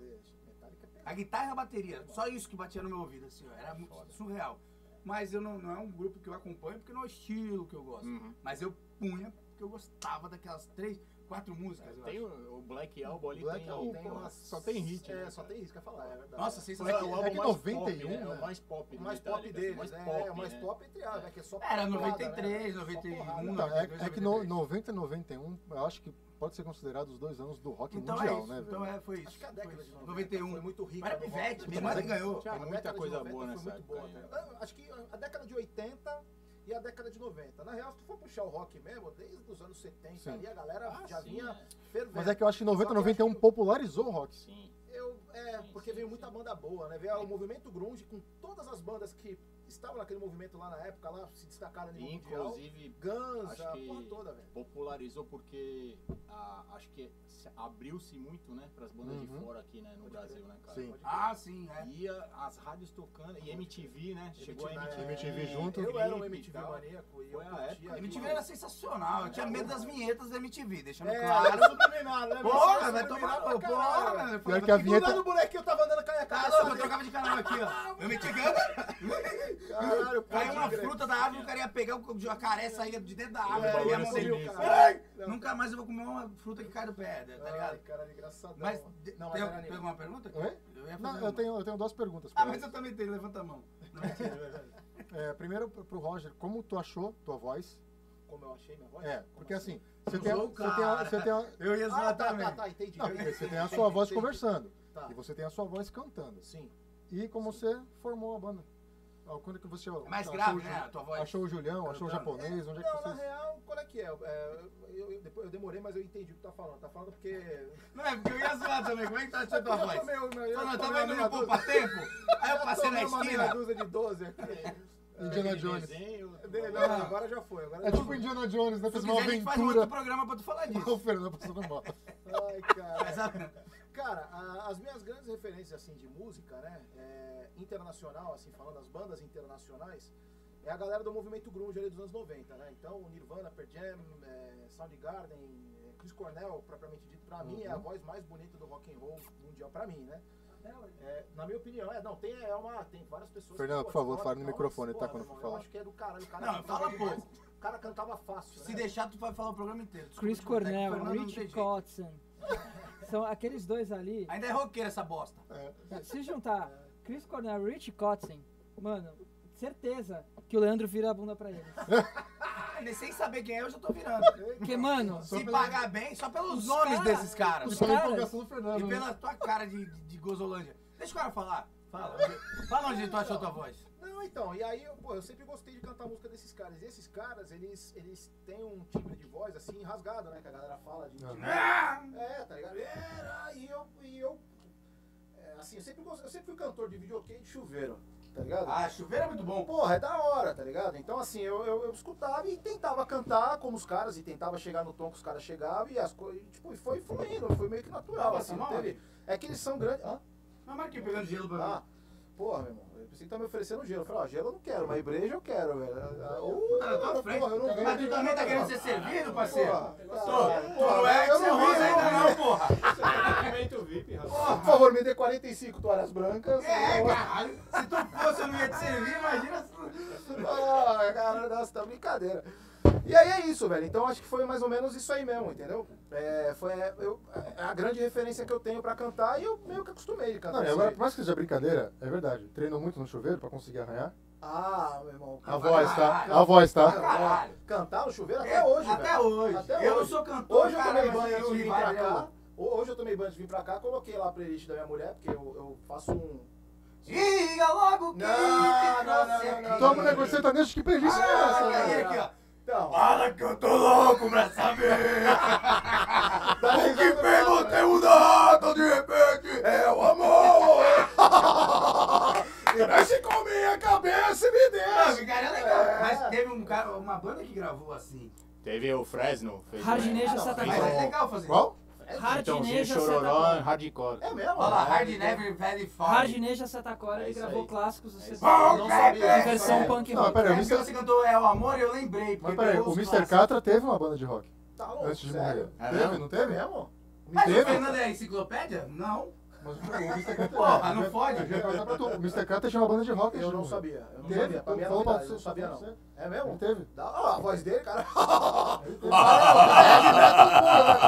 Speaker 10: A guitarra e a bateria, só isso que batia no meu ouvido, assim, ó. Era muito surreal. Mas eu não, não é um grupo que eu acompanho porque não é o estilo que eu gosto.
Speaker 17: Uhum.
Speaker 10: Mas eu punha porque eu gostava daquelas três, quatro músicas. eu
Speaker 6: É,
Speaker 17: Tem
Speaker 10: acho.
Speaker 17: o, o Black Album ali,
Speaker 10: Black
Speaker 17: tem,
Speaker 10: Album,
Speaker 17: tem
Speaker 10: tem
Speaker 17: uma-
Speaker 10: umas-
Speaker 17: só tem hit.
Speaker 10: é,
Speaker 17: né,
Speaker 10: só
Speaker 17: cara?
Speaker 10: tem isso que eu ia falar, é verdade.
Speaker 17: Nossa, sensacional.
Speaker 10: É que-
Speaker 17: o
Speaker 10: é
Speaker 17: álbum
Speaker 10: que
Speaker 17: mais
Speaker 10: 91,
Speaker 17: pop,
Speaker 10: né?
Speaker 17: né? O mais pop. do
Speaker 10: Mais
Speaker 17: Metallica,
Speaker 10: pop
Speaker 17: assim,
Speaker 10: deles,
Speaker 17: mais
Speaker 10: né?
Speaker 17: pop,
Speaker 10: É, o mais
Speaker 17: né?
Speaker 10: pop,
Speaker 6: entre aspas, é que é só
Speaker 10: Era
Speaker 6: porrada, né?
Speaker 10: 93,
Speaker 6: Só
Speaker 10: 91,
Speaker 6: porrada.
Speaker 3: Então, é, é que no, 90 e 91, eu acho que pode ser considerado os dois anos do rock
Speaker 10: Então
Speaker 3: mundial,
Speaker 10: é isso,
Speaker 3: né, velho?
Speaker 10: então é, foi isso.
Speaker 6: Acho que a década de 90
Speaker 10: 91.
Speaker 6: foi muito rica.
Speaker 10: Era
Speaker 6: no rock.
Speaker 14: né?
Speaker 10: pivete, minha
Speaker 6: Mas
Speaker 10: irmã
Speaker 6: é-
Speaker 10: ganhou.
Speaker 6: Thiago,
Speaker 17: Tem
Speaker 6: a
Speaker 17: muita
Speaker 6: década de
Speaker 17: coisa
Speaker 6: 90
Speaker 17: boa
Speaker 6: foi
Speaker 17: nessa
Speaker 6: muito
Speaker 17: época
Speaker 6: boa,
Speaker 17: aí,
Speaker 6: tá
Speaker 3: né?
Speaker 6: ligado? Acho que a década de 80 e a década de 90. Na real, se tu for puxar o rock mesmo, desde os anos 70
Speaker 3: Sim.
Speaker 6: ali, a galera
Speaker 17: Ah,
Speaker 6: já
Speaker 17: sim,
Speaker 6: vinha
Speaker 17: é.
Speaker 6: fervendo.
Speaker 3: Mas é que eu acho que 90 e
Speaker 6: Só eu acho
Speaker 3: 91 popularizou o rock.
Speaker 17: Sim.
Speaker 6: eu, é, porque veio muita banda boa, né? Veio o movimento grunge com todas as bandas que estavam naquele movimento lá na época, lá se destacaram no mundial.
Speaker 17: Inclusive,
Speaker 6: Guns,
Speaker 17: acho
Speaker 6: a
Speaker 17: que
Speaker 6: porra toda, velho.
Speaker 17: popularizou porque ah, acho que se- abriu-se muito, né, pras bandas de
Speaker 3: Uhum.
Speaker 17: fora aqui, né, no Brasil, né, cara?
Speaker 3: Sim.
Speaker 10: Ah, sim, é.
Speaker 17: E a- as rádios tocando, e MTV, né? Chegou a MTV.
Speaker 3: MTV junto.
Speaker 6: Eu era um
Speaker 17: clipe e
Speaker 6: MTV
Speaker 17: tal.
Speaker 6: maníaco e eu
Speaker 17: Foi a época
Speaker 6: curtia.
Speaker 17: que
Speaker 10: MTV
Speaker 6: demais.
Speaker 10: era sensacional, eu tinha medo das vinhetas da MTV, deixando
Speaker 6: É,
Speaker 10: claro.
Speaker 6: era subliminar, né?
Speaker 10: Porra,
Speaker 6: Era
Speaker 10: vai
Speaker 6: subliminar
Speaker 10: tomar
Speaker 6: pra
Speaker 10: pô, porra,
Speaker 6: caralho,
Speaker 10: mano.
Speaker 6: velho.
Speaker 3: Pior que a
Speaker 6: E do
Speaker 3: vinheta.
Speaker 6: lado do moleque eu tava andando com a minha
Speaker 10: Tá
Speaker 6: cara.
Speaker 10: louco, eu trocava de canal aqui, ó. Eu me tigando,
Speaker 6: Caralho,
Speaker 10: caiu
Speaker 6: pode
Speaker 10: uma
Speaker 6: crer.
Speaker 10: fruta da árvore, o cara ia pegar o jacaré, saía de dentro da árvore,
Speaker 17: É,
Speaker 10: ele ia
Speaker 17: bagulho
Speaker 10: morrer.
Speaker 17: sinistro.
Speaker 6: Ai,
Speaker 10: Nunca mais eu vou comer uma fruta que cai do pé, tá
Speaker 6: Ai,
Speaker 10: ligado?
Speaker 6: caralho, engraçadão.
Speaker 10: Mas,
Speaker 6: Não, mas
Speaker 10: tem,
Speaker 6: era
Speaker 10: tem
Speaker 6: animal.
Speaker 10: alguma pergunta?
Speaker 3: Oi?
Speaker 10: Eu ia fazer
Speaker 3: Não,
Speaker 10: uma.
Speaker 3: eu tenho, eu tenho duas perguntas. pra
Speaker 10: Ah, mas
Speaker 3: ele.
Speaker 10: eu também tenho, levanta a mão. Não,
Speaker 3: É, primeiro pro pro Roger, como tu achou tua voz?
Speaker 6: Como eu achei minha voz?
Speaker 3: É,
Speaker 6: Como
Speaker 3: porque assim, você
Speaker 10: Usou
Speaker 3: tem, a-
Speaker 10: o
Speaker 3: você tem, a-
Speaker 10: cara.
Speaker 3: você tem a-
Speaker 10: eu ia zoar
Speaker 6: Ah, tá,
Speaker 10: também.
Speaker 6: tá, tá, entendi.
Speaker 3: não, porque você tem a sua voz conversando e você tem a sua voz cantando.
Speaker 6: Sim.
Speaker 3: E como você formou a banda? Ah, Quando que você
Speaker 10: É mais
Speaker 3: achou
Speaker 10: grave,
Speaker 3: o Ju-
Speaker 10: né? A tua voz.
Speaker 3: Achou o Julião, achou o
Speaker 10: Cantando.
Speaker 3: japonês, onde é que
Speaker 6: Não, na
Speaker 3: vocês...
Speaker 6: real, qual é que é? É, eu, eu- depois, eu demorei, mas eu entendi o que tá falando. Tá falando porque.
Speaker 10: Não, é porque eu ia zoar também. Como é que tá achando tua
Speaker 6: Eu já
Speaker 10: voz?
Speaker 6: tomei uma- eu
Speaker 10: Não,
Speaker 6: já
Speaker 10: não,
Speaker 6: tomei
Speaker 10: tava indo
Speaker 6: uma
Speaker 10: no
Speaker 6: meia dúzia-
Speaker 10: poupa-tempo, aí eu
Speaker 6: já
Speaker 10: passei na
Speaker 6: tomei uma meia
Speaker 10: esquina. É,
Speaker 6: dúzia de 12 aqui.
Speaker 3: Indiana Jones.
Speaker 17: Desenho,
Speaker 6: Dele- não,
Speaker 10: Ah.
Speaker 6: agora já foi. Agora
Speaker 3: É
Speaker 6: já
Speaker 3: tipo
Speaker 6: foi.
Speaker 3: Indiana Jones, né?
Speaker 10: Se
Speaker 3: Fez
Speaker 10: tu
Speaker 3: uma
Speaker 10: quiser, a gente faz um outro
Speaker 3: aventura.
Speaker 10: programa pra tu falar
Speaker 3: O
Speaker 10: disso.
Speaker 3: Fernando passando mal.
Speaker 6: Ai, cara.
Speaker 10: Mas a-
Speaker 6: Cara, a- as minhas grandes referências assim de música, né, é, internacional, assim falando as bandas internacionais, é a galera do movimento grunge ali dos anos 90, né? Então, o Nirvana, Pearl Jam, é, Soundgarden, é, Chris Cornell, propriamente dito, pra mim é
Speaker 10: Uhum.
Speaker 6: a voz mais bonita do rock and roll mundial pra mim, né? É, na minha opinião, é, não, tem é uma, tem várias pessoas
Speaker 3: Fernando,
Speaker 6: pô,
Speaker 3: por favor,
Speaker 6: Scott
Speaker 3: fala no
Speaker 6: Dawson,
Speaker 3: microfone, tá,
Speaker 6: porra,
Speaker 3: quando
Speaker 6: meu
Speaker 3: for
Speaker 6: irmão,
Speaker 3: falar.
Speaker 6: Eu acho que é do caralho, o cara
Speaker 10: Não,
Speaker 6: cantava
Speaker 10: fala
Speaker 6: demais.
Speaker 10: pouco.
Speaker 6: O cara cantava fácil,
Speaker 10: Se
Speaker 6: né?
Speaker 10: deixar, tu vai falar o programa inteiro. Desculpa
Speaker 2: Chris
Speaker 10: te cortar, que o
Speaker 2: Cornell,
Speaker 10: Fernando não tem
Speaker 2: Rich
Speaker 10: jeito.
Speaker 2: Kotzen. São aqueles dois ali.
Speaker 10: Ainda é roqueiro essa bosta.
Speaker 2: Se juntar Chris Cornell e Rich Kotzen, mano, certeza que o Leandro vira a bunda pra eles.
Speaker 10: Ah, nem sem saber quem é, eu já tô virando.
Speaker 2: Porque, mano,
Speaker 3: Só
Speaker 10: Se
Speaker 3: pela-
Speaker 10: pagar bem, só pelos
Speaker 2: Os
Speaker 10: nomes
Speaker 2: cara-
Speaker 10: desses caras.
Speaker 2: os
Speaker 3: Só a
Speaker 2: caras-
Speaker 3: empolgação do Fernando.
Speaker 10: E
Speaker 3: né?
Speaker 10: pela tua cara de, de, de gozolândia. Deixa o cara falar. Fala. Fala onde tu achou tua voz.
Speaker 6: Não, então, e aí, eu, pô, eu sempre gostei de cantar música desses caras. E esses caras, eles, eles têm um timbre de voz, assim, rasgado, né? Que a galera fala de... É, tá ligado? Era, e eu... E eu é, assim, eu sempre, gostei, eu sempre fui cantor de videokê de chuveiro, tá ligado?
Speaker 10: Ah, chuveiro é muito bom.
Speaker 6: Porra, é da hora, tá ligado? Então, assim, eu, eu, eu escutava e tentava cantar como os caras, e tentava chegar no tom que os caras chegavam, e as coisas, tipo, e foi fluindo, foi meio que natural,
Speaker 10: Tá
Speaker 6: assim, não
Speaker 10: bom,
Speaker 6: teve... É que eles são grandes... Hã?
Speaker 10: Mas Marquinhos pegando gelo pra mim.
Speaker 6: Ah, porra, meu irmão, eu pensei que tá me oferecendo gelo. Eu falei, ó, gelo eu não quero, mas breja eu quero, velho. Ah, ah, ô,
Speaker 10: Tá na tua
Speaker 6: porra,
Speaker 10: frente.
Speaker 6: eu não
Speaker 10: Mas tu
Speaker 6: ganho
Speaker 10: também tá
Speaker 6: nada,
Speaker 10: querendo
Speaker 6: não.
Speaker 10: ser servido, parceiro?
Speaker 6: Porra,
Speaker 10: Tu,
Speaker 6: caralho,
Speaker 10: tu
Speaker 6: porra,
Speaker 10: não é que
Speaker 6: eu
Speaker 10: você
Speaker 6: não vi,
Speaker 10: rosa ainda
Speaker 6: não.
Speaker 10: não, porra.
Speaker 6: Por favor, me dê 45 toalhas brancas.
Speaker 10: É,
Speaker 6: Eu-
Speaker 10: caralho. Se tu fosse, eu não ia te servir, imagina. se-
Speaker 6: Ah, cara, nossa, tá brincadeira. E aí é isso, velho. Então acho que foi mais ou menos isso aí mesmo, entendeu? É, foi é, eu- é a grande referência que eu tenho pra cantar e eu meio que acostumei de cantar.
Speaker 3: Não, e
Speaker 6: isso
Speaker 3: agora,
Speaker 6: aí.
Speaker 3: por mais que seja brincadeira, é verdade. Treinou muito no chuveiro pra conseguir arranhar.
Speaker 6: Ah, meu irmão.
Speaker 3: A voz, tá?
Speaker 6: Caralho.
Speaker 3: A voz, tá?
Speaker 10: Caralho.
Speaker 6: Cantar no chuveiro até
Speaker 10: É,
Speaker 6: hoje,
Speaker 10: até
Speaker 6: velho.
Speaker 10: hoje.
Speaker 6: Até
Speaker 10: Eu não
Speaker 6: hoje.
Speaker 10: sou cantor,
Speaker 6: Hoje eu
Speaker 10: cara,
Speaker 6: tomei
Speaker 10: mas
Speaker 6: banho antes
Speaker 10: eu
Speaker 6: de vir
Speaker 10: vai,
Speaker 6: pra
Speaker 10: né,
Speaker 6: cá.
Speaker 10: mano?
Speaker 6: Ho- Hoje eu tomei banho antes de vir pra cá, coloquei lá a playlist da minha mulher, porque eu, eu faço um.
Speaker 10: Diga logo que
Speaker 6: Não,
Speaker 10: te
Speaker 6: não,
Speaker 10: trouxe
Speaker 6: não, não,
Speaker 10: aqui.
Speaker 6: não,
Speaker 3: Toma um negócio sertanejo, que playlist é
Speaker 10: Ah,
Speaker 3: essa?
Speaker 10: e aí,
Speaker 6: cara.
Speaker 10: aqui, ó.
Speaker 6: Então,
Speaker 10: Fala que eu tô louco pra saber.
Speaker 6: dá risada no carro, né?
Speaker 10: um dado de repente é o amor.
Speaker 3: Mexe com minha cabeça e me
Speaker 10: Não,
Speaker 3: deixa!
Speaker 10: ficaria legal. Mas teve um cara, uma banda que gravou assim.
Speaker 17: Teve o Fresno. fez
Speaker 2: Hardnejo
Speaker 17: um-
Speaker 2: Satanás.
Speaker 10: Mas é legal fazer.
Speaker 3: Qual?
Speaker 10: isso.
Speaker 18: Hardneja Chororó, Hardcore.
Speaker 13: É mesmo?
Speaker 10: Olha lá, Hard Never Valley Fall.
Speaker 9: Hardneja Satacora, ele gravou clássicos do
Speaker 10: isso
Speaker 9: CC. Não
Speaker 10: aí. Bom,
Speaker 9: sabia.
Speaker 10: Pepe!
Speaker 9: Em
Speaker 2: um
Speaker 9: versão punk
Speaker 3: Não,
Speaker 9: rock.
Speaker 3: pera, o
Speaker 10: É porque
Speaker 3: Mr.
Speaker 10: você cantou É o Amor e eu lembrei.
Speaker 3: Mas
Speaker 10: porque
Speaker 3: peraí,
Speaker 10: pegou
Speaker 3: o
Speaker 10: os
Speaker 3: Mr.
Speaker 10: clássicos.
Speaker 3: Catra teve uma banda de rock.
Speaker 13: Tá louco,
Speaker 3: Antes de
Speaker 13: sério?
Speaker 3: morrer. Teve, não teve? É,
Speaker 13: mesmo?
Speaker 10: Mas o
Speaker 3: Teve?
Speaker 10: Fernando é enciclopédia? Não.
Speaker 3: Mas o Mr. Catra
Speaker 10: Porra,
Speaker 3: Eu
Speaker 10: não
Speaker 3: ia-
Speaker 10: pode.
Speaker 3: eu ia perguntar pra tu, O Mr. Catra tinha uma banda de rock.
Speaker 13: Eu não
Speaker 3: Gil.
Speaker 13: sabia. Eu não
Speaker 3: Teve? um
Speaker 13: sabia. Pra mim era
Speaker 3: Falou pra
Speaker 13: novidade,
Speaker 3: você,
Speaker 13: eu não sabia
Speaker 3: falou pra
Speaker 13: não. É mesmo?
Speaker 3: Teve?
Speaker 13: Dá, ó, a voz dele, cara.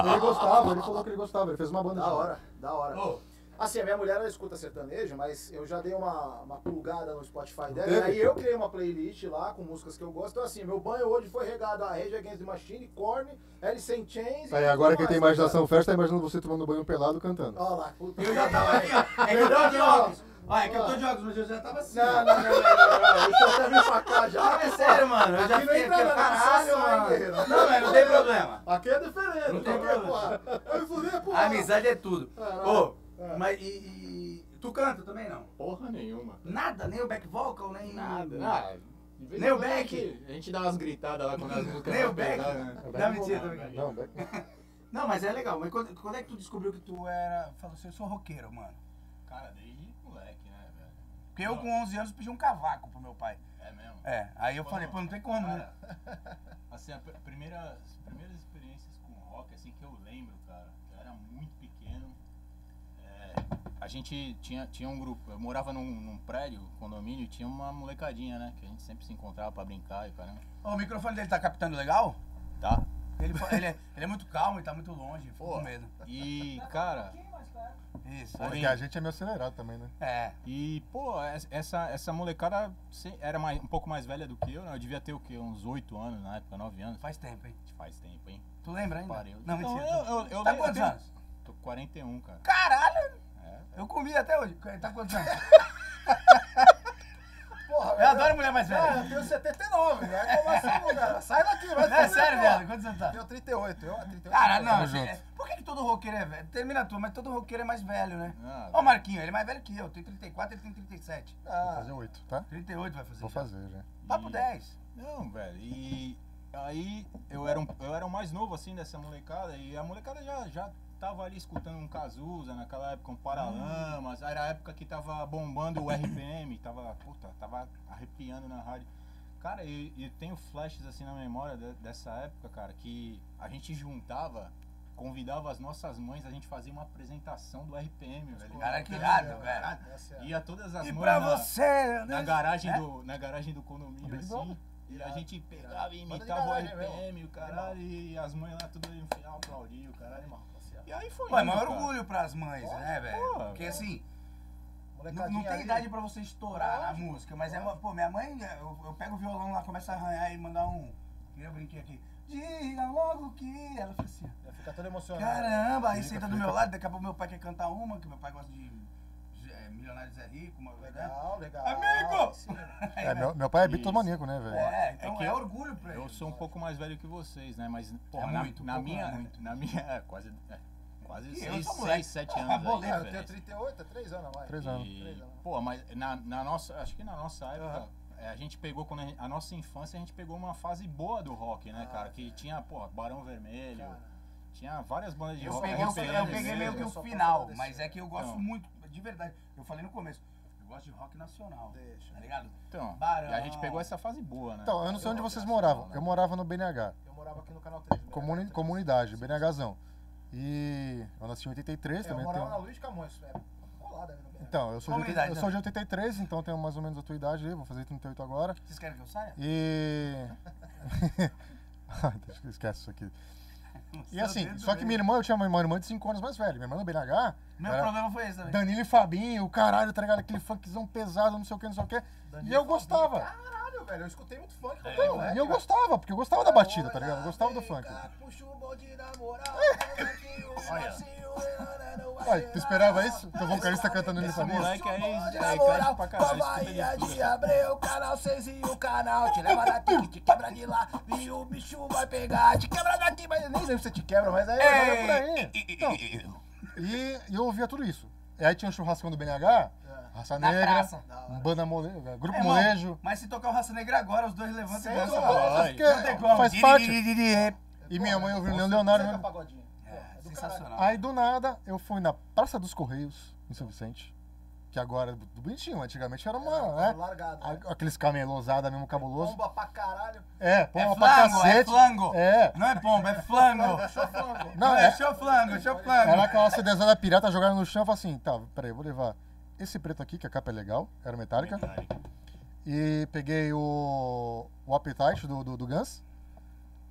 Speaker 3: Ele gostava, ele falou que ele gostava, ele fez uma banda
Speaker 13: Da
Speaker 3: de rock.
Speaker 13: hora, da hora. Assim, a minha mulher ela escuta sertanejo, mas eu já dei uma, uma plugada no Spotify dela.
Speaker 3: Teve?
Speaker 13: E aí eu criei uma playlist lá com músicas que eu gosto. Então, assim, meu banho hoje foi regado a Rage Against the Machine, Korn, Alice in Chains. e
Speaker 3: Aí agora
Speaker 13: tudo
Speaker 3: quem tem
Speaker 13: mais,
Speaker 3: imaginação fértil tá imaginando você tomando banho pelado cantando.
Speaker 13: cara. Ó lá, puta.
Speaker 10: Eu já tava aqui, ó. É que eu tô de óculos. Ó, é que eu tô de óculos, mas eu já tava assim.
Speaker 13: Não, não, não, não, não, não. Então você veio pra cá já.
Speaker 10: Não, é sério, mano. Eu já
Speaker 13: Aqui não
Speaker 10: fiquei
Speaker 13: entra
Speaker 10: aqui, ó,
Speaker 13: nada,
Speaker 10: caralho,
Speaker 13: só sai,
Speaker 10: mano.
Speaker 13: guerreiro.
Speaker 10: Não, mas não tem problema.
Speaker 13: Aqui é diferente.
Speaker 10: Não tem
Speaker 13: aqui é
Speaker 10: problema.
Speaker 13: porra. Eu me fudei, porra.
Speaker 10: A amizade é tudo.
Speaker 13: Caralho.
Speaker 10: Ô,
Speaker 13: É.
Speaker 10: mas e, e- Tu canta também, não?
Speaker 18: Porra nenhuma.
Speaker 10: Nada? Nem o back vocal, nem...
Speaker 18: Nada. Ah, de vez em
Speaker 10: Nem o
Speaker 18: quando a
Speaker 10: Beck?
Speaker 18: gente- A gente dá umas gritadas lá quando as músicas.
Speaker 10: Nem
Speaker 18: vão
Speaker 10: o Beck?
Speaker 18: pegar, né?
Speaker 10: Não, mentira, tô brincando.
Speaker 3: Não, Beck.
Speaker 10: Não, mas é legal. Mas quando, quando é que tu descobriu que tu era... Falou assim, eu sou roqueiro, mano.
Speaker 7: Cara, desde moleque, né, velho?
Speaker 1: Porque eu com 11 anos pedi um cavaco pro meu pai.
Speaker 7: É mesmo?
Speaker 1: É, aí eu falei, pô, não tem como, né?
Speaker 7: Cara, Assim, a pr- primeira, as primeiras experiências com rock, assim, que eu lembro, cara, eu era muito pequeno. É, a gente tinha, tinha um grupo, eu morava num, num prédio, um condomínio, e tinha uma molecadinha, né? Que a gente sempre se encontrava pra brincar e caramba.
Speaker 1: Ó, o microfone dele tá captando legal?
Speaker 7: Tá?
Speaker 1: Ele, fa- ele, é, ele é muito calmo, ele tá muito longe, fico
Speaker 7: Pô.
Speaker 1: com medo.
Speaker 7: E, cara,
Speaker 1: Isso,
Speaker 3: É
Speaker 1: aí.
Speaker 3: que a gente é meio acelerado também, né?
Speaker 1: É.
Speaker 7: E, pô, es- essa, essa molecada se- era mais- um pouco mais velha do que eu, né? Eu devia ter o quê? Uns 8 anos na época, 9 anos.
Speaker 1: Faz tempo, hein?
Speaker 7: Faz tempo, hein?
Speaker 1: Tu lembra ainda?
Speaker 7: Pariu.
Speaker 1: Não,
Speaker 7: Então,
Speaker 1: mentira.
Speaker 7: eu- eu- eu
Speaker 1: tá
Speaker 7: lembro-
Speaker 1: quantos
Speaker 7: eu tenho-
Speaker 1: anos?
Speaker 7: Tô com 41, cara.
Speaker 1: Caralho!
Speaker 7: É.
Speaker 1: Eu comi até hoje. Tá quantos anos?
Speaker 13: Porra,
Speaker 1: Eu adoro mulher mais
Speaker 13: Ah, eu
Speaker 1: velha.
Speaker 13: tenho 79, né? Como assim, cara? Sai daqui, vai
Speaker 1: Não, é
Speaker 13: fazer,
Speaker 1: sério,
Speaker 13: porra.
Speaker 1: velho. Quantos anos tá?
Speaker 6: Tenho 38,
Speaker 13: é
Speaker 6: eu 38.
Speaker 1: Caralho, não.
Speaker 3: Tamo
Speaker 1: assim,
Speaker 3: junto.
Speaker 1: é- Por que, que todo roqueiro é velho? Termina tu, mas todo roqueiro é mais velho, né?
Speaker 7: Ah,
Speaker 1: Ó, o Marquinho, ele é mais velho que eu. Tem 34, ele tem 37.
Speaker 13: Ah.
Speaker 3: Vou fazer oito, tá?
Speaker 1: 38 vai fazer.
Speaker 3: Vou
Speaker 1: já.
Speaker 3: fazer já.
Speaker 1: Papo
Speaker 7: E-
Speaker 1: 10.
Speaker 7: Não, velho. E aí eu era, um, eu era o mais novo, assim, dessa molecada. E a molecada já, já tava ali escutando um Cazuza, naquela época, um Paralamas.
Speaker 1: Hum.
Speaker 7: Era a época que tava bombando o RPM. Tava, puta, tava arrepiando na rádio. Cara, e e eu tenho flashes, assim, na memória de- dessa época, cara, que a gente juntava... Convidava as nossas mães a gente fazer uma apresentação do RPM, velho.
Speaker 1: Caralho, que irado, velho.
Speaker 13: tá
Speaker 6: Essa é a-
Speaker 7: Ia todas as
Speaker 1: E
Speaker 7: mães
Speaker 1: pra
Speaker 7: na-
Speaker 1: você,
Speaker 7: tá na
Speaker 1: né?
Speaker 7: garagem do na garagem do
Speaker 1: Tá
Speaker 7: condomínio
Speaker 3: Big
Speaker 7: assim.
Speaker 3: Brother.
Speaker 7: E
Speaker 1: Ah,
Speaker 7: a gente pegava e
Speaker 6: Banda de
Speaker 7: imitava o
Speaker 1: né,
Speaker 6: garagem mesmo.
Speaker 7: RPM, o caralho, e as mães lá tudo aí no final aplaudiam, o caralho, mano.
Speaker 13: tá
Speaker 7: E aí foi.
Speaker 1: Pô, é
Speaker 7: indo,
Speaker 1: maior
Speaker 7: cara.
Speaker 1: orgulho pras mães, né, velho?
Speaker 7: pô,
Speaker 1: Porque
Speaker 7: velho.
Speaker 1: assim, não,
Speaker 6: Molecadinha
Speaker 1: não tem
Speaker 6: ali.
Speaker 1: idade pra você estourar na música, mas é uma. Pô, minha mãe, eu, eu pego o violão lá, começa a arranhar e mandar um. que Eu brinquei aqui. Diga logo que. Ela fala assim.
Speaker 13: né?
Speaker 6: Ia ficar todo
Speaker 7: Ah,
Speaker 6: emocionado.
Speaker 1: Caramba, aí
Speaker 3: Fica,
Speaker 1: senta do
Speaker 3: fica.
Speaker 1: meu lado, daqui a pouco meu pai quer cantar uma, que meu pai gosta de é, Milionários é Rico, uma verdade.
Speaker 6: Legal, legal.
Speaker 1: Amigo!
Speaker 6: Sim, né?
Speaker 3: É, meu, meu pai é
Speaker 7: Isso.
Speaker 3: bitomaníaco, né, velho?
Speaker 1: É, então
Speaker 7: É
Speaker 1: é,
Speaker 7: que eu-
Speaker 1: orgulho pra ele.
Speaker 7: Eu sou um pouco mais velho que vocês, né? Mas, porra,
Speaker 1: É
Speaker 7: na,
Speaker 1: muito,
Speaker 7: na
Speaker 1: pouco,
Speaker 7: minha.
Speaker 1: é muito.
Speaker 7: Na minha. é, Quase. é, quase
Speaker 1: Eu
Speaker 7: seis,
Speaker 1: sou moleque.
Speaker 7: seis, sete
Speaker 1: Ah,
Speaker 7: anos. aí,
Speaker 1: moleque,
Speaker 6: É,
Speaker 7: a
Speaker 6: eu tenho
Speaker 7: diferença.
Speaker 6: 38, é 3 anos, vai.
Speaker 3: Três anos.
Speaker 7: E,
Speaker 6: Três anos.
Speaker 7: pô, mas na, na nossa, acho que na nossa época, é, a gente pegou, quando a, gente- a nossa infância, a gente pegou uma fase boa do rock, né,
Speaker 6: Ah,
Speaker 7: cara? Que tinha, pô, Barão Vermelho,
Speaker 6: Cara.
Speaker 7: tinha várias bandas de
Speaker 1: Eu
Speaker 7: rock.
Speaker 1: peguei, eu,
Speaker 7: RPM
Speaker 1: peguei- eu peguei
Speaker 7: mesmo.
Speaker 1: meio que
Speaker 6: eu
Speaker 1: o
Speaker 6: só posso
Speaker 1: final,
Speaker 6: agradecer.
Speaker 1: mas é que eu gosto
Speaker 7: um Não.
Speaker 1: muito, de verdade. Eu falei no começo, eu gosto de rock nacional,
Speaker 6: Deixa.
Speaker 1: tá ligado?
Speaker 7: Então,
Speaker 1: Barão.
Speaker 7: e a gente pegou essa fase boa, né?
Speaker 3: Então, eu não sei onde vocês moravam. Eu morava no BNH,
Speaker 6: Eu morava aqui no canal 3. né?
Speaker 3: comuni- comunidade, BNHzão. E eu nasci em 83
Speaker 6: É, eu
Speaker 3: também. um-
Speaker 6: morava
Speaker 3: tenho-
Speaker 6: na Luiz de Camões. É colada ali no BH.
Speaker 3: Então, eu sou, de,
Speaker 1: Comunidade
Speaker 3: 80 eu sou de 83, então tenho mais ou menos a tua idade aí, vou fazer 38 agora.
Speaker 1: Vocês querem que eu saia?
Speaker 3: E. Ai, deixa que eu esquece isso aqui. E
Speaker 1: Seu
Speaker 3: assim,
Speaker 1: dedo
Speaker 3: só que minha
Speaker 1: mesmo.
Speaker 3: irmã, eu tinha uma irmã, irmã de 5 anos mais velha. Minha irmã é no BNH,
Speaker 1: Meu
Speaker 7: É.
Speaker 3: era
Speaker 1: problema foi esse também.
Speaker 3: Danilo e Fabinho, o caralho, tá ligado? Aquele funkzão pesado, não sei o que, não sei o que. E eu gostava.
Speaker 6: Caralho, velho, eu escutei muito funk. quando
Speaker 3: Então,
Speaker 1: é,
Speaker 6: moleque,
Speaker 3: e eu
Speaker 6: velho.
Speaker 3: gostava, porque eu gostava da batida, tá ligado? Eu gostava do
Speaker 6: Vem
Speaker 3: funk.
Speaker 6: cá, Puxa o bonde da moral.
Speaker 7: Olha.
Speaker 3: Ué, tu esperava isso? Então Teu vocalista tá cantando nisso
Speaker 7: Esse
Speaker 3: ali?
Speaker 7: moleque aí,
Speaker 6: Bonde da
Speaker 7: é, cresce
Speaker 6: moral,
Speaker 7: pra
Speaker 6: pra
Speaker 7: caralho. escuta
Speaker 6: Bahia
Speaker 7: de tudo.
Speaker 6: de Abreu, canal 6 e o canal. Te leva daqui, que te quebra de lá. E o bicho vai pegar, te quebra daqui, mas eu nem lembro se te quebra, mas aí.
Speaker 3: É, mas é por aí. Então, e, e eu ouvia tudo isso. E aí tinha um churrascão do BNH, Raça
Speaker 1: É. Na
Speaker 3: Negra,
Speaker 1: praça.
Speaker 3: Banda Mole, Grupo
Speaker 1: É, irmão,
Speaker 3: Molejo.
Speaker 1: Mas se tocar o Raça Negra agora, os dois levantam e
Speaker 6: Sem
Speaker 1: dançam.
Speaker 3: Ah,
Speaker 7: Ai,
Speaker 3: porque
Speaker 1: Não tem como.
Speaker 3: faz
Speaker 1: Di,
Speaker 3: parte.
Speaker 1: di, di, di, di.
Speaker 3: E minha mãe ouviu o
Speaker 6: Zeca
Speaker 7: né?
Speaker 3: Leonardo.
Speaker 6: Pagodinho.
Speaker 1: É,
Speaker 6: Pô, é do
Speaker 1: Sensacional.
Speaker 3: Aí do nada, eu fui na Praça dos Correios, em São Vicente. Que agora é tudo bonitinho, antigamente era uma.
Speaker 7: é
Speaker 3: né?
Speaker 6: é largado,
Speaker 3: A- Aqueles camelosada mesmo cabuloso.
Speaker 6: Bomba pra caralho.
Speaker 3: É, pomba
Speaker 1: É
Speaker 3: pra
Speaker 1: flango,
Speaker 3: cacete.
Speaker 1: é flango.
Speaker 3: É.
Speaker 1: Não é pomba, é flango.
Speaker 3: Não,
Speaker 1: é
Speaker 3: é-
Speaker 1: show flango, show flango.
Speaker 3: Era aquela CDzada pirata jogada no chão e falava assim: tá, peraí, eu vou levar esse preto aqui, que a capa é legal, era metálica. E peguei o, o Appetite do, do, do Guns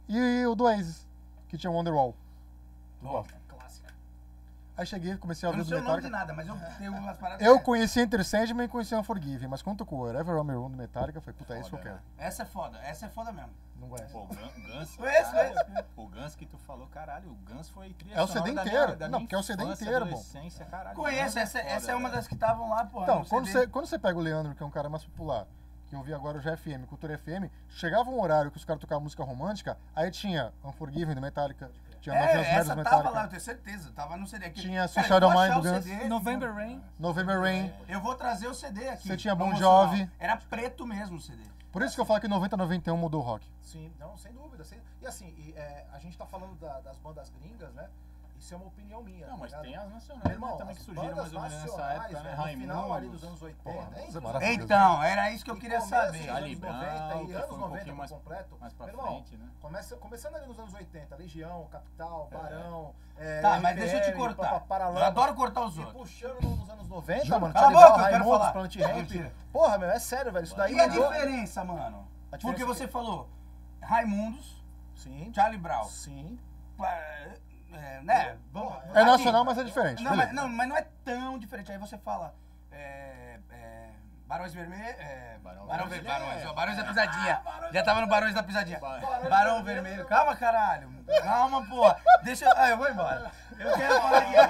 Speaker 3: e o do Oasis, que tinha Wonderwall.
Speaker 1: Boa.
Speaker 3: Aí cheguei, comecei a
Speaker 1: Eu
Speaker 3: ouvir
Speaker 1: não
Speaker 3: o do
Speaker 1: sei o nome de
Speaker 3: Metallica.
Speaker 1: nada, mas eu tenho umas paradas.
Speaker 3: Eu conheci Enter Sandman e conheci Unforgiven, mas quando tocou Wherever I'm Room do Metallica, eu falei, puta, é isso que eu quero.
Speaker 1: Essa é foda, essa é foda mesmo.
Speaker 3: Não conhece.
Speaker 7: Pô, o Gun- Guns.
Speaker 1: Conheço,
Speaker 7: caralho,
Speaker 1: conheço.
Speaker 7: O Guns que tu falou, caralho, o Guns foi trilha
Speaker 3: É o CD
Speaker 7: sonora da
Speaker 3: inteiro.
Speaker 7: minha- da
Speaker 3: Não,
Speaker 7: minha
Speaker 3: porque é o CD
Speaker 7: infância,
Speaker 3: inteiro, bom.
Speaker 7: adolescência, caralho, Guns
Speaker 1: Conheço, essa,
Speaker 7: foda, né?
Speaker 1: essa é uma
Speaker 7: velho.
Speaker 1: das que estavam lá, porra.
Speaker 3: Então,
Speaker 1: no
Speaker 3: quando
Speaker 1: CD.
Speaker 3: você, quando você pega o Leandro, que é um cara mais popular, que eu vi agora o GFM, Cultura FM, chegava um horário que os caras tocavam música romântica, aí tinha Unforgiven do Metallica, tinha
Speaker 1: É,
Speaker 3: Novelas Merdas
Speaker 1: essa
Speaker 3: do
Speaker 1: tava
Speaker 3: Metallica,
Speaker 1: lá, eu tenho certeza. Tava no CD aqui.
Speaker 3: Tinha
Speaker 1: Cara,
Speaker 3: Suicide
Speaker 1: eu vou
Speaker 3: Online
Speaker 1: achar
Speaker 3: do
Speaker 1: o é
Speaker 3: Guns.
Speaker 1: CD.
Speaker 2: November Rain.
Speaker 3: November Rain.
Speaker 1: Eu vou trazer o CD aqui.
Speaker 3: Você tinha Bon
Speaker 1: promocional.
Speaker 3: Jovi.
Speaker 1: Era preto mesmo o CD.
Speaker 3: Por isso que eu falo que 90-91 mudou o rock.
Speaker 6: Sim, não, sem dúvida. sem- E assim, e, é, a gente tá falando da- das bandas gringas, né? Isso é uma opinião minha.
Speaker 7: Não, mas
Speaker 6: ligado?
Speaker 7: tem as nacionais,
Speaker 6: Meu irmão,
Speaker 7: né, também
Speaker 6: as
Speaker 7: que surgiram
Speaker 6: bandas
Speaker 7: mais ou menos nessa
Speaker 6: nacionais,
Speaker 7: época, né?
Speaker 6: velho, No final ali
Speaker 7: Raimundos.
Speaker 6: dos anos 80.
Speaker 7: Porra,
Speaker 6: é
Speaker 7: isso é
Speaker 6: incrível.
Speaker 7: maravilhoso.
Speaker 1: Então, era isso que eu
Speaker 6: E
Speaker 1: queria
Speaker 6: começa
Speaker 1: saber.
Speaker 6: dos anos
Speaker 7: Ali Brown,
Speaker 6: 90 e
Speaker 7: que
Speaker 6: anos
Speaker 7: foi um
Speaker 6: 90
Speaker 7: pouquinho
Speaker 6: por
Speaker 7: mais-
Speaker 6: completo.
Speaker 7: mais pra
Speaker 6: Meu irmão,
Speaker 7: frente, né?
Speaker 6: começa, começando ali nos anos 80, Legião, Capital, Barão, é,
Speaker 1: Tá, mas
Speaker 6: RPM,
Speaker 1: deixa eu te cortar.
Speaker 6: Papa- Paralamas.
Speaker 1: Eu adoro cortar os
Speaker 6: E
Speaker 3: Tipo,
Speaker 1: outros.
Speaker 6: puxando no- nos anos 90,
Speaker 3: Juro?
Speaker 6: mano.
Speaker 1: Cala a
Speaker 6: Charlie
Speaker 1: boca,
Speaker 6: Brown,
Speaker 1: eu quero
Speaker 6: Raimundos,
Speaker 1: falar.
Speaker 6: Planet
Speaker 1: Não,
Speaker 6: Ramp.
Speaker 1: mentira.
Speaker 6: Porra, meu, é sério, velho. Isso
Speaker 3: Tá
Speaker 6: daí
Speaker 1: E a
Speaker 3: um?
Speaker 6: mudou-
Speaker 1: diferença, mano?
Speaker 6: A diferença
Speaker 1: Porque
Speaker 6: é
Speaker 1: você
Speaker 6: que-
Speaker 1: falou Raimundos,
Speaker 6: Sim,
Speaker 1: Charlie Brown.
Speaker 6: sim.
Speaker 1: É, né? Vamos-
Speaker 3: É nacional, mas é diferente.
Speaker 1: Não mas,
Speaker 3: beleza.
Speaker 1: não, mas não é tão diferente. Aí você fala. É, é, Barões Vermelho. É, Barão, Vermelho. Barões, ó, Barões da Pisadinha. Já tava no Barões da Pisadinha. Barão Vermelho. Calma, caralho. Calma, porra. Deixa eu. Ah, eu vou embora. Eu quero falar de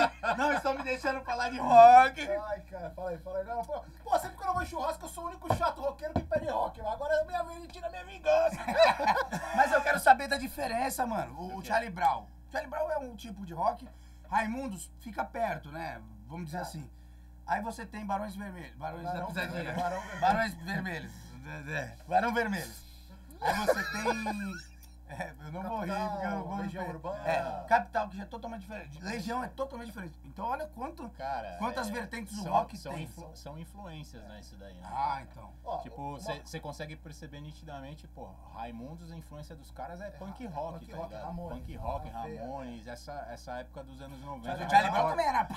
Speaker 1: rock. Não estão me deixando falar de rock.
Speaker 6: Ai, cara, fala aí, fala aí. Não, pô, pô, sempre que eu não vou em churrasco, eu sou o único chato roqueiro que pede rock. Mas agora é minha vez de tirar minha vingança.
Speaker 1: Mas eu quero saber da diferença, mano. O, o Charlie Brown. Charlie Brown é um tipo de rock. Raimundos fica perto, né? Vamos dizer assim. Aí você tem Barões Vermelhos. Barões da
Speaker 6: Barão
Speaker 1: Pisadinha.
Speaker 6: Vermelho, Barão Vermelho.
Speaker 1: Barões Vermelhos. É, é, Barão Vermelhos. Aí você tem. É, eu não vou rir, porque eu não vou me
Speaker 6: Legião
Speaker 1: per-
Speaker 6: Urbana.
Speaker 1: É, Capital, que já é totalmente diferente. Legião é totalmente diferente. Então olha quanto,
Speaker 7: Cara,
Speaker 1: quantas
Speaker 7: é,
Speaker 1: vertentes o
Speaker 7: são-
Speaker 1: rock
Speaker 7: são
Speaker 1: tem.
Speaker 7: influ- são influências, né, isso daí, né?
Speaker 1: Ah, então.
Speaker 6: Ó,
Speaker 7: Tipo, você consegue perceber nitidamente, pô, Raimundos, a influência dos caras é punk rock,
Speaker 6: punk
Speaker 7: tá
Speaker 6: rock,
Speaker 7: ligado?
Speaker 6: Ramones,
Speaker 7: punk rock,
Speaker 6: Rafa,
Speaker 7: Ramones, é. essa, essa época dos anos 90.
Speaker 1: Mas o
Speaker 7: né?
Speaker 1: Charlie Brown também era.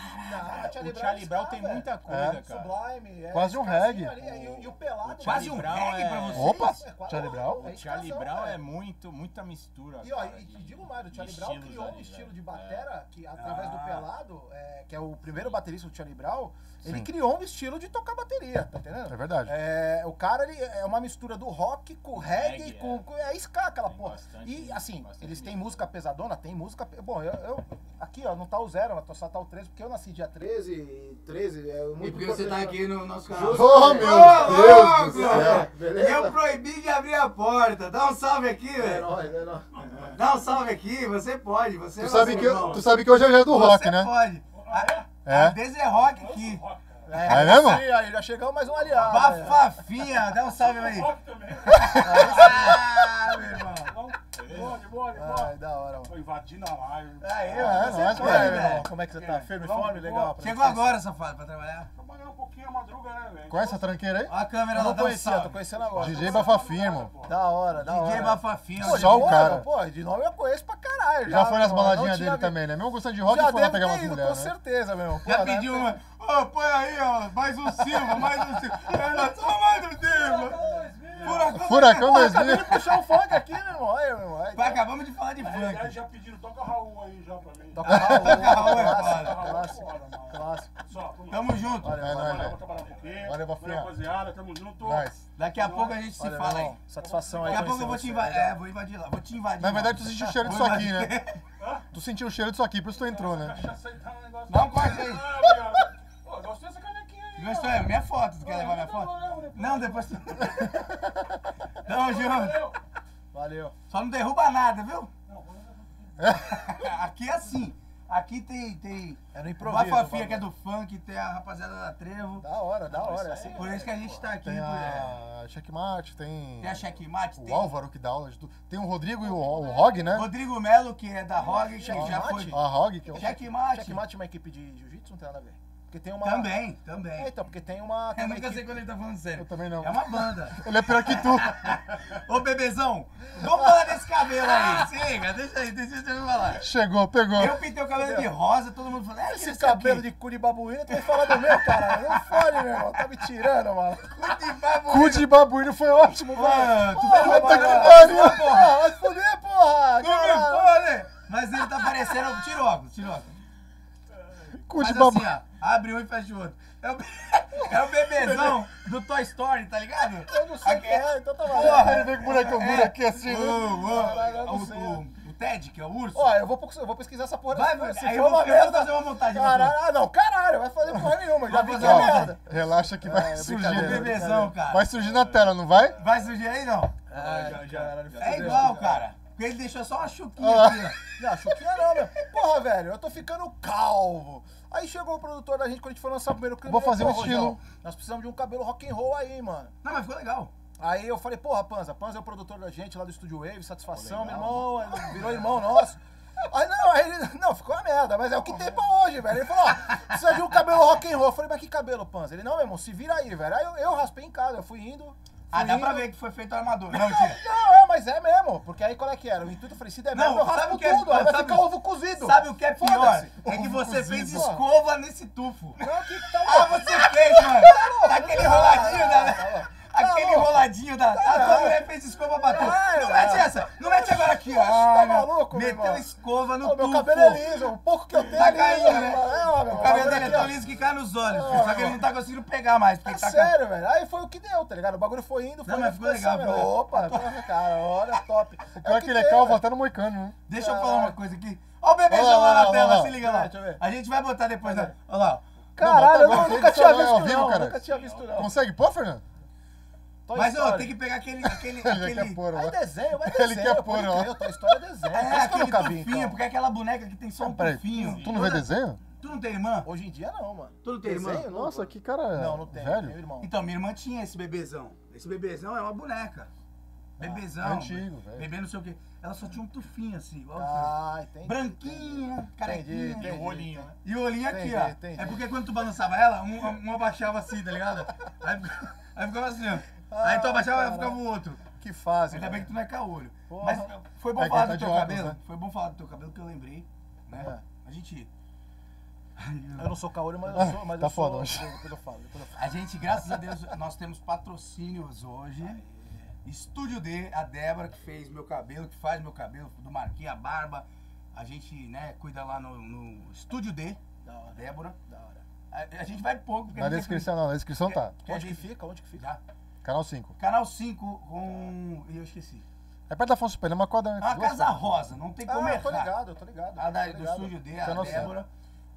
Speaker 6: Não,
Speaker 7: O Charlie Brown tem muita coisa, cara.
Speaker 6: Sublime, é,
Speaker 3: Quase um
Speaker 6: esse casinho
Speaker 3: reggae.
Speaker 6: ali, é, e o- e o pelado.
Speaker 7: o
Speaker 1: Quase
Speaker 7: Charlie
Speaker 1: um
Speaker 7: Brown
Speaker 1: reggae
Speaker 7: é-
Speaker 1: pra você.
Speaker 3: Opa!
Speaker 6: É quase
Speaker 3: Charlie
Speaker 6: um-
Speaker 3: Brown?
Speaker 6: é
Speaker 7: O Charlie
Speaker 6: escasão,
Speaker 7: Brown
Speaker 6: velho.
Speaker 7: é muito, muita mistura.
Speaker 6: E, ó,
Speaker 7: cara,
Speaker 6: e,
Speaker 7: de-
Speaker 6: e digo mais, o
Speaker 7: de
Speaker 6: Charlie Brown
Speaker 7: estilos
Speaker 6: criou um
Speaker 7: ali,
Speaker 6: estilo
Speaker 7: velho.
Speaker 6: de
Speaker 7: É.
Speaker 6: batera que, através
Speaker 1: Ah.
Speaker 6: do Pelado, é, que é o primeiro baterista do Charlie Brown, ele criou um estilo de tocar bateria, tá entendendo?
Speaker 3: É verdade.
Speaker 6: É, o cara ele é uma mistura do rock com reggae,
Speaker 7: Reggae,
Speaker 6: com, com- é ska aquela
Speaker 7: Tem
Speaker 6: porra.
Speaker 7: bastante-
Speaker 6: E assim,
Speaker 7: bastante
Speaker 6: eles têm
Speaker 7: mesmo.
Speaker 6: música pesadona, tem música. pe- Bom, eu, eu- aqui ó, não tá o zero, mas tô só tá o 13, porque eu nasci dia 13.
Speaker 13: 13, 13, é muito
Speaker 10: E porque você tá aqui no nosso canal.
Speaker 3: Oh,
Speaker 10: Ô,
Speaker 3: meu
Speaker 10: louco!
Speaker 3: Deus do céu!
Speaker 10: Eu proibi de abrir a porta. Dá um salve aqui,
Speaker 13: É
Speaker 10: velho.
Speaker 13: nóis, é nóis.
Speaker 10: Dá um salve aqui, você pode. Você é
Speaker 3: Tu
Speaker 10: o
Speaker 3: sabe,
Speaker 10: seu
Speaker 3: que, eu-
Speaker 10: irmão.
Speaker 3: tu sabe que hoje é o dia do
Speaker 1: Você
Speaker 3: rock, né?
Speaker 1: pode. A,
Speaker 3: É.
Speaker 1: a Desi é rock aqui.
Speaker 3: É, mesmo?
Speaker 6: Sim, aí já chegamos mais um aliado. né?
Speaker 1: Bafafinha, dá um salve aí. Ah, meu irmão.
Speaker 6: Ai, É, da hora, mano.
Speaker 1: Aí,
Speaker 3: Ah, é
Speaker 1: você
Speaker 3: nóis,
Speaker 1: pode,
Speaker 3: velho.
Speaker 1: velho.
Speaker 6: Como é que você tá? Firme, forme, legal.
Speaker 1: Chegou agora, safado, pra trabalhar.
Speaker 3: Conhece a tranqueira aí?
Speaker 1: Ó a câmera lá,
Speaker 6: Eu não
Speaker 1: dá um
Speaker 6: conhecia, tô
Speaker 1: salve. um
Speaker 6: conhecendo agora.
Speaker 3: DJ Bafafinha, irmão.
Speaker 6: Da hora, da hora.
Speaker 1: DJ Bafafinha.
Speaker 6: Pô, de
Speaker 3: Só o
Speaker 6: nome,
Speaker 3: cara.
Speaker 6: Pô, de nome eu conheço pra caralho.
Speaker 3: Já foi nas
Speaker 6: meu irmão,
Speaker 3: baladinhas
Speaker 6: não tinha
Speaker 3: dele
Speaker 6: vi-
Speaker 3: também, né? Mesmo gostando de rock,
Speaker 6: Já
Speaker 3: foi lá
Speaker 6: deve
Speaker 3: pegar
Speaker 6: ter
Speaker 3: umas
Speaker 6: ido,
Speaker 3: mulheres,
Speaker 6: com
Speaker 3: né?
Speaker 6: certeza, meu irmão. Pô,
Speaker 1: Já
Speaker 6: deve
Speaker 1: pediu
Speaker 6: ter-
Speaker 1: uma. Ô, põe aí, ó. Mais um Silva, mais um Silva. Olha só, mais um Silva. Furacão.
Speaker 3: Furacão
Speaker 6: Pô, acabei
Speaker 3: 2000.
Speaker 6: de puxar o funk aqui, meu irmão. Olha, meu irmão. Aí,
Speaker 1: Pá, Acabamos de falar de
Speaker 6: é
Speaker 1: funk.
Speaker 19: já pediram, toca Raul aí já pra mim.
Speaker 6: Toca Raul,
Speaker 1: Raul é
Speaker 6: clássico,
Speaker 1: foda.
Speaker 6: clássico, clássico.
Speaker 19: Só,
Speaker 1: Tamo junto.
Speaker 3: É nóis,
Speaker 19: Valeu,
Speaker 3: velho.
Speaker 19: trabalhar um pouquinho.
Speaker 3: Valeu, Bafinha.
Speaker 19: Valeu, rapaziada. Tamo junto.
Speaker 3: Nice.
Speaker 1: Daqui a pouco a gente se
Speaker 6: Olha,
Speaker 1: fala
Speaker 6: meu
Speaker 1: aí.
Speaker 6: irmão, Satisfação aí.
Speaker 1: Daqui a pouco eu vou
Speaker 6: conhecer
Speaker 1: te
Speaker 6: você,
Speaker 1: invadir.
Speaker 6: legal.
Speaker 1: É, vou invadir lá. Vou te invadir.
Speaker 3: Na verdade, tu
Speaker 1: mano.
Speaker 3: sentiu o cheiro disso
Speaker 1: Vou
Speaker 3: aqui,
Speaker 1: invadir.
Speaker 3: né? Tu sentiu o cheiro disso aqui, por isso tu entrou, né?
Speaker 19: Cachaça aí tá um negócio.
Speaker 1: Não, corta aí.
Speaker 19: Ah, obrigado. Pô, gostei dessa canequinha aí.
Speaker 1: Gostou?
Speaker 19: ó.
Speaker 1: É minha foto. Tu quer levar minha
Speaker 19: Não, não, não,
Speaker 1: foto?
Speaker 19: depois.
Speaker 1: Não, depois tu. Tamo junto.
Speaker 19: Valeu.
Speaker 6: Valeu.
Speaker 1: Só não derruba nada, viu? Aqui é assim. Aqui tem. tem
Speaker 6: Era
Speaker 1: a Fafinha que é do funk, tem a rapaziada da Trevo.
Speaker 3: Da hora, da hora.
Speaker 1: Por isso que a gente tá aqui.
Speaker 3: Tem
Speaker 1: por- é.
Speaker 3: a Checkmate, tem.
Speaker 1: Tem a Checkmate,
Speaker 3: O
Speaker 1: tem-
Speaker 3: Álvaro que dá aula de tudo. Tem o Rodrigo e o, o Rog, né?
Speaker 1: Rodrigo Melo, que é da ROG, que já foi.
Speaker 3: A Rog, que é o.
Speaker 1: Checkmate.
Speaker 6: Checkmate é uma equipe de jiu-jitsu, não tem nada a ver. Porque tem uma.
Speaker 1: Também, também.
Speaker 6: É, então, porque tem uma.
Speaker 1: Eu nunca sei quando ele tá falando sério. Eu
Speaker 3: também não.
Speaker 1: É uma banda.
Speaker 3: Ele é pior que tu.
Speaker 1: Ô, bebezão, vamos falar desse cabelo aí. Chega, deixa aí, deixa eu falar.
Speaker 3: Chegou, pegou.
Speaker 1: Eu pintei o cabelo de rosa, todo mundo falou, é,
Speaker 6: Esse cabelo de cu de babuína, tu vai falar do meu, cara. Não fode, meu irmão. Tá me tirando, mano.
Speaker 3: Cu de babuíno foi ótimo,
Speaker 1: mano.
Speaker 3: Tu
Speaker 6: vai
Speaker 3: Puta que
Speaker 6: trabalhar,
Speaker 3: pariu.
Speaker 6: porra. Vai se fuder, porra.
Speaker 1: Não me fode. Mas ele tá parecendo. Tira o óculos, tira o óculos.
Speaker 3: Cu de
Speaker 1: Faz
Speaker 3: babu.
Speaker 1: assim, ó. Abre um e fecha o outro. É o, é o bebezão do Toy Story, tá ligado?
Speaker 6: Eu não sei quem é, então tá valendo.
Speaker 3: Porra, ele vem com o boneco duro aqui, assim, né?
Speaker 6: Caralho, eu não sei.
Speaker 1: o, o, o Ted, que é o urso.
Speaker 6: Ó, eu vou, procu- eu vou pesquisar essa porra.
Speaker 1: Vai,
Speaker 6: se
Speaker 1: aí
Speaker 6: for
Speaker 1: eu vou-
Speaker 6: uma
Speaker 1: eu vou
Speaker 6: merda.
Speaker 1: fazer uma montagem pra
Speaker 6: Caralho,
Speaker 1: tu.
Speaker 6: ah, não, caralho, vai fazer porra nenhuma. Já vi que é
Speaker 3: Calma,
Speaker 6: merda.
Speaker 3: Relaxa que vai
Speaker 6: É,
Speaker 3: surgir.
Speaker 6: brincadeira,
Speaker 3: né?
Speaker 1: bebezão, cara.
Speaker 3: Vai surgir na tela, não vai?
Speaker 1: Vai surgir aí, não?
Speaker 7: É,
Speaker 6: Ai, caralho,
Speaker 1: É
Speaker 6: fudeu.
Speaker 1: igual, cara. Porque ele deixou só uma chuquinha
Speaker 6: Ah.
Speaker 1: aqui, ó.
Speaker 6: Não, chuquinha é, não, meu. Porra, velho, eu tô ficando calvo. Aí chegou o produtor da gente quando a gente foi lançar o primeiro clipe.
Speaker 3: Vou
Speaker 6: falou,
Speaker 3: fazer um
Speaker 6: "Pô,
Speaker 3: estilo."
Speaker 6: Rogério, Nós precisamos de um cabelo rock and roll aí, mano.
Speaker 1: Não, mas ficou legal.
Speaker 6: Aí eu falei, porra, Panza, Panza é o produtor da gente lá do Studio Wave, satisfação, meu
Speaker 7: Legal.
Speaker 6: irmão, ele virou irmão nosso. Aí não, aí ele, não, ficou uma merda, mas é o que tem pra hoje, velho. Ele falou, ó, precisa de um cabelo rock and roll. Eu falei, mas que cabelo, Panza? Ele, não, meu irmão, se vira aí, velho. Aí eu, eu raspei em casa, eu fui indo. fui
Speaker 1: Ah, dá
Speaker 6: indo.
Speaker 1: pra ver né, que foi feito armador. Não, tira.
Speaker 6: Não, é, mas é mesmo, porque aí qual é que era? O intuito eu falei, se der merda, eu raspo tudo, aí vai
Speaker 1: sabe-
Speaker 6: ficar ovo cozido.
Speaker 1: Sabe o que é pior?
Speaker 6: Foda-se.
Speaker 1: É que
Speaker 6: Ovo
Speaker 1: você
Speaker 6: cozido.
Speaker 1: fez
Speaker 6: Pô.
Speaker 1: escova nesse tufo.
Speaker 6: Não, que tá
Speaker 1: Ah,
Speaker 6: louco.
Speaker 1: você fez, mano. Aquele enroladinho da...
Speaker 6: Tá
Speaker 1: Aquele enroladinho da... A
Speaker 6: É.
Speaker 1: tua mulher fez escova pra tu.
Speaker 6: Ai,
Speaker 1: Não mete
Speaker 6: velho.
Speaker 1: essa. Não mete agora aqui, ó.
Speaker 6: É, Tá
Speaker 1: Ai, meu-
Speaker 6: maluco, meu
Speaker 1: Meteu
Speaker 6: irmão?
Speaker 1: escova no
Speaker 6: Ô,
Speaker 1: tufo.
Speaker 6: Meu cabelo é liso, o pouco que eu tenho
Speaker 1: Tá
Speaker 6: é liso.
Speaker 1: caindo, né?
Speaker 6: mano. É, ó, meu,
Speaker 1: O cabelo dele é
Speaker 6: aqui, ó.
Speaker 1: tão liso que cai nos olhos.
Speaker 6: Ah,
Speaker 1: Só que ele não tá conseguindo pegar mais. Porque
Speaker 6: É
Speaker 1: ele tá caindo.
Speaker 6: sério, velho. Aí foi o que deu, tá ligado? O bagulho foi indo, foi
Speaker 1: Não, mas
Speaker 6: indo,
Speaker 1: ficou legal,
Speaker 6: assim, velho.
Speaker 1: ficou
Speaker 6: Opa, porra, cara, olha, top.
Speaker 3: O pior é que ele é
Speaker 6: tem,
Speaker 3: calvo
Speaker 6: velho.
Speaker 3: até no moicano, né?
Speaker 1: Deixa
Speaker 6: É.
Speaker 1: eu falar uma coisa aqui. Ó o bebezão
Speaker 3: Olha lá,
Speaker 1: lá
Speaker 3: olha
Speaker 1: na
Speaker 3: lá,
Speaker 1: tela,
Speaker 3: olha lá.
Speaker 1: se liga
Speaker 6: Deixa
Speaker 1: lá.
Speaker 6: eu ver.
Speaker 1: A gente vai botar depois. né? Olha lá. ó.
Speaker 6: Caralho,
Speaker 3: Não,
Speaker 6: eu
Speaker 3: bota
Speaker 6: não-
Speaker 3: agora,
Speaker 6: nunca
Speaker 3: isso
Speaker 6: tinha
Speaker 3: é ao
Speaker 6: visto,
Speaker 3: vivo,
Speaker 6: não.
Speaker 3: cara.
Speaker 6: Nunca tinha visto, não.
Speaker 3: Consegue pôr, Fernando?
Speaker 6: Toy
Speaker 1: Mas, ó,
Speaker 6: Story.
Speaker 1: tem que pegar aquele... aquele,
Speaker 3: Ele já
Speaker 1: aquele...
Speaker 3: quer é pôr,
Speaker 6: Aí
Speaker 3: ó.
Speaker 6: desenho, vai desenho.
Speaker 3: Ele quer pôr,
Speaker 6: pode
Speaker 3: ó.
Speaker 6: crer, Toy Story é desenho.
Speaker 1: É,
Speaker 6: Por isso que eu
Speaker 1: aquele
Speaker 6: nunca vi,
Speaker 1: tufinho,
Speaker 6: então.
Speaker 1: porque é aquela boneca que tem só um
Speaker 3: Peraí,
Speaker 1: tufinho.
Speaker 3: tu não vê desenho?
Speaker 1: Tu não tem irmã?
Speaker 6: Hoje em dia, não, mano.
Speaker 1: Tu não tem irmã?
Speaker 6: Desenho, não,
Speaker 3: Nossa,
Speaker 6: mano.
Speaker 3: que cara
Speaker 6: Não, não tem. Meu
Speaker 3: velho.
Speaker 6: irmão.
Speaker 1: Então, minha irmã tinha esse bebezão. Esse bebezão é uma boneca. Bebezão.
Speaker 3: é antigo, velho.
Speaker 1: Bebê não sei o quê. Ela só tinha um tufinho assim, igual o teu.
Speaker 6: Ah, entendi.
Speaker 1: Branquinha, carequinha.
Speaker 6: Entendi, entendi.
Speaker 7: né?
Speaker 1: E o olhinho aqui,
Speaker 6: Entendi,
Speaker 1: ó.
Speaker 6: entendi.
Speaker 1: É porque quando tu balançava ela, um, um abaixava assim, tá ligado? Aí, fica- aí ficava assim, ó. Aí tu
Speaker 6: Ah,
Speaker 1: abaixava e
Speaker 6: caralho.
Speaker 1: ficava o outro.
Speaker 6: Que fase,
Speaker 1: Ainda bem que tu
Speaker 6: velho.
Speaker 1: não é caolho.
Speaker 6: Ah, Porra.
Speaker 1: Mas foi bom
Speaker 3: É,
Speaker 1: falar
Speaker 3: quem tá
Speaker 1: do
Speaker 3: de
Speaker 1: teu
Speaker 3: óculos,
Speaker 1: cabelo.
Speaker 3: né?
Speaker 1: Foi bom falar do teu cabelo que eu lembrei. Né? A gente.
Speaker 6: Eu não sou caolho, mas eu sou. Mas
Speaker 3: Tá
Speaker 6: eu sou-
Speaker 3: foda hoje.
Speaker 6: Depois eu falo, depois eu falo.
Speaker 1: A gente, graças a Deus, nós temos patrocínios hoje. Estúdio D, a Débora que fez meu cabelo, que faz meu cabelo, do Marquinhos, a barba. A gente, né, cuida lá no, no Estúdio D,
Speaker 6: Da hora,
Speaker 1: Débora.
Speaker 6: da hora.
Speaker 1: A, a gente vai pouco, porque
Speaker 3: Na
Speaker 1: a gente é
Speaker 3: descrição não, na descrição tá.
Speaker 1: Porque a
Speaker 6: Onde que
Speaker 1: gente-
Speaker 6: fica? Onde que fica?
Speaker 1: Já.
Speaker 3: Canal 5.
Speaker 1: Canal 5 com. E eu esqueci.
Speaker 3: É perto da Afonso Pena, é uma quadra.
Speaker 1: A
Speaker 3: duas
Speaker 1: Ah, Casa
Speaker 3: quadras.
Speaker 1: Rosa, não tem como
Speaker 6: Ah, eu tô
Speaker 1: errar.
Speaker 6: ligado, eu tô ligado.
Speaker 1: A da,
Speaker 6: tô
Speaker 1: do
Speaker 6: ligado.
Speaker 1: estúdio D,
Speaker 3: Tá
Speaker 1: a
Speaker 3: no centro.
Speaker 1: Débora.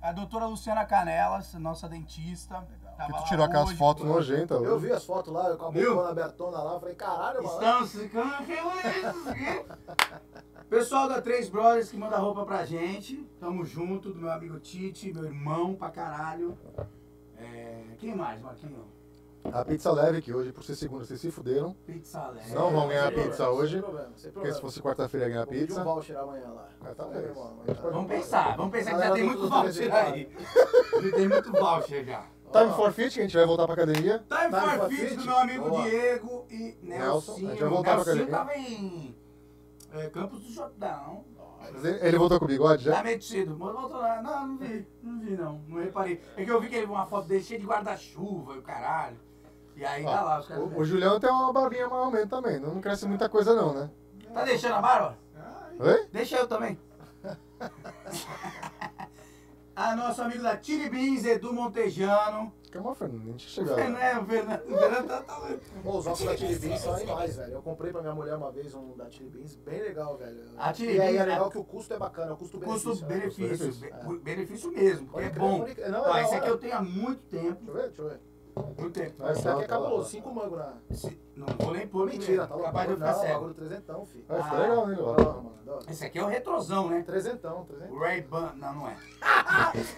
Speaker 1: A doutora Luciana Canelas, nossa dentista.
Speaker 3: Que
Speaker 1: tava
Speaker 3: tu
Speaker 1: lá
Speaker 3: tirou aquelas
Speaker 1: hoje.
Speaker 3: fotos
Speaker 18: Nojenta,
Speaker 13: Eu vi as fotos lá, eu com a
Speaker 10: Viu? é-
Speaker 13: bocona abertona lá, eu falei, caralho, mano.
Speaker 10: Estamos ficando felizes. Pessoal da Três Brothers que manda roupa pra gente. Tamo junto, do meu amigo Tite, meu irmão pra caralho. É, Quem mais, Marquinho?
Speaker 3: A pizza leve que hoje, por ser segunda, vocês se fuderam.
Speaker 10: Pizza Lé.
Speaker 3: Não vão ganhar
Speaker 13: Sem
Speaker 3: pizza
Speaker 13: problema,
Speaker 3: hoje,
Speaker 13: Sem problema, sem problema.
Speaker 3: quarta-feira ia ganhar
Speaker 13: Vou pedir um voucher amanhã lá.
Speaker 3: Ah, talvez.
Speaker 13: É, irmão, amanhã.
Speaker 10: Vamos pensar, vamos pensar que já
Speaker 13: Galera
Speaker 10: tem
Speaker 13: do
Speaker 10: muito
Speaker 13: Clube
Speaker 10: voucher
Speaker 13: Reservado.
Speaker 10: aí. Já tem muito voucher já.
Speaker 3: Time for fit, que a gente vai voltar pra academia.
Speaker 10: Time
Speaker 13: Time
Speaker 10: for
Speaker 13: for
Speaker 10: Fit
Speaker 13: Fit?
Speaker 10: do meu amigo
Speaker 13: Boa.
Speaker 10: Diego e
Speaker 3: Nelson,
Speaker 10: Nelson.
Speaker 3: a gente vai voltar pra
Speaker 10: Nelson
Speaker 3: academia.
Speaker 10: tava em é, Campos do Jordão.
Speaker 3: Mas Ele ele voltou com o bigode já?
Speaker 10: Tá metido. Mas voltou lá. Não, não vi. Não vi, não. Não reparei. É que eu vi que ele uma foto dele cheia de guarda-chuva e o caralho. E aí tá lá, os caras.
Speaker 3: O, o Julião tem uma barbinha mais ou menos também. Não cresce muita coisa não, né?
Speaker 10: Tá deixando a barba?
Speaker 3: Oi?
Speaker 10: Deixa eu também. ah, nosso amigo da Tire Beans, Edu Montejano.
Speaker 3: Calma, Fernando. A gente chega
Speaker 10: É,
Speaker 3: lá.
Speaker 10: né? O Fernando, o Fernando tá, tá
Speaker 13: Pô, os óculos da Chili Beans são animais, velho. Eu comprei pra minha mulher uma vez um da Chili Beans, bem legal, velho.
Speaker 10: A Chili
Speaker 13: e aí é
Speaker 10: Beans,
Speaker 13: legal
Speaker 10: a-
Speaker 13: que o custo é bacana, o custo-benefício.
Speaker 10: Custo-benefício.
Speaker 3: Custo-benefício.
Speaker 10: be- Benefício mesmo, porque é bom.
Speaker 13: é. Pode crer, não, é
Speaker 10: Ó,
Speaker 13: da
Speaker 10: esse
Speaker 13: hora.
Speaker 10: aqui eu tenho há muito tempo.
Speaker 13: Deixa eu ver, deixa eu ver.
Speaker 10: Muito tempo.
Speaker 3: Vai,
Speaker 13: Esse
Speaker 3: tá,
Speaker 13: aqui é
Speaker 3: tá lá,
Speaker 13: cabuloso,
Speaker 3: tá
Speaker 13: 5 mangos na.
Speaker 10: Se- Não vou nem pôr
Speaker 13: Mentira,
Speaker 10: primeiro,
Speaker 13: tá louco.
Speaker 10: capaz de eu
Speaker 13: Não,
Speaker 10: ficar cego.
Speaker 13: bagulho tá trezentão, filho.
Speaker 10: Ah, isso é legal,
Speaker 3: hein,
Speaker 13: ó. mano.
Speaker 10: Esse aqui é o retrosão, né?
Speaker 13: Trezentão, trezentão.
Speaker 10: Ray-Ban, não, não é.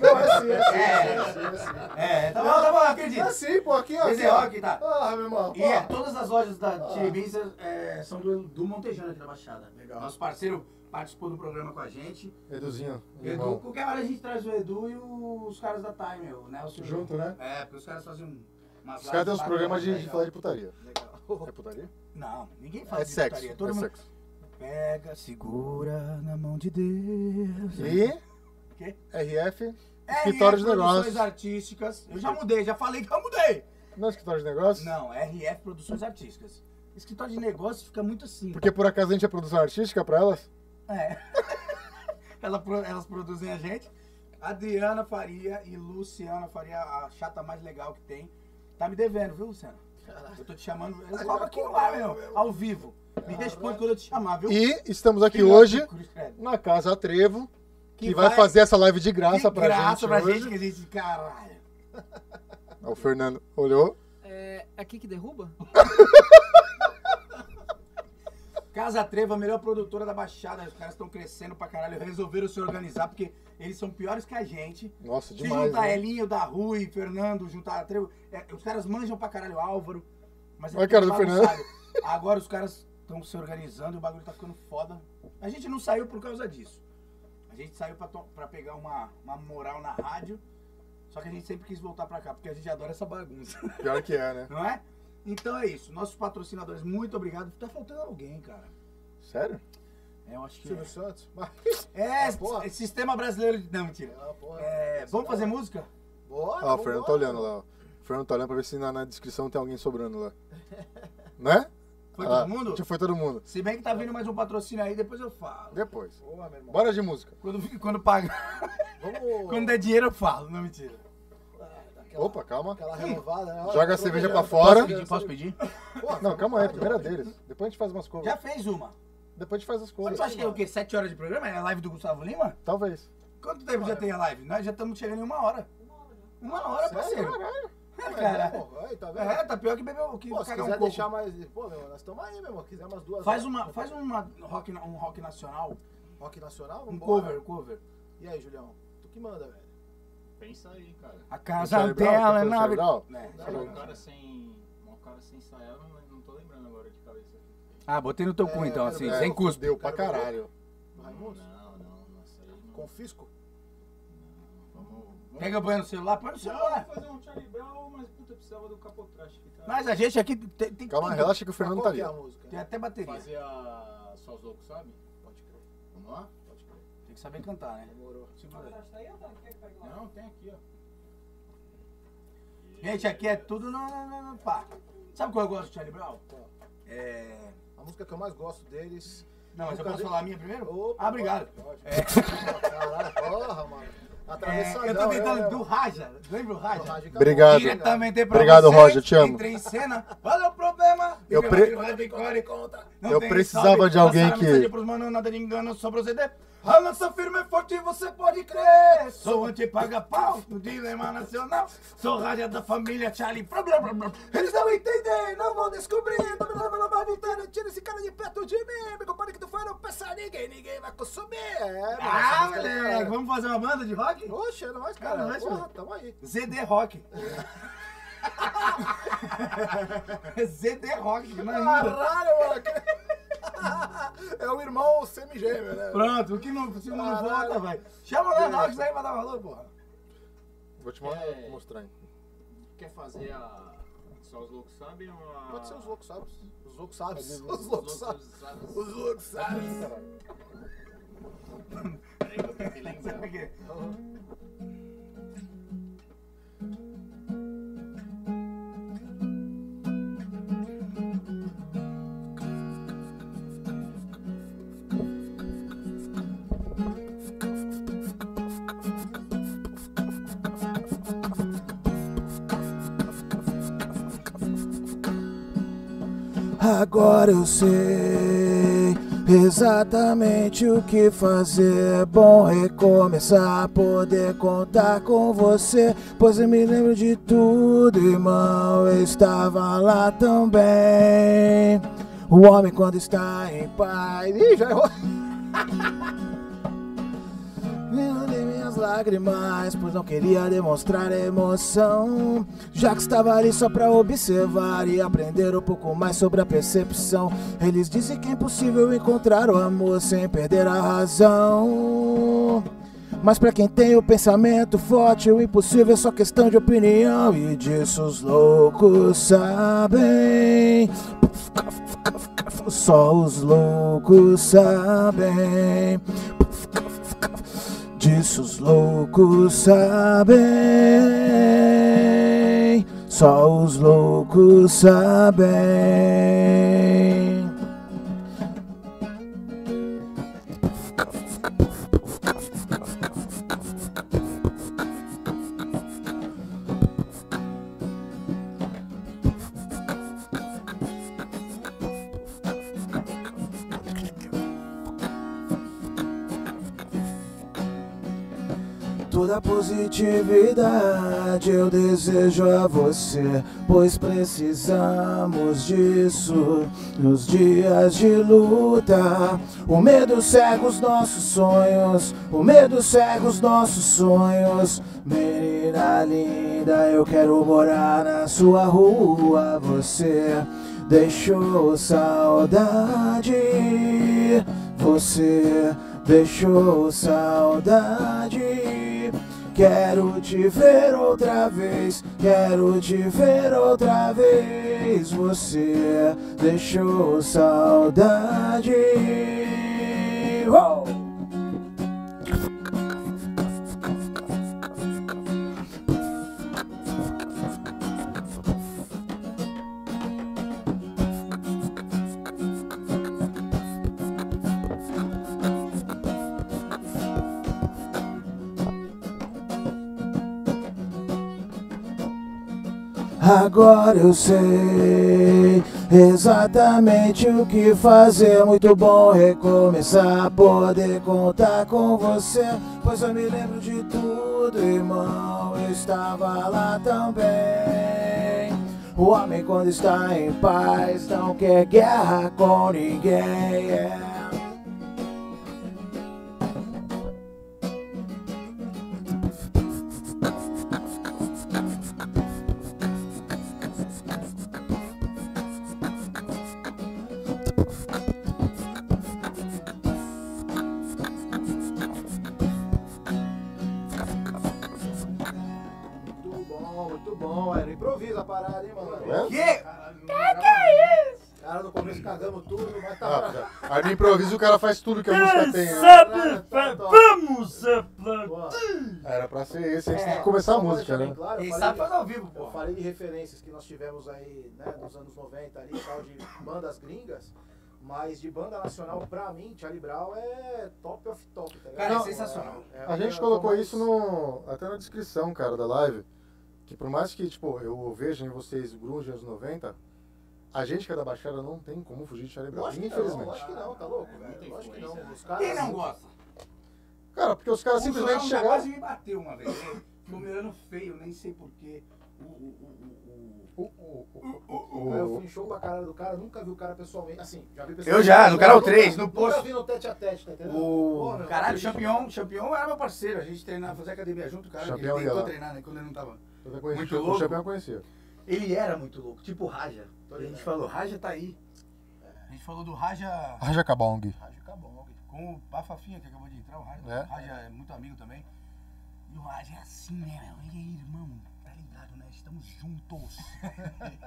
Speaker 13: Não, é sim, é sim,
Speaker 10: É,
Speaker 13: é sim, é sim.
Speaker 10: É, tá bom, tá bom, acredito.
Speaker 13: É sim, pô, aqui, ó.
Speaker 3: assim,
Speaker 13: aqui,
Speaker 10: Esse é
Speaker 13: ó.
Speaker 10: ó, aqui tá.
Speaker 13: Ah, meu irmão.
Speaker 10: E é,
Speaker 13: pô.
Speaker 10: todas as lojas da
Speaker 13: Ah.
Speaker 10: Tiribins é, são do, do Montejano aqui da Baixada. Legal. Nosso parceiro participou do programa com a gente.
Speaker 3: Eduzinho,
Speaker 10: Edu,
Speaker 3: irmão.
Speaker 10: qualquer hora a gente traz o Edu e os caras da Time, o Nelson.
Speaker 3: Junto, né?
Speaker 10: É, porque os caras fazem um. umas
Speaker 3: Os caras têm
Speaker 10: lives
Speaker 3: uns programas de,
Speaker 10: bacanas,
Speaker 3: de
Speaker 10: legal.
Speaker 3: falar de putaria.
Speaker 10: Legal.
Speaker 3: É putaria?
Speaker 10: Não, ninguém faz
Speaker 3: É
Speaker 10: de
Speaker 3: sexo,
Speaker 10: putaria. Todo
Speaker 3: é
Speaker 10: mundo
Speaker 3: sexo.
Speaker 10: Pega, segura na mão de Deus.
Speaker 3: E?
Speaker 10: Quê?
Speaker 3: RF,
Speaker 10: RF
Speaker 3: escritório de
Speaker 10: Produções
Speaker 3: negócios.
Speaker 10: Artísticas. Eu já mudei, já falei que eu mudei.
Speaker 3: Não é escritório de negócios?
Speaker 10: Não, RF Produções Artísticas. Escritório de negócios fica muito assim.
Speaker 3: Porque por acaso a gente é produção artística pra elas?
Speaker 10: É. Ela pro- elas produzem a gente. Adriana Faria e Luciana Faria, a chata mais legal que tem. Tá me devendo, viu, Luciana? Eu tô te chamando. Eu cobro aqui no ar, meu, ao vivo. Me responde quando eu te chamar, viu?
Speaker 3: E estamos aqui
Speaker 10: Filha
Speaker 3: hoje
Speaker 10: de cruz, credo.
Speaker 3: na Casa Trevo, que,
Speaker 10: Que
Speaker 3: vai
Speaker 10: vai-
Speaker 3: fazer essa live de graça
Speaker 10: De
Speaker 3: pra
Speaker 10: graça
Speaker 3: gente.
Speaker 10: pra
Speaker 3: hoje.
Speaker 10: gente, que a gente. Caralho.
Speaker 3: Ah, O Fernando olhou.
Speaker 2: É aqui que derruba?
Speaker 10: Casa Treva, a melhor produtora da Baixada. Os caras estão crescendo pra caralho. Resolveram se organizar porque eles são piores que a gente.
Speaker 3: Nossa,
Speaker 10: Se
Speaker 3: demais.
Speaker 10: juntar
Speaker 3: né?
Speaker 10: Elinho, da Rui, Fernando, juntar a Trevo. é, os caras manjam pra caralho Álvaro. Mas
Speaker 3: Olha a
Speaker 10: tudo
Speaker 3: cara do Fernando.
Speaker 10: bagunçado. Agora os caras estão se organizando e o bagulho tá ficando foda. A gente não saiu por causa disso. A gente saiu pra, to- pra pegar uma, uma moral na rádio. Só que a gente sempre quis voltar pra cá, porque a gente adora essa bagunça.
Speaker 3: Pior que é, né?
Speaker 10: Não é? Então é isso. Nossos patrocinadores, muito obrigado. Tá faltando alguém, cara.
Speaker 3: Sério?
Speaker 10: É, eu acho que.
Speaker 13: Silvio Santos. Mas...
Speaker 10: É,
Speaker 13: Ah, porra.
Speaker 10: s- sistema brasileiro de. Não, mentira.
Speaker 13: Ah, porra.
Speaker 10: É, vamos fazer música?
Speaker 13: Bora,
Speaker 3: Ó, o Fernando tá
Speaker 13: vambora.
Speaker 3: olhando lá. ó. O Fernando tá olhando pra ver se na, na descrição tem alguém sobrando lá. Né?
Speaker 10: Foi
Speaker 3: Ah,
Speaker 10: todo mundo?
Speaker 3: acho que Foi todo mundo.
Speaker 10: Se bem que tá vindo mais um patrocínio aí, depois eu falo.
Speaker 3: Depois.
Speaker 13: Boa, meu irmão.
Speaker 3: Bora de música.
Speaker 10: Quando, quando pagar.
Speaker 13: Vamos.
Speaker 10: Quando der dinheiro eu falo, não mentira.
Speaker 13: Aquela,
Speaker 3: Opa, calma.
Speaker 13: Aquela renovada, né? Olha,
Speaker 3: Joga a
Speaker 13: tô
Speaker 3: cerveja pra
Speaker 13: olhando.
Speaker 3: fora.
Speaker 10: Posso pedir? Posso pedir?
Speaker 13: Porra,
Speaker 3: Não, calma aí, a
Speaker 13: vontade,
Speaker 3: primeira
Speaker 13: ó.
Speaker 3: deles. Depois a gente faz umas covers.
Speaker 10: Já fez uma.
Speaker 3: Depois a gente faz as
Speaker 10: Mas
Speaker 3: covers.
Speaker 10: tu acha que é o quê? Sete horas de programa? É a live do Gustavo Lima?
Speaker 3: Talvez.
Speaker 10: Quanto tempo já tem a live? Nós já estamos chegando em uma hora. né? Uma hora, parceiro. É,
Speaker 13: É,
Speaker 10: cara.
Speaker 13: pô, aí, tá vendo?
Speaker 10: É, tá pior que beber que
Speaker 13: Pô, se
Speaker 10: cagar um
Speaker 13: quiser
Speaker 10: coco.
Speaker 13: deixar mais. Pô, meu, nós estamos aí, meu irmão. Quiser umas duas.
Speaker 10: Faz
Speaker 13: horas. um
Speaker 10: uma, faz uma rock, na- um rock nacional,
Speaker 13: Rock nacional?
Speaker 10: um
Speaker 13: Vambora.
Speaker 10: cover, cover.
Speaker 13: E aí, Julião? Tu que manda, velho.
Speaker 7: Pensa aí, cara.
Speaker 10: A
Speaker 3: Charlie
Speaker 10: casa
Speaker 3: Brown?
Speaker 13: né,
Speaker 10: dela é
Speaker 3: Quer fazer o
Speaker 10: na...
Speaker 3: Charlie Brown?
Speaker 10: É,
Speaker 7: Sabe um cara sem. Um cara sem ensaiar, eu não, não tô lembrando agora de cabeça.
Speaker 10: Ah, botei no teu cu então,
Speaker 13: quero
Speaker 10: assim,
Speaker 13: ver.
Speaker 10: sem cuspe.
Speaker 3: Deu pra caralho.
Speaker 13: Do Raimundo?
Speaker 7: Não, não, não sei. Não.
Speaker 13: Confisco?
Speaker 7: Vamos. vamos-
Speaker 10: Pega, põe no celular, põe no
Speaker 7: Não,
Speaker 10: celular.
Speaker 7: vou fazer um Charlie Brown, mas puta, eu precisava do capotraste que tá.
Speaker 10: Mas a gente aqui tem, tem
Speaker 3: Calma,
Speaker 10: tudo.
Speaker 3: relaxa que o
Speaker 13: Mas
Speaker 3: Fernando
Speaker 13: qual
Speaker 3: tá
Speaker 13: que
Speaker 3: ali.
Speaker 13: é a música?
Speaker 10: Tem até bateria.
Speaker 7: Fazer a. Só os loucos, sabe? Pode crer. Vamos lá? Pode crer.
Speaker 10: Tem que saber cantar, né?
Speaker 7: Demorou.
Speaker 10: Segura aí.
Speaker 7: Não, tem aqui, ó.
Speaker 10: Gente, aqui é tudo no, no, no, no pá. Sabe qual eu gosto do Charlie Brown? É...
Speaker 13: A música que eu mais gosto deles.
Speaker 10: Não, mas eu
Speaker 13: Nunca
Speaker 10: posso
Speaker 13: vi-
Speaker 10: falar a minha primeiro?
Speaker 13: Opa,
Speaker 10: ah, obrigado.
Speaker 13: pode, pode.
Speaker 10: É,
Speaker 13: Caralho, porra, mano. Atravessadão.
Speaker 10: é, eu tô tentando
Speaker 13: eu-
Speaker 10: do Raja. Lembra o Raja?
Speaker 13: Do Raja que é
Speaker 3: Obrigado.
Speaker 13: bom.
Speaker 10: Diretamente pra
Speaker 3: Obrigado,
Speaker 10: vocês.
Speaker 3: Roger, te amo.
Speaker 10: Entrei em cena. Qual é o problema?
Speaker 3: Eu
Speaker 10: Meu
Speaker 3: pre-
Speaker 10: amigo Roger Core conta. Não
Speaker 3: Eu
Speaker 10: tem
Speaker 3: precisava
Speaker 10: salve.
Speaker 3: de alguém
Speaker 10: Passaram
Speaker 3: que-
Speaker 10: mensagem pros mano, nada de engano, só proceder. A lança firme é forte, você pode crer. Sou anti-paga-pau do dilema nacional. Sou raja da família Charlie. Blá, blá, blá, blá. Eles não entendem, não vão descobrir. Blá, blá, blá, blá, blá.
Speaker 13: Tira esse cara de perto de mim, me compare que tu foi no pensar ninguém, ninguém vai consumir. É, mano, essa música é do
Speaker 10: Ah, moleque,
Speaker 13: caralho.
Speaker 10: vamos fazer uma banda de rock?
Speaker 13: Oxe, é nóis,
Speaker 10: Ah,
Speaker 13: cara.
Speaker 10: nóis,
Speaker 13: Porra,
Speaker 10: mano.
Speaker 13: tamo aí.
Speaker 10: ZD Rock. ZD Rock, mano.
Speaker 13: Caralho, mano. que- É o irmão semigêmeo, né?
Speaker 10: Pronto, o que não, se não
Speaker 13: Caralho.
Speaker 10: volta, vai. Chama lá Nox aí pra dar valor, porra.
Speaker 3: Vou te mo-
Speaker 7: É.
Speaker 3: mostrar. hein.
Speaker 7: Quer fazer a. Só os loucos sabem ou a.
Speaker 13: Pode ser os loucos sábios. Os loucos sábios. Tá Os loucos sábios.
Speaker 7: sabem.
Speaker 13: Os loucos sábios.
Speaker 7: Peraí, vou ter que lembrar.
Speaker 10: Sabe o quê?
Speaker 17: Agora eu sei
Speaker 10: Exatamente o que fazer é bom recomeçar, poder contar com você, pois eu me lembro de tudo, irmão, eu estava lá também. O homem quando está em paz. Ih, já errou. Mandei minhas lágrimas, pois não queria demonstrar emoção. Já que estava ali só pra observar e aprender um pouco mais sobre a percepção. Eles dizem que é impossível encontrar o amor sem perder a razão. Mas pra quem tem o pensamento forte, o impossível é só questão de opinião. E disso os loucos sabem. Só os loucos sabem. Disso os loucos sabem. Só os loucos sabem. Toda positividade eu desejo a você, pois precisamos disso nos dias de luta. O medo cega os nossos sonhos, o medo cega os nossos sonhos. Menina linda, eu quero morar na sua rua, você deixou saudade. Você deixou saudade. Quero te ver outra vez, quero te ver outra vez. Você deixou saudade. Oh! Agora eu sei exatamente o que fazer. Muito bom recomeçar, poder contar com você. Pois eu me lembro de tudo, irmão. Eu estava lá também. O homem, quando está em paz, não quer guerra com ninguém. yeah.
Speaker 6: Muito bom, muito bom. Era improvisa a parada, hein, mano?
Speaker 3: vendo?
Speaker 6: Que? Que que é isso? Cara, no começo cagamos tudo, mas tá.
Speaker 3: Ah, aí no improviso o cara faz tudo que a música tem. né?
Speaker 13: Tá
Speaker 6: vamos aplaudir!
Speaker 3: Era pra ser esse, antes de começar a música, né?
Speaker 6: Claro,
Speaker 20: Quem
Speaker 6: eu falei
Speaker 20: É. sabe
Speaker 6: de-
Speaker 20: faz ao vivo, pô.
Speaker 6: Eu falei de referências que nós tivemos aí, né, nos anos 90 ali, tal de bandas gringas, mas de banda nacional, pra mim, Charlie Brown é top of top, tá ligado?
Speaker 20: Cara, é
Speaker 6: Não,
Speaker 20: sensacional.
Speaker 6: é- é
Speaker 3: A gente
Speaker 6: minha-
Speaker 3: colocou
Speaker 6: tomara-
Speaker 3: isso no, até na descrição, cara, da live. Que por mais que, tipo, eu veja em vocês grunge anos 90, a gente que é da Baixada não tem como fugir de Charlie Brown,
Speaker 6: Lógico que não,
Speaker 3: infelizmente.
Speaker 6: lógico que não, tá louco? velho? Lógico que não. Os caras.
Speaker 20: né? Quem não gosta?
Speaker 3: Cara, porque os caras
Speaker 20: O
Speaker 3: simplesmente
Speaker 20: João
Speaker 1: um
Speaker 3: chegaram...
Speaker 20: quase me bateu uma vez. né? Ficou me olhando feio, nem sei porquê. O, o, o, o,
Speaker 6: Aí eu fui em show pra caralho do cara, nunca vi o cara pessoalmente. Assim, já vi
Speaker 20: Eu já, no Canal 3, no
Speaker 6: nunca
Speaker 20: posto.
Speaker 6: vi no tete a tete, tá entendendo?
Speaker 20: O
Speaker 6: Porra,
Speaker 20: caralho, o
Speaker 6: bicho.
Speaker 20: Champion, Champion era meu parceiro, a gente treinava, fazia academia junto, cara, ele
Speaker 3: Champion ia
Speaker 20: tentou
Speaker 3: lá.
Speaker 20: treinar, né, quando ele não tava
Speaker 3: Eu conheci-
Speaker 20: muito
Speaker 3: O Chapéu eu
Speaker 20: louco.
Speaker 3: conhecia.
Speaker 20: Ele era muito louco, tipo o Raja. A gente
Speaker 1: ligado.
Speaker 20: falou, Raja tá aí.
Speaker 1: A gente falou do Raja.
Speaker 3: Raja Kabong.
Speaker 1: Raja Cabong. Com o Bafafinha que acabou de entrar, o Raja.
Speaker 3: É?
Speaker 1: O Raja é muito amigo também. E o Raja é assim, né, meu? E aí, irmão? Tá ligado, né? Estamos juntos.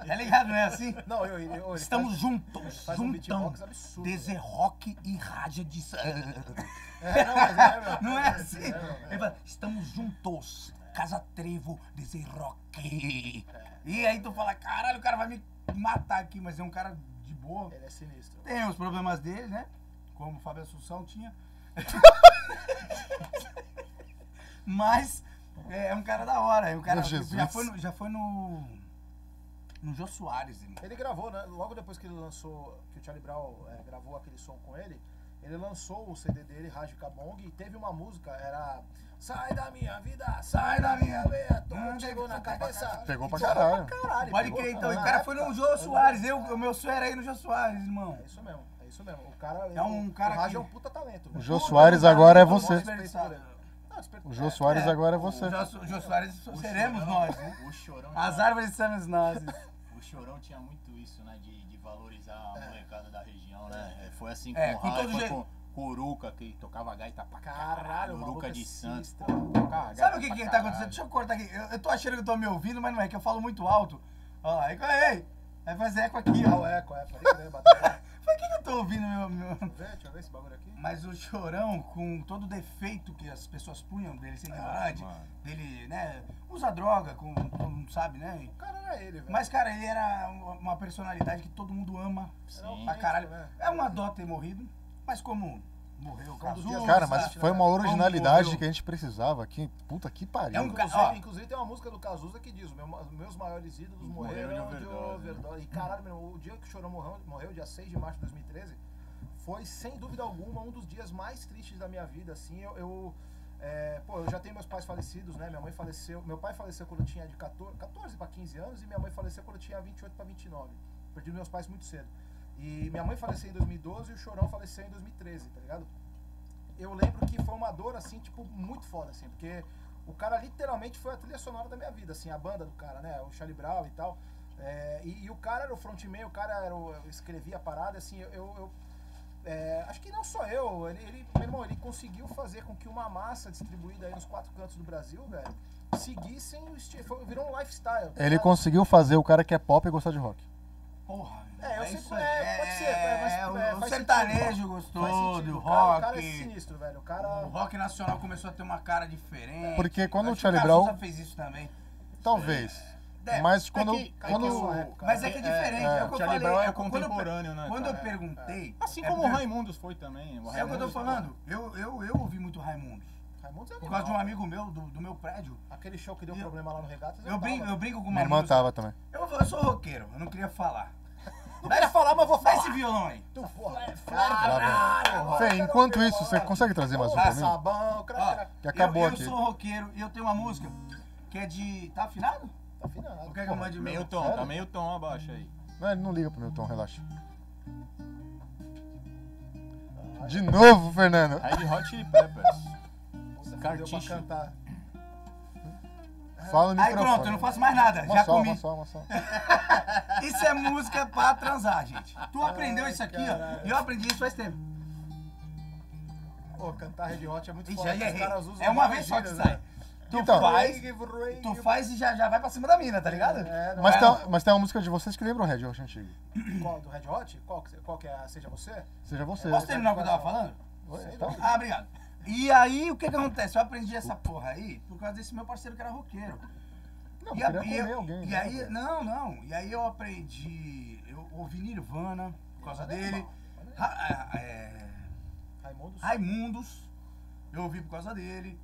Speaker 1: tá ligado, né? Assim?
Speaker 21: Não, eu, eu, eu-
Speaker 1: Estamos
Speaker 21: faz-
Speaker 1: juntos.
Speaker 21: faz um
Speaker 1: juntão.
Speaker 21: beatbox absurdo,
Speaker 1: Dezerrock e Raja de. Sa-
Speaker 21: É, não, mas é, mano.
Speaker 1: Não é
Speaker 21: É,
Speaker 1: assim?
Speaker 21: é, é.
Speaker 1: Ele fala, estamos juntos. Casa Trevo, Dezerrock. E aí tu fala, caralho, o cara vai me matar aqui, mas é um cara de boa.
Speaker 21: Ele é sinistro.
Speaker 1: Tem os problemas dele, né? Como o Fábio Assunção tinha. Mas é, é um cara da hora. é Um cara,
Speaker 21: Meu Jesus.
Speaker 1: já foi no. Já foi no, no Jô Soares, irmão.
Speaker 6: é,
Speaker 21: Ele gravou, né? Logo depois que ele lançou, que o Charlie Brown eh, gravou aquele som com ele,
Speaker 6: Ele lançou o CD dele, Rádio Cabong, e teve uma música, era. Sai da minha vida, sai da minha veia, tu chegou na cabeça.
Speaker 3: Pegou
Speaker 6: E
Speaker 3: pra
Speaker 6: tocou
Speaker 3: caralho.
Speaker 6: caralho,
Speaker 1: Pode
Speaker 6: pegou
Speaker 1: crer, então.
Speaker 6: pra
Speaker 1: E o
Speaker 6: caralho. um
Speaker 1: cara foi no Jô Soares. Eu, o meu sonho era ir no Jô Soares, irmão.
Speaker 6: É isso mesmo, é isso mesmo. O cara.
Speaker 1: É um cara
Speaker 6: O Rádio é
Speaker 1: que-
Speaker 6: um puta talento.
Speaker 3: O Jô Soares agora é você. O Jô Soares
Speaker 1: É,
Speaker 3: agora é você.
Speaker 1: O Jô, o Jô Soares
Speaker 7: O
Speaker 1: seremos
Speaker 7: Chorão-
Speaker 1: nós, né?
Speaker 7: O Chorão
Speaker 1: As
Speaker 7: tinha-
Speaker 1: árvores somos nós.
Speaker 7: O Chorão tinha muito isso, né? De, de valorizar a molecada da região, né? É, Foi assim com
Speaker 1: É,
Speaker 7: o
Speaker 1: com
Speaker 7: Raio,
Speaker 1: todo
Speaker 7: foi
Speaker 1: jeito.
Speaker 7: com Coruca, que tocava gaita pra
Speaker 6: Caralho,
Speaker 7: caralho.
Speaker 6: o
Speaker 7: Coruca
Speaker 6: maluco é
Speaker 7: de Santos.
Speaker 6: sinistro.
Speaker 7: pô, tocava gaita
Speaker 1: Sabe o que,
Speaker 7: pra
Speaker 1: que tá
Speaker 7: caralho.
Speaker 1: acontecendo? Deixa eu cortar aqui. Eu, eu tô achando que eu tô me ouvindo, mas não é que eu falo muito alto. Olha lá, eco, ei! Aí faz eco aqui, ó.
Speaker 6: É, qual é? Pode crer, bateu.
Speaker 1: Por que, que eu tô ouvindo meu, meu.
Speaker 6: Vê, Deixa eu ver esse bagulho aqui.
Speaker 1: Mas o chorão, com todo o defeito que as pessoas punham dele ser ignorante, dele, né? Usa droga, com, todo mundo sabe, né?
Speaker 6: O cara era ele, velho.
Speaker 1: Mas, cara, ele era uma uma personalidade que todo mundo ama
Speaker 7: Sim.
Speaker 1: pra caralho.
Speaker 6: né?
Speaker 1: É uma dó ter morrido, mas como morreu, né? casou.
Speaker 3: Cara, mas foi uma originalidade
Speaker 1: Como
Speaker 3: que a gente precisava aqui. Puta que pariu.
Speaker 1: É um ca-
Speaker 6: Inclusive,
Speaker 1: ó.
Speaker 6: inclusive tem uma música do Cazuza que diz, "Meu- os meus maiores ídolos
Speaker 7: Morreram
Speaker 6: morreram,
Speaker 7: de
Speaker 6: de
Speaker 7: overdose,
Speaker 6: overdose. E caralho, meu, irmão, o dia que o Chorão morreu, morreu, dia 6 de março de 2013, foi sem dúvida alguma um dos dias mais tristes da minha vida, assim, eu... eu, é, pô, eu já tenho meus pais falecidos, né? Minha mãe faleceu. Meu pai faleceu quando eu tinha de 14, 14 para 15 anos e minha mãe faleceu quando eu tinha 28 para 29. Perdi meus pais muito cedo. E minha mãe faleceu em 2012 e o Chorão faleceu em 2013, tá ligado? eu lembro que foi uma dor, assim, tipo, muito foda, assim, porque o cara literalmente foi a trilha sonora da minha vida, assim, a banda do cara, né? O Charlie Brown e tal. É, e, e o cara era o frontman, o cara era o, eu escrevia a parada, assim, eu. eu- eu, é, acho que não só eu, ele, ele, meu irmão, ele conseguiu fazer com que uma massa distribuída aí nos quatro cantos do Brasil, velho, seguissem o estilo. foi- Virou um lifestyle. tá
Speaker 3: Ele
Speaker 6: ligado?
Speaker 3: conseguiu fazer o cara que é pop e gostar de rock.
Speaker 1: Porra,
Speaker 6: É, eu sempre.
Speaker 1: isso aí.
Speaker 6: É, pode ser, é, mas.
Speaker 1: É, o-
Speaker 6: é,
Speaker 1: o
Speaker 6: faz
Speaker 1: sertanejo
Speaker 6: sentido.
Speaker 1: gostou
Speaker 6: Faz sentido,
Speaker 1: do
Speaker 6: o cara- O cara é
Speaker 1: rock.
Speaker 6: sinistro, velho. O cara.
Speaker 1: O rock nacional começou a ter uma cara diferente.
Speaker 3: Porque quando
Speaker 1: Acho
Speaker 3: o Charlie
Speaker 1: que
Speaker 3: Brown-
Speaker 1: Cazuza fez isso também.
Speaker 3: Talvez.
Speaker 1: É,
Speaker 3: Mas
Speaker 1: é
Speaker 3: quando.
Speaker 1: que-
Speaker 3: quando...
Speaker 1: Mas é que é diferente, é, o que eu falei.
Speaker 7: Charlie Brown é
Speaker 1: quando eu-
Speaker 7: contemporâneo, né,
Speaker 1: Quando eu
Speaker 7: cara?
Speaker 1: perguntei. é
Speaker 7: Assim como o
Speaker 1: porque-
Speaker 7: Raimundos foi também.
Speaker 1: É o que eu tô
Speaker 7: Raimundos, pô,
Speaker 1: falando. Eu, eu, eu ouvi muito Raimundos.
Speaker 6: Raimundos é
Speaker 1: Por causa de um
Speaker 6: animal.
Speaker 1: amigo meu, do, do meu prédio.
Speaker 6: Aquele show que deu problema lá no Regatas.
Speaker 1: Eu brinco, eu brinco com uma
Speaker 3: Minha irmã
Speaker 1: música.
Speaker 3: tava também.
Speaker 1: Eu, eu sou roqueiro, eu não queria falar.
Speaker 6: Não queria falar, mas vou
Speaker 1: Dá
Speaker 6: falar.
Speaker 1: esse violão aí.
Speaker 6: Tu, porra.
Speaker 1: Ah,
Speaker 3: Lá vem. Fê, enquanto isso, você consegue trazer mais um pra mim?
Speaker 6: Sabão,
Speaker 1: Ó,
Speaker 6: craca.
Speaker 3: Que acabou
Speaker 1: eu, eu
Speaker 3: aqui.
Speaker 1: sou roqueiro e eu tenho uma música que é de. Tá afinado?
Speaker 6: Tá afinado.
Speaker 3: é
Speaker 1: Ou quer que eu mande
Speaker 7: Meio
Speaker 1: meu?
Speaker 7: tom, tá meio tom abaixo aí.
Speaker 3: Não, ele não liga pro meu tom, relaxa. De novo, Fernando.
Speaker 7: Red Hot Chili Peppers.
Speaker 6: Puta, deu pra
Speaker 7: Cartucho.
Speaker 6: cantar.
Speaker 3: Fala no
Speaker 1: Aí pronto, eu
Speaker 3: microfone.
Speaker 1: não faço mais nada.
Speaker 3: Uma
Speaker 1: já
Speaker 3: só,
Speaker 1: comi.
Speaker 3: uma só, uma só.
Speaker 1: Isso é música pra transar, gente. Tu aprendeu isso aqui, ó. E eu aprendi isso faz tempo.
Speaker 6: Pô, cantar Red Hot é muito
Speaker 1: Ixi,
Speaker 6: foda.
Speaker 1: aí
Speaker 6: que os
Speaker 1: errei.
Speaker 6: caras usam
Speaker 1: É uma vez
Speaker 6: várias
Speaker 1: só que
Speaker 6: gírias,
Speaker 1: sai.
Speaker 6: né?
Speaker 1: Tu
Speaker 3: Então.
Speaker 1: faz,
Speaker 6: Rave,
Speaker 1: tu faz e já, já vai pra cima da mina, tá ligado?
Speaker 6: É, não
Speaker 3: Mas
Speaker 6: é?
Speaker 3: tem, uma- mas tem uma música de vocês que lembra o Red Hot antigo.
Speaker 6: Qual, do Red Hot? Qual que, qual que é a Seja Você?
Speaker 3: Seja você.
Speaker 1: Posso terminar o que eu tava falando?
Speaker 3: Oi, tá?
Speaker 1: Ah, obrigado. E aí, o que que acontece? Eu aprendi essa porra aí por causa desse meu parceiro que era roqueiro.
Speaker 3: Não,
Speaker 1: E a-
Speaker 3: queria
Speaker 1: e eu-
Speaker 3: comer alguém.
Speaker 6: Uhum.
Speaker 1: E
Speaker 3: né,
Speaker 1: aí,
Speaker 3: velho?
Speaker 1: não, não. E aí eu aprendi. Eu ouvi Nirvana por causa dele. Ra- é, é,
Speaker 6: Raimundo
Speaker 1: Raimundos, eu ouvi por causa dele.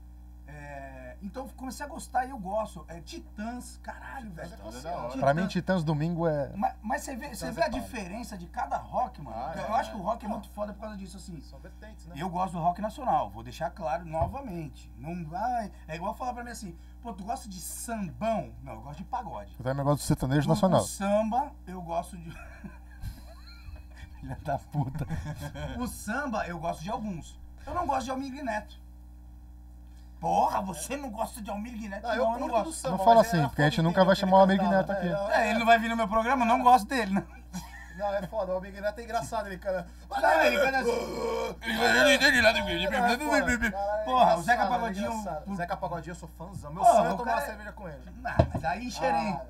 Speaker 1: É, então comecei a gostar e eu gosto. É Titãs, caralho, velho. assim,
Speaker 6: Titãs é da hora.
Speaker 3: Pra
Speaker 1: então-
Speaker 3: mim, Titãs Domingo é.
Speaker 1: Mas, mas você vê, você vê a diferença de cada rock, mano.
Speaker 7: Ah,
Speaker 1: eu
Speaker 7: é,
Speaker 1: acho
Speaker 7: é.
Speaker 1: que o rock é muito foda por causa disso, assim.
Speaker 6: são vertentes, né?
Speaker 1: Eu gosto do rock nacional, vou deixar claro novamente. Não vai. É igual falar pra mim assim, pô, tu gosta de sambão? Não, eu gosto de pagode.
Speaker 3: Eu também gosto do é um sertanejo
Speaker 1: Do-
Speaker 3: nacional.
Speaker 1: do samba, eu gosto de. Filha da puta. o samba, eu gosto de alguns. Eu não gosto de Almir Neto. Porra, você não gosta de Almir Neto? não,
Speaker 6: Ah,
Speaker 1: eu, não
Speaker 6: curto do
Speaker 1: gosto.
Speaker 6: samba,
Speaker 3: Não fala
Speaker 6: mas é
Speaker 3: assim, porque a gente
Speaker 6: foda
Speaker 3: nunca vai
Speaker 6: que
Speaker 3: chamar o
Speaker 6: ele
Speaker 3: Amigo
Speaker 6: cantava,
Speaker 3: Neto
Speaker 6: né?
Speaker 1: É, ele não vai vir no meu programa, eu não gosto dele, né?
Speaker 6: Não, é foda. O Amigo Neto é engraçado, ele canta.
Speaker 1: Não, ele canta assim. Eu não entendi nada. Porra, o Zeca Pagodinho.
Speaker 6: O Zeca Pagodinho, eu sou fãzão. Meu
Speaker 1: Porra,
Speaker 6: sonho
Speaker 1: o
Speaker 6: é tomar uma
Speaker 1: cara é-
Speaker 6: cerveja com ele.
Speaker 1: Ah, mas aí encherei.
Speaker 6: Ah,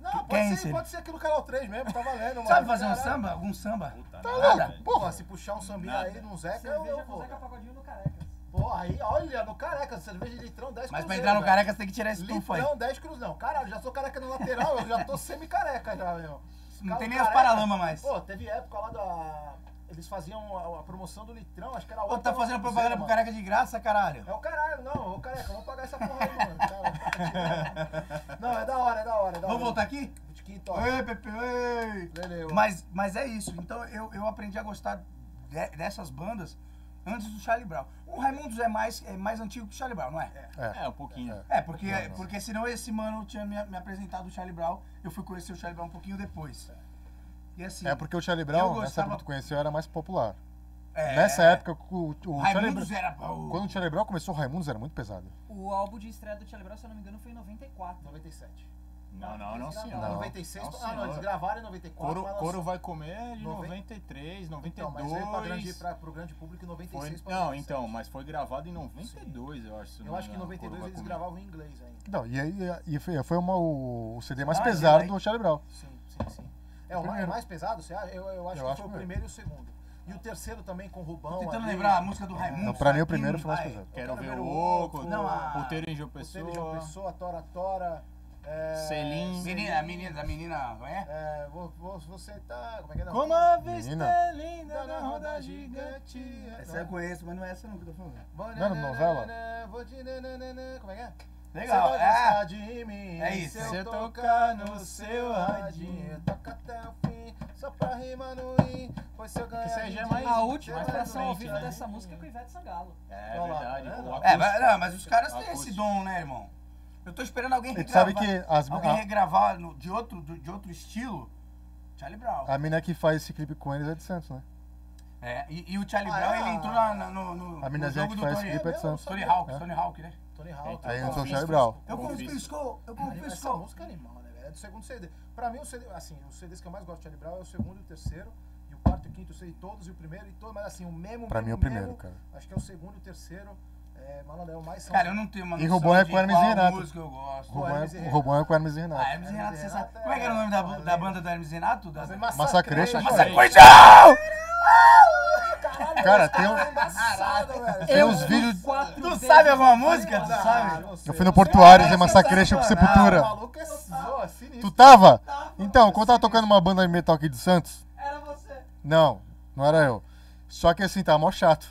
Speaker 6: não,
Speaker 1: Quem
Speaker 6: pode
Speaker 1: seria?
Speaker 6: ser, pode ser aqui no canal 3 mesmo, tá valendo. mano.
Speaker 1: Sabe fazer um
Speaker 6: Caralho.
Speaker 1: samba? Algum samba?
Speaker 7: Tá
Speaker 1: Nada.
Speaker 6: Porra, se puxar um sambinha aí num Zeca, eu,
Speaker 9: Cerveja
Speaker 6: eu
Speaker 9: com
Speaker 6: vou.
Speaker 9: Zeca Pagodinho no Carecas.
Speaker 6: Porra, aí, olha, no careca, cerveja de litrão
Speaker 1: Mas
Speaker 6: 10
Speaker 1: pra
Speaker 6: cruzeiros,
Speaker 1: entrar no
Speaker 6: velho.
Speaker 1: careca, você tem que tirar esse tufo aí.
Speaker 6: Litrão 10 cruz, não. Caralho, já sou careca no lateral, eu já tô semi-careca já, meu.
Speaker 1: Não tem
Speaker 6: Cara,
Speaker 1: nem as
Speaker 6: careca-
Speaker 1: paralamas mais.
Speaker 6: Pô, teve época lá da. Eles faziam a, a promoção do litrão, acho que era
Speaker 1: Pô, tá
Speaker 6: oito
Speaker 1: fazendo
Speaker 6: cruzeiros,
Speaker 1: propaganda pro
Speaker 6: mano.
Speaker 1: careca de graça, caralho.
Speaker 6: É o caralho, não, ô careca, eu vou pagar essa porra aí, mano. Cara. Não, é da hora, é da hora, é da hora.
Speaker 1: Vamos voltar aqui?
Speaker 6: Botequim top.
Speaker 1: Ei, Pepe, ei.
Speaker 6: Lele, ó.
Speaker 1: Mas, mas é isso. Então eu, eu aprendi a gostar de- dessas bandas antes do Charlie Brown. O Raimundos é mais, é mais antigo que o Charlie Brown, não é?
Speaker 7: É, um pouquinho.
Speaker 1: É, porque, porque senão esse mano tinha me, me apresentado o Charlie Brown, eu fui conhecer o Charlie Brown um pouquinho depois. E assim,
Speaker 3: É porque o Charlie
Speaker 1: eu
Speaker 3: Brown, nessa
Speaker 1: gostava-
Speaker 3: época que tu conheceu, era mais popular.
Speaker 1: É.
Speaker 3: Nessa época, o, o Charlie
Speaker 2: Raimundos
Speaker 3: Brown.
Speaker 2: era bom.
Speaker 3: Quando o Charlie Brown começou, o Raimundos era muito pesado.
Speaker 2: O álbum de estreia do Charlie Brown, se eu não me engano, foi em 94.
Speaker 6: 97.
Speaker 7: Não, não, não,
Speaker 2: Eles
Speaker 7: senhor.
Speaker 2: gravaram.
Speaker 7: Não.
Speaker 6: 96,
Speaker 7: Não,
Speaker 6: ah, não,
Speaker 7: senhor.
Speaker 6: eles gravaram em 94,
Speaker 7: Coro,
Speaker 6: mas
Speaker 7: Coro
Speaker 6: lançou-
Speaker 7: vai comer de
Speaker 6: Noven-
Speaker 7: 93, 92.
Speaker 6: assim. Então, mas veio pra grande, pra, pro grande público em
Speaker 7: Foi-
Speaker 6: 96 pra
Speaker 7: não,
Speaker 6: 97.
Speaker 7: então, mas foi gravado em 92, eu acho. se
Speaker 6: Eu
Speaker 7: não
Speaker 6: acho que em
Speaker 7: me engano,
Speaker 6: 92
Speaker 7: Coro vai
Speaker 6: eles
Speaker 7: comer.
Speaker 6: gravavam em inglês ainda.
Speaker 3: Não, e aí e foi, foi uma- o, o CD mais
Speaker 6: Ah,
Speaker 3: pesado
Speaker 6: sim,
Speaker 3: do Charlie Brown.
Speaker 6: Sim, sim, sim. É
Speaker 3: O
Speaker 6: o mais,
Speaker 3: primeiro.
Speaker 6: mais pesado, você acha? Eu, eu acho
Speaker 3: Eu
Speaker 6: que
Speaker 3: acho
Speaker 6: foi o
Speaker 3: que é.
Speaker 6: primeiro e o segundo. E o terceiro também com o Rubão.
Speaker 1: tentando
Speaker 6: ali.
Speaker 1: lembrar a música do Raimundo.
Speaker 3: Não, pra mim o primeiro foi mais pesado.
Speaker 7: Quero ver
Speaker 6: Número
Speaker 7: o Oco,
Speaker 6: oito,
Speaker 7: não,
Speaker 6: a-
Speaker 7: Puteiro em João
Speaker 6: Puteiro
Speaker 7: Pessoa.
Speaker 6: em João Pessoa, Tora Tora. É,
Speaker 7: Selim.
Speaker 1: Menina, a menina, a menina, não é?
Speaker 6: É, vo- vo- você tá. Como é que é? Não.
Speaker 7: Como a vista
Speaker 6: Menina.
Speaker 7: é linda na roda gigante.
Speaker 1: Essa eu conheço, mas não é essa não que eu tô falando.
Speaker 3: Não era novela?
Speaker 6: Vou de nananana, Como é que é?
Speaker 1: Legal,
Speaker 6: Você vai
Speaker 1: é.
Speaker 6: gostar de mim.
Speaker 1: É isso.
Speaker 6: Se eu
Speaker 7: Se eu
Speaker 6: tocar no seu radinho, toca até o fim, só pra rima no i. Pois se eu ganhar.
Speaker 2: isso aí
Speaker 6: de
Speaker 2: já é
Speaker 6: ti,
Speaker 2: mais-
Speaker 6: você
Speaker 2: a última
Speaker 6: vai
Speaker 2: gravação
Speaker 6: pra
Speaker 2: ao
Speaker 6: frente,
Speaker 2: vivo
Speaker 6: né?
Speaker 2: dessa música é com Ivete Sangalo.
Speaker 7: É
Speaker 6: Olha lá,
Speaker 7: verdade.
Speaker 6: tá
Speaker 7: o
Speaker 6: vendo?
Speaker 1: É,
Speaker 7: acústico-
Speaker 1: mas, não, mas os caras têm
Speaker 7: acústico.
Speaker 1: esse dom, né, irmão? Eu tô esperando alguém
Speaker 3: E tu
Speaker 1: regravar.
Speaker 3: sabe que as-
Speaker 1: alguém
Speaker 3: a-
Speaker 1: regravar no- de, outro, do- de outro estilo. Charlie Brown.
Speaker 3: A mina que faz esse clipe com eles é de Santos, né?
Speaker 1: É, e, e o Charlie
Speaker 6: Ah,
Speaker 1: Brown,
Speaker 6: é?
Speaker 1: ele entrou na, na- no, no,
Speaker 3: A mina
Speaker 1: no
Speaker 3: Zé
Speaker 1: jogo
Speaker 3: que
Speaker 1: do
Speaker 3: faz
Speaker 1: Tony,
Speaker 3: clipe é de Santos.
Speaker 1: Tony Hawk,
Speaker 3: É.
Speaker 1: Tony Hawk, né?
Speaker 6: Tony Hawk.
Speaker 3: Aí entrou o
Speaker 6: Confisco.
Speaker 3: Charlie Brown.
Speaker 1: Eu confisco, eu
Speaker 6: Essa
Speaker 1: confisco.
Speaker 6: música é animal, né, velho? É do segundo CD. Pra mim, o CD, assim, os CDs que eu mais gosto de Charlie Brown é o segundo e o terceiro. E o quarto e o quinto, eu sei todos, e o primeiro e todo, mas assim, o mesmo.
Speaker 3: Pra
Speaker 6: mesmo,
Speaker 3: mim é o primeiro,
Speaker 6: mesmo,
Speaker 3: cara.
Speaker 6: Acho que é o segundo e o terceiro. É, malandro, é o mais
Speaker 1: Cara, eu não tenho uma
Speaker 3: E
Speaker 1: noção
Speaker 3: Rubão é
Speaker 1: de
Speaker 3: com Hermes
Speaker 1: qual
Speaker 3: e Renato.
Speaker 1: música eu gosto.
Speaker 3: Rubão
Speaker 6: Hermes e
Speaker 3: é,
Speaker 6: Renato.
Speaker 3: Rubão é com Hermes e Renato.
Speaker 1: Ah, Hermes e Renato, você
Speaker 6: Hermes e
Speaker 1: sabe.
Speaker 6: Renato
Speaker 1: Como é que era o nome da,
Speaker 6: é-
Speaker 1: da banda do Hermes e Renato? Da...
Speaker 3: Massacrante,
Speaker 6: Massacre,
Speaker 3: acho
Speaker 1: Nossa,
Speaker 3: que
Speaker 1: coisa!
Speaker 6: Caralho,
Speaker 3: Cara,
Speaker 6: esse
Speaker 3: tem um-
Speaker 6: é embaçado, velho. é
Speaker 3: Tem uns vídeos.
Speaker 1: Tu sabe alguma música? Tu
Speaker 6: Ah,
Speaker 1: sabe?
Speaker 6: não sei.
Speaker 3: Eu fui no Portuário e Massacrante com
Speaker 6: O
Speaker 3: Sepultura.
Speaker 6: maluco é só, é sinistro.
Speaker 3: Tu tava? Então, quando tava tocando uma banda de metal aqui de Santos.
Speaker 2: Era você.
Speaker 3: Não, não era eu. Só que assim, tava mó chato.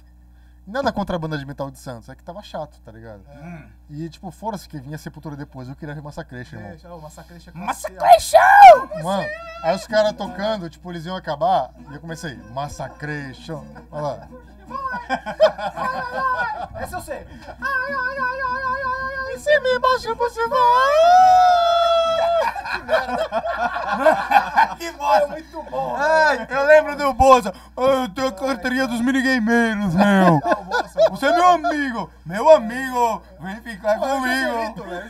Speaker 3: Nada contra a banda de metal de Santos, é que tava chato, tá ligado?
Speaker 1: Hum.
Speaker 3: E tipo, fora-se que vinha Sepultura depois, eu queria ver Massacration, irmão.
Speaker 6: Deixa, ó, o Massacre chegou
Speaker 1: Massacre
Speaker 6: assim,
Speaker 3: Mano, aí os caras tocando, tipo, eles iam acabar, e eu comecei, Massacration. Olha lá.
Speaker 6: ó. Essa eu sei.
Speaker 3: Em cima e embaixo você vai!
Speaker 1: Que bosta!
Speaker 6: Muito bom.
Speaker 3: Ai, eu lembro do Boza. Ai, eu tenho a carteirinha dos minigameiros, meu. Você é meu amigo. Meu amigo, vem ficar
Speaker 6: Joselito,
Speaker 3: comigo.
Speaker 6: velho.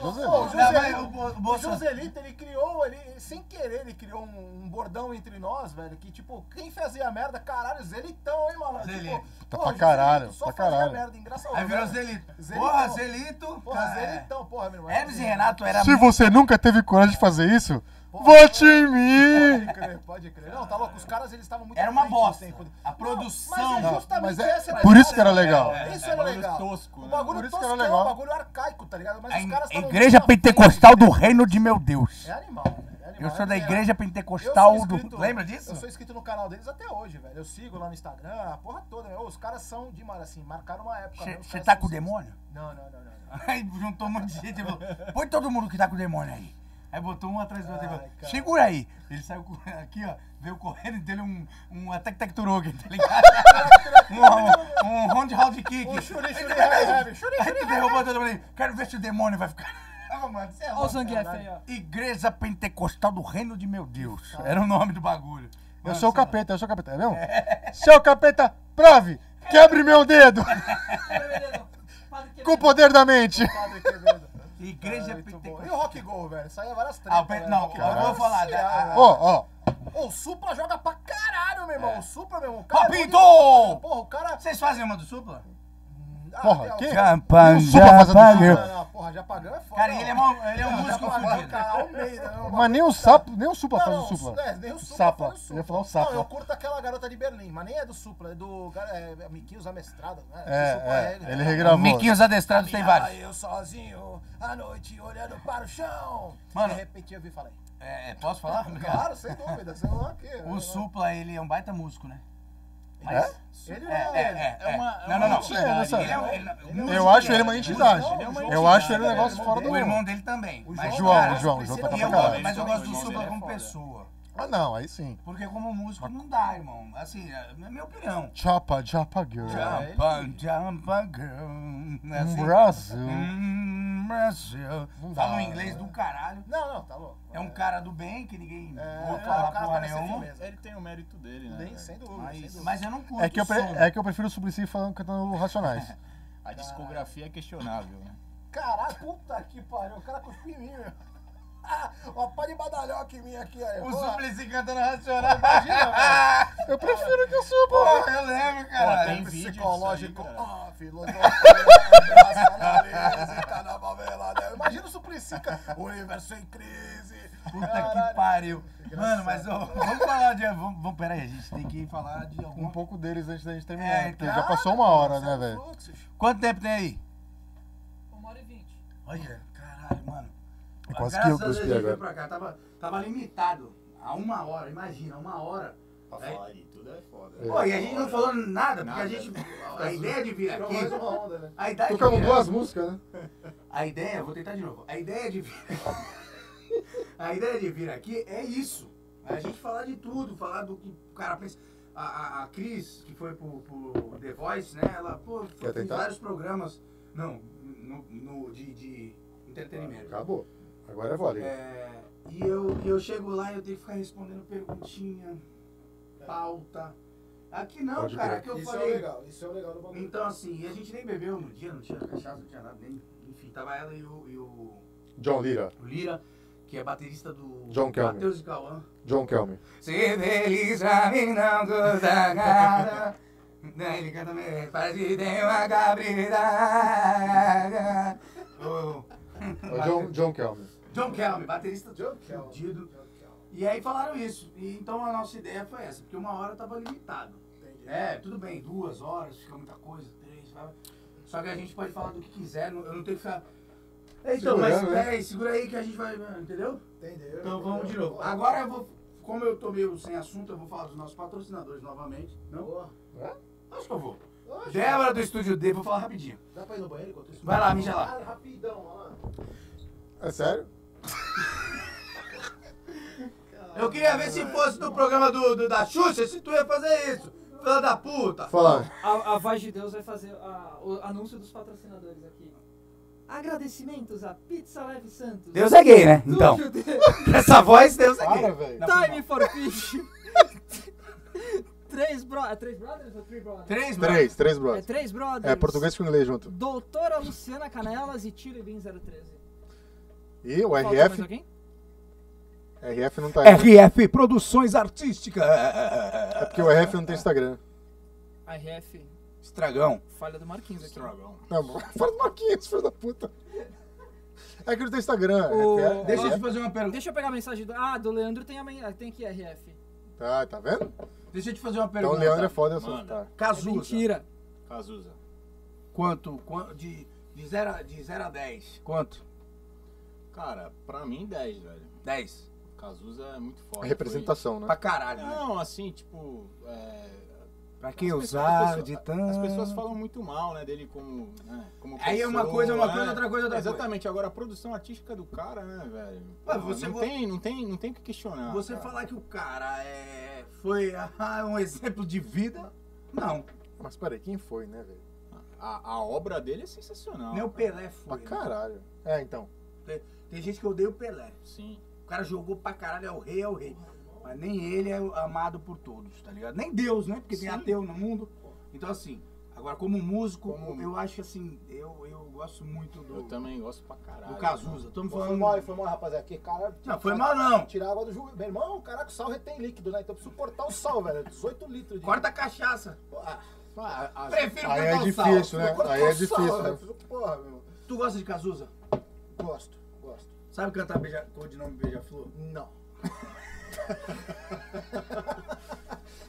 Speaker 3: Joselito.
Speaker 6: Pô, o
Speaker 1: Não, mas o Bo- o
Speaker 6: O
Speaker 1: Bolsonaro-
Speaker 6: Joselito, ele criou, ele, ele- sem querer, ele criou um, um bordão entre nós, velho, que tipo, quem fazia merda, caralho, Zelitão, hein, malandro?
Speaker 1: Zelito.
Speaker 6: Tipo,
Speaker 3: Tá
Speaker 6: pô,
Speaker 3: pra
Speaker 6: Joselito
Speaker 3: caralho,
Speaker 6: só
Speaker 3: pra
Speaker 6: fazia
Speaker 3: caralho.
Speaker 6: merda, engraçado. né?
Speaker 1: Aí virou
Speaker 6: velho.
Speaker 1: Zelito.
Speaker 6: Zelitão.
Speaker 1: Porra, Zelito.
Speaker 6: Porra,
Speaker 1: Cara, é.
Speaker 6: Zelitão, porra, meu irmão.
Speaker 1: Hermes e Renato era
Speaker 3: Se você nunca teve coragem de fazer isso,
Speaker 6: Porra.
Speaker 3: vote em mim.
Speaker 6: Pode crer, pode crer. Não, tá louco, os caras, eles estavam muito...
Speaker 1: Era
Speaker 6: à
Speaker 1: uma
Speaker 6: frente do
Speaker 1: bosta.
Speaker 6: tempo.
Speaker 1: A
Speaker 6: Não,
Speaker 1: produção.
Speaker 6: Mas é
Speaker 3: Não,
Speaker 6: justamente
Speaker 3: mas é-
Speaker 6: essa
Speaker 3: por isso que era legal.
Speaker 6: É,
Speaker 7: Isso
Speaker 6: isso
Speaker 7: era
Speaker 6: era
Speaker 7: bagulho
Speaker 6: legal.
Speaker 7: tosco,
Speaker 6: o
Speaker 7: né?
Speaker 6: bagulho
Speaker 3: Por isso que
Speaker 6: toscão,
Speaker 3: era legal.
Speaker 6: o bagulho arcaico, tá ligado? Mas
Speaker 1: A
Speaker 6: os caras
Speaker 1: in-
Speaker 6: estavam
Speaker 1: Igreja
Speaker 6: muito à frente.
Speaker 1: Pentecostal do Reino de Meu Deus.
Speaker 6: É animal, velho. É
Speaker 1: Eu
Speaker 6: animal.
Speaker 1: sou da
Speaker 6: É-
Speaker 1: Igreja
Speaker 6: Eu sou
Speaker 1: Pentecostal
Speaker 6: inscrito-
Speaker 1: do. Lembra
Speaker 6: Eu
Speaker 1: disso?
Speaker 6: sou inscrito no canal deles até hoje, velho. Eu sigo lá no Instagram, a porra toda, meu. Os caras são demais, assim, marcaram uma época. assim mesmo, os
Speaker 1: Você
Speaker 6: caras
Speaker 1: tá
Speaker 6: são
Speaker 1: com o
Speaker 6: sinistros.
Speaker 1: demônio?
Speaker 6: Não, não, não, não. não.
Speaker 1: Aí juntou um monte de gente e falou: põe todo mundo que tá com o demônio aí. Aí botou um atrás do outro e
Speaker 6: Ai,
Speaker 1: falou:
Speaker 6: cara.
Speaker 1: segura aí. Ele saiu co- aqui, ó, veio correndo e deu um, um attack tecturogue, tá ligado? um, um roundhouse kick.
Speaker 6: O Shuri Shuri Heavy Heavy. Shuri
Speaker 1: Aí
Speaker 6: Shuri
Speaker 1: tu derrubou todo mundo aí. Quero ver se o demônio vai ficar. Ah, mano, você é
Speaker 2: Olha o
Speaker 1: louco.
Speaker 2: Zangief aí, ó.
Speaker 1: Igreja Pentecostal do Reino de Meu Deus. Era o nome do bagulho.
Speaker 3: Eu sou o capeta, eu sou o capeta, é mesmo? Seu capeta, prove! Quebre meu dedo com o poder da mente.
Speaker 6: Padre Quevedo.
Speaker 1: Igreja
Speaker 6: Muito bom. E
Speaker 1: Pentecostal.
Speaker 6: o Rock Go, velho? Saía várias
Speaker 1: Ah, o
Speaker 6: tretas.
Speaker 1: Pe-
Speaker 6: velho.
Speaker 1: não,
Speaker 6: Rock
Speaker 1: eu
Speaker 6: Go.
Speaker 1: vou falar, né?
Speaker 6: Nossa,
Speaker 1: Ah,
Speaker 3: Ó, ó,
Speaker 6: Ô, o Supla joga pra caralho, meu irmão. O Supla, meu irmão. o cara é
Speaker 1: Papito!
Speaker 6: bonito, cara. Porra, o cara.
Speaker 1: Vocês fazem uma do Supla?
Speaker 6: Ah,
Speaker 3: Porra,
Speaker 6: tem-
Speaker 3: que-
Speaker 6: o cara-
Speaker 1: Campanha.
Speaker 3: Supla faz a do
Speaker 6: Não, não,
Speaker 3: um Supla.
Speaker 6: não, porra, já pagou é foda.
Speaker 1: é, Cara, ele é, mó- ele é um músico
Speaker 6: Japagão,
Speaker 1: fudido.
Speaker 6: cara, é um Almeida, não,
Speaker 3: mas nem o sapo, nem o supla
Speaker 6: Não,
Speaker 3: faz
Speaker 6: não,
Speaker 3: o supla.
Speaker 6: É, nem o Supla.
Speaker 3: Sapa.
Speaker 6: faz o Supla.
Speaker 3: Eu ia
Speaker 1: um
Speaker 3: falar o
Speaker 6: Não, eu
Speaker 3: sapa.
Speaker 6: curto aquela garota de Berlim, mas nem é do Supla, é do gar- é, é Miquinhos Amestrada, né? O Supla
Speaker 3: É, é, ele regravou.
Speaker 1: Miquinhos adestrados
Speaker 6: Ah,
Speaker 1: tem vários.
Speaker 6: Eu sozinho, à noite, olhando para o chão.
Speaker 1: Mano.
Speaker 6: de repente eu vi e falei. "Ah,
Speaker 1: É, posso falar?
Speaker 6: Claro, sem dúvida, é sei lá o quê.
Speaker 1: O Supla, ele é um baita músico, né?
Speaker 6: Ele
Speaker 1: É, é, é.
Speaker 7: É uma- é
Speaker 1: não,
Speaker 7: uma
Speaker 1: não, não.
Speaker 7: entidade,
Speaker 3: É, nessa-
Speaker 1: Ele é um- ele é um músico,
Speaker 3: Eu acho ele uma
Speaker 1: né?
Speaker 3: entidade.
Speaker 6: Ele é uma
Speaker 3: Eu
Speaker 6: entidade,
Speaker 3: acho ele um
Speaker 6: né?
Speaker 3: negócio
Speaker 6: O
Speaker 3: fora do
Speaker 1: O
Speaker 3: mundo.
Speaker 1: irmão dele também.
Speaker 6: O
Speaker 1: Mas,
Speaker 3: João,
Speaker 1: cara,
Speaker 3: o João, o João tá
Speaker 1: e
Speaker 3: pra
Speaker 1: eu
Speaker 3: caralho.
Speaker 1: gosto- Mas eu
Speaker 7: Ele é
Speaker 1: gosto do
Speaker 7: foda.
Speaker 1: Supla como
Speaker 7: Ele é
Speaker 1: pessoa.
Speaker 3: Ah, não, aí sim.
Speaker 10: Porque como músico não dá, irmão. Assim, é é minha opinião.
Speaker 3: Chapa, Chapa Girl.
Speaker 10: Jumpa, jumpa, girl.
Speaker 1: né,
Speaker 10: É assim?
Speaker 3: Um Brasil.
Speaker 10: Hum, Brasil.
Speaker 3: Não
Speaker 10: Fala
Speaker 3: dá,
Speaker 10: um inglês do caralho.
Speaker 6: Não, não, tá louco.
Speaker 10: É um cara do bem que ninguém
Speaker 7: O
Speaker 10: ouve
Speaker 7: cara
Speaker 10: falar
Speaker 7: tá
Speaker 10: porra
Speaker 7: nessa
Speaker 10: nenhuma.
Speaker 7: firmeza. Ele tem o mérito dele, né?
Speaker 6: Bem, assim sem dúvida,
Speaker 7: Mas,
Speaker 6: sem dúvida.
Speaker 10: Mas eu não curto
Speaker 3: É que eu, pre-
Speaker 10: o som.
Speaker 3: é que eu prefiro o Suplicy falando cantando Racionais.
Speaker 7: A discografia é questionável, né?
Speaker 6: Caralho, puta que pariu. O cara cuspiu em mim, meu. Ah, uma pá de badalhoca em mim aqui, aí.
Speaker 10: O
Speaker 6: porra.
Speaker 10: Suplicy cantando Racional.
Speaker 6: Imagina, velho.
Speaker 3: Eu prefiro que eu sou,
Speaker 10: Porra, eu lembro,
Speaker 7: Pô,
Speaker 10: cara.
Speaker 7: tem vídeo
Speaker 6: Psicológico.
Speaker 7: disso aí, cara.
Speaker 6: Ah, filosofia. racionalismo, tá na favela, né? Imagina o Suplicy, cara. O universo em crise.
Speaker 10: Puta que
Speaker 6: Caralho.
Speaker 10: pariu. Mano, mas ô, vamos falar de. Vamos, vamos, peraí, a gente tem que falar de algum.
Speaker 3: Um pouco deles antes da gente
Speaker 10: É,
Speaker 3: terminar, porque
Speaker 10: claro,
Speaker 3: já passou uma hora, né,
Speaker 6: São
Speaker 3: velho?
Speaker 6: fluxos.
Speaker 10: Quanto tempo tem aí?
Speaker 2: Uma hora e vinte.
Speaker 10: Olha, caralho, mano.
Speaker 3: É quase que eu
Speaker 10: Graças a
Speaker 3: cuspi
Speaker 10: Deus
Speaker 3: agora.
Speaker 10: veio pra cá. Tava, tava limitado a uma hora, imagina, uma hora.
Speaker 22: Pra
Speaker 10: É.
Speaker 22: falar de tudo é foda.
Speaker 10: Pô, e a gente não falou nada, porque a
Speaker 22: Nada. É
Speaker 10: gente. A ideia de vir aqui.
Speaker 23: mais uma onda, né?
Speaker 10: A ideia de
Speaker 3: Tocamos
Speaker 10: vir-
Speaker 3: duas músicas, né?
Speaker 10: A ideia, vou tentar de novo. A ideia de vir. a ideia de vir aqui é isso. A gente falar de tudo, falar do que o cara pensa. A, a, a Cris, que foi pro, pro The Voice, né? Ela, pô,
Speaker 3: Quer
Speaker 10: fez
Speaker 3: tentar?
Speaker 10: vários programas. Não, no, no- de, de entretenimento.
Speaker 3: Acabou. Agora é vôlei.
Speaker 10: É, e eu, e eu chego lá e eu tenho que ficar respondendo perguntinha, pauta. Aqui não,
Speaker 3: Pode
Speaker 10: cara,
Speaker 3: crer.
Speaker 10: aqui eu
Speaker 23: Isso é o
Speaker 10: falei.
Speaker 23: legal, isso é o legal do bagulho.
Speaker 10: então, assim, e a gente nem bebeu no dia, não tinha cachaça, não tinha nada, nem. Enfim, tava ela e o, e o,
Speaker 3: John Lira.
Speaker 10: o Lira, que é baterista do
Speaker 3: John Kelvin.
Speaker 10: Matheus e Cauã.
Speaker 3: John Kelme.
Speaker 10: Se feliz pra mim não custa nada. Não, Ele canta meio, parece que tem uma cabrita. Oh.
Speaker 3: É John, John Kelme.
Speaker 10: John Kelme, baterista
Speaker 23: John
Speaker 10: do
Speaker 23: Kelvin.
Speaker 10: fudido. E aí falaram isso. E então a nossa ideia foi essa, porque uma hora tava limitado. É, tudo bem, duas horas, fica muita coisa, três, sabe? Só que a gente pode falar do que quiser, não- eu não tenho que ficar. "É, Então, mas
Speaker 3: Segurando, né?
Speaker 10: peraí, segura aí que a gente vai. né, Entendeu?
Speaker 23: Entendeu?
Speaker 10: Então vamos de novo. Agora eu vou. Como eu tô meio sem assunto, eu vou falar dos nossos patrocinadores novamente. Não?
Speaker 23: Boa.
Speaker 10: Acho que eu vou.
Speaker 23: Lógico.
Speaker 10: Débora do Estúdio D, vou falar rapidinho.
Speaker 23: Dá pra ir no banheiro enquanto isso?
Speaker 10: Vai lá, mija lá.
Speaker 23: Ah, rapidão, ó lá.
Speaker 3: É sério?
Speaker 10: Eu queria ver se fosse no programa do, do- da Xuxa, se tu ia fazer isso. Filha da puta.
Speaker 3: Fala.
Speaker 2: A, a voz de Deus vai fazer a- o anúncio dos patrocinadores aqui. Agradecimentos a Pizza Live Santos.
Speaker 10: Deus é gay, né?
Speaker 2: Tudo
Speaker 10: Então.
Speaker 2: de-
Speaker 10: Essa voz, Deus é
Speaker 3: Para,
Speaker 10: gay.
Speaker 3: velho.
Speaker 2: Time for Fish. três, bro... é três Brothers ou Three Brothers?
Speaker 10: Três, né? mano.
Speaker 3: Três, três
Speaker 2: É
Speaker 3: brothers.
Speaker 2: Três Brothers.
Speaker 3: É português com inglês junto.
Speaker 2: Doutora Luciana Canelas e Tiro e Bin 013.
Speaker 3: E o
Speaker 2: Falta mais
Speaker 3: RF?
Speaker 2: alguém?
Speaker 3: RF não tá
Speaker 10: É
Speaker 3: aí.
Speaker 10: RF Produções Artísticas.
Speaker 3: É porque o RF não tem Instagram.
Speaker 2: RF,
Speaker 10: Estragão.
Speaker 2: falha do Marquinhos aqui.
Speaker 3: Não, fora do Marquinhos, filho da puta. É que é, não tem Instagram.
Speaker 2: O-
Speaker 3: RF.
Speaker 10: Deixa eu te fazer uma pergunta.
Speaker 2: Deixa eu pegar a mensagem do. Ah, do Leandro tem, a men- ah, tem aqui RF.
Speaker 3: Tá, tá vendo?
Speaker 10: Deixa eu te fazer uma
Speaker 3: Então o
Speaker 10: pergunta.
Speaker 3: Leandro é foda, eu sou.
Speaker 7: Manda.
Speaker 3: Tá.
Speaker 10: Cazuza.
Speaker 2: É Mentira.
Speaker 7: Cazuza.
Speaker 10: Quanto? Quan- De 0 de zero a 10. Quanto?
Speaker 7: Cara, pra mim 10, velho.
Speaker 10: 10.
Speaker 7: Cazuza é muito forte.
Speaker 3: A representação, né?
Speaker 10: Pra caralho, né?
Speaker 7: Não, assim, tipo. é,
Speaker 10: Pra quem
Speaker 7: as
Speaker 10: usar
Speaker 7: pessoas-
Speaker 10: de
Speaker 7: as
Speaker 10: tanto.
Speaker 7: pessoas falam muito mal, né, dele como, né, como
Speaker 10: Aí é uma
Speaker 7: pessoa,
Speaker 10: coisa, é uma coisa,
Speaker 7: né?
Speaker 10: outra coisa, outra
Speaker 7: Exatamente. Agora, a produção artística do cara, né, velho?
Speaker 10: Mas
Speaker 7: Pô,
Speaker 10: você
Speaker 7: não,
Speaker 10: vo-
Speaker 7: tem, não, tem, não tem o que questionar.
Speaker 10: Você
Speaker 7: cara.
Speaker 10: falar que o cara é, foi ah, um exemplo de vida, não.
Speaker 3: Mas peraí, quem foi, né, velho?
Speaker 7: A, a obra dele é sensacional.
Speaker 10: Nem o
Speaker 7: cara.
Speaker 10: Pelé
Speaker 3: Pra
Speaker 10: foi. né?
Speaker 3: caralho. É, então.
Speaker 10: Tem gente que odeia o Pelé.
Speaker 7: Sim.
Speaker 10: O cara jogou pra caralho, é o rei, é o rei. Mas nem ele é amado por todos, tá ligado? Nem Deus, né? Porque tem
Speaker 7: Sim.
Speaker 10: ateu no mundo. Então, assim, agora, como músico,
Speaker 7: Como-
Speaker 10: eu acho assim, eu, eu gosto muito do,
Speaker 7: Eu também gosto pra caralho.
Speaker 10: do Cazuza. Estamos
Speaker 23: Foi
Speaker 10: falando.
Speaker 23: mal, foi mal, rapaziada. Aqui, caralho.
Speaker 10: Não, foi mal, não.
Speaker 23: Tirar água do jogo. Meu irmão, caraca, o sal retém líquido, né? Então eu preciso cortar o sal, velho. 18 litros de.
Speaker 10: Corta a cachaça.
Speaker 23: Ah,
Speaker 7: Ah, a- a-
Speaker 10: Prefiro
Speaker 3: Aí é
Speaker 10: cantar o sal.
Speaker 3: difícil, né?
Speaker 23: corta
Speaker 3: Aí é
Speaker 23: o sal,
Speaker 3: difícil,
Speaker 23: velho.
Speaker 3: né?
Speaker 23: Preciso- Porra, meu.
Speaker 10: Tu gosta de Cazuza?
Speaker 23: Gosto, gosto.
Speaker 10: Sabe cantar beija, codinome Beija-Flor?
Speaker 23: Não.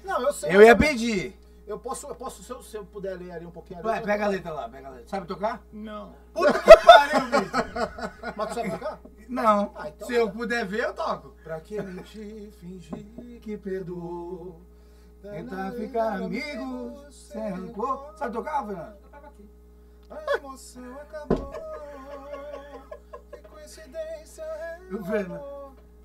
Speaker 23: Não, eu sei.
Speaker 10: Eu ia pedir.
Speaker 23: Eu posso, eu posso se, eu, se eu puder ler ali um pouquinho. a
Speaker 10: Vai,
Speaker 23: letra.
Speaker 10: pega a letra lá, pega a letra. Sabe tocar?
Speaker 7: Não.
Speaker 10: Puta que pariu, bicho.
Speaker 23: Mas tu sabe tocar?
Speaker 10: Não.
Speaker 23: Ah, então
Speaker 10: Se eu puder ver, eu toco.
Speaker 23: Pra que mentir, fingir
Speaker 10: Que perdoou. Tentar ficar amigo, sem rancor. Sabe tocar, Fernando?
Speaker 23: A emoção acabou. Que coincidência é
Speaker 10: Eu vendo.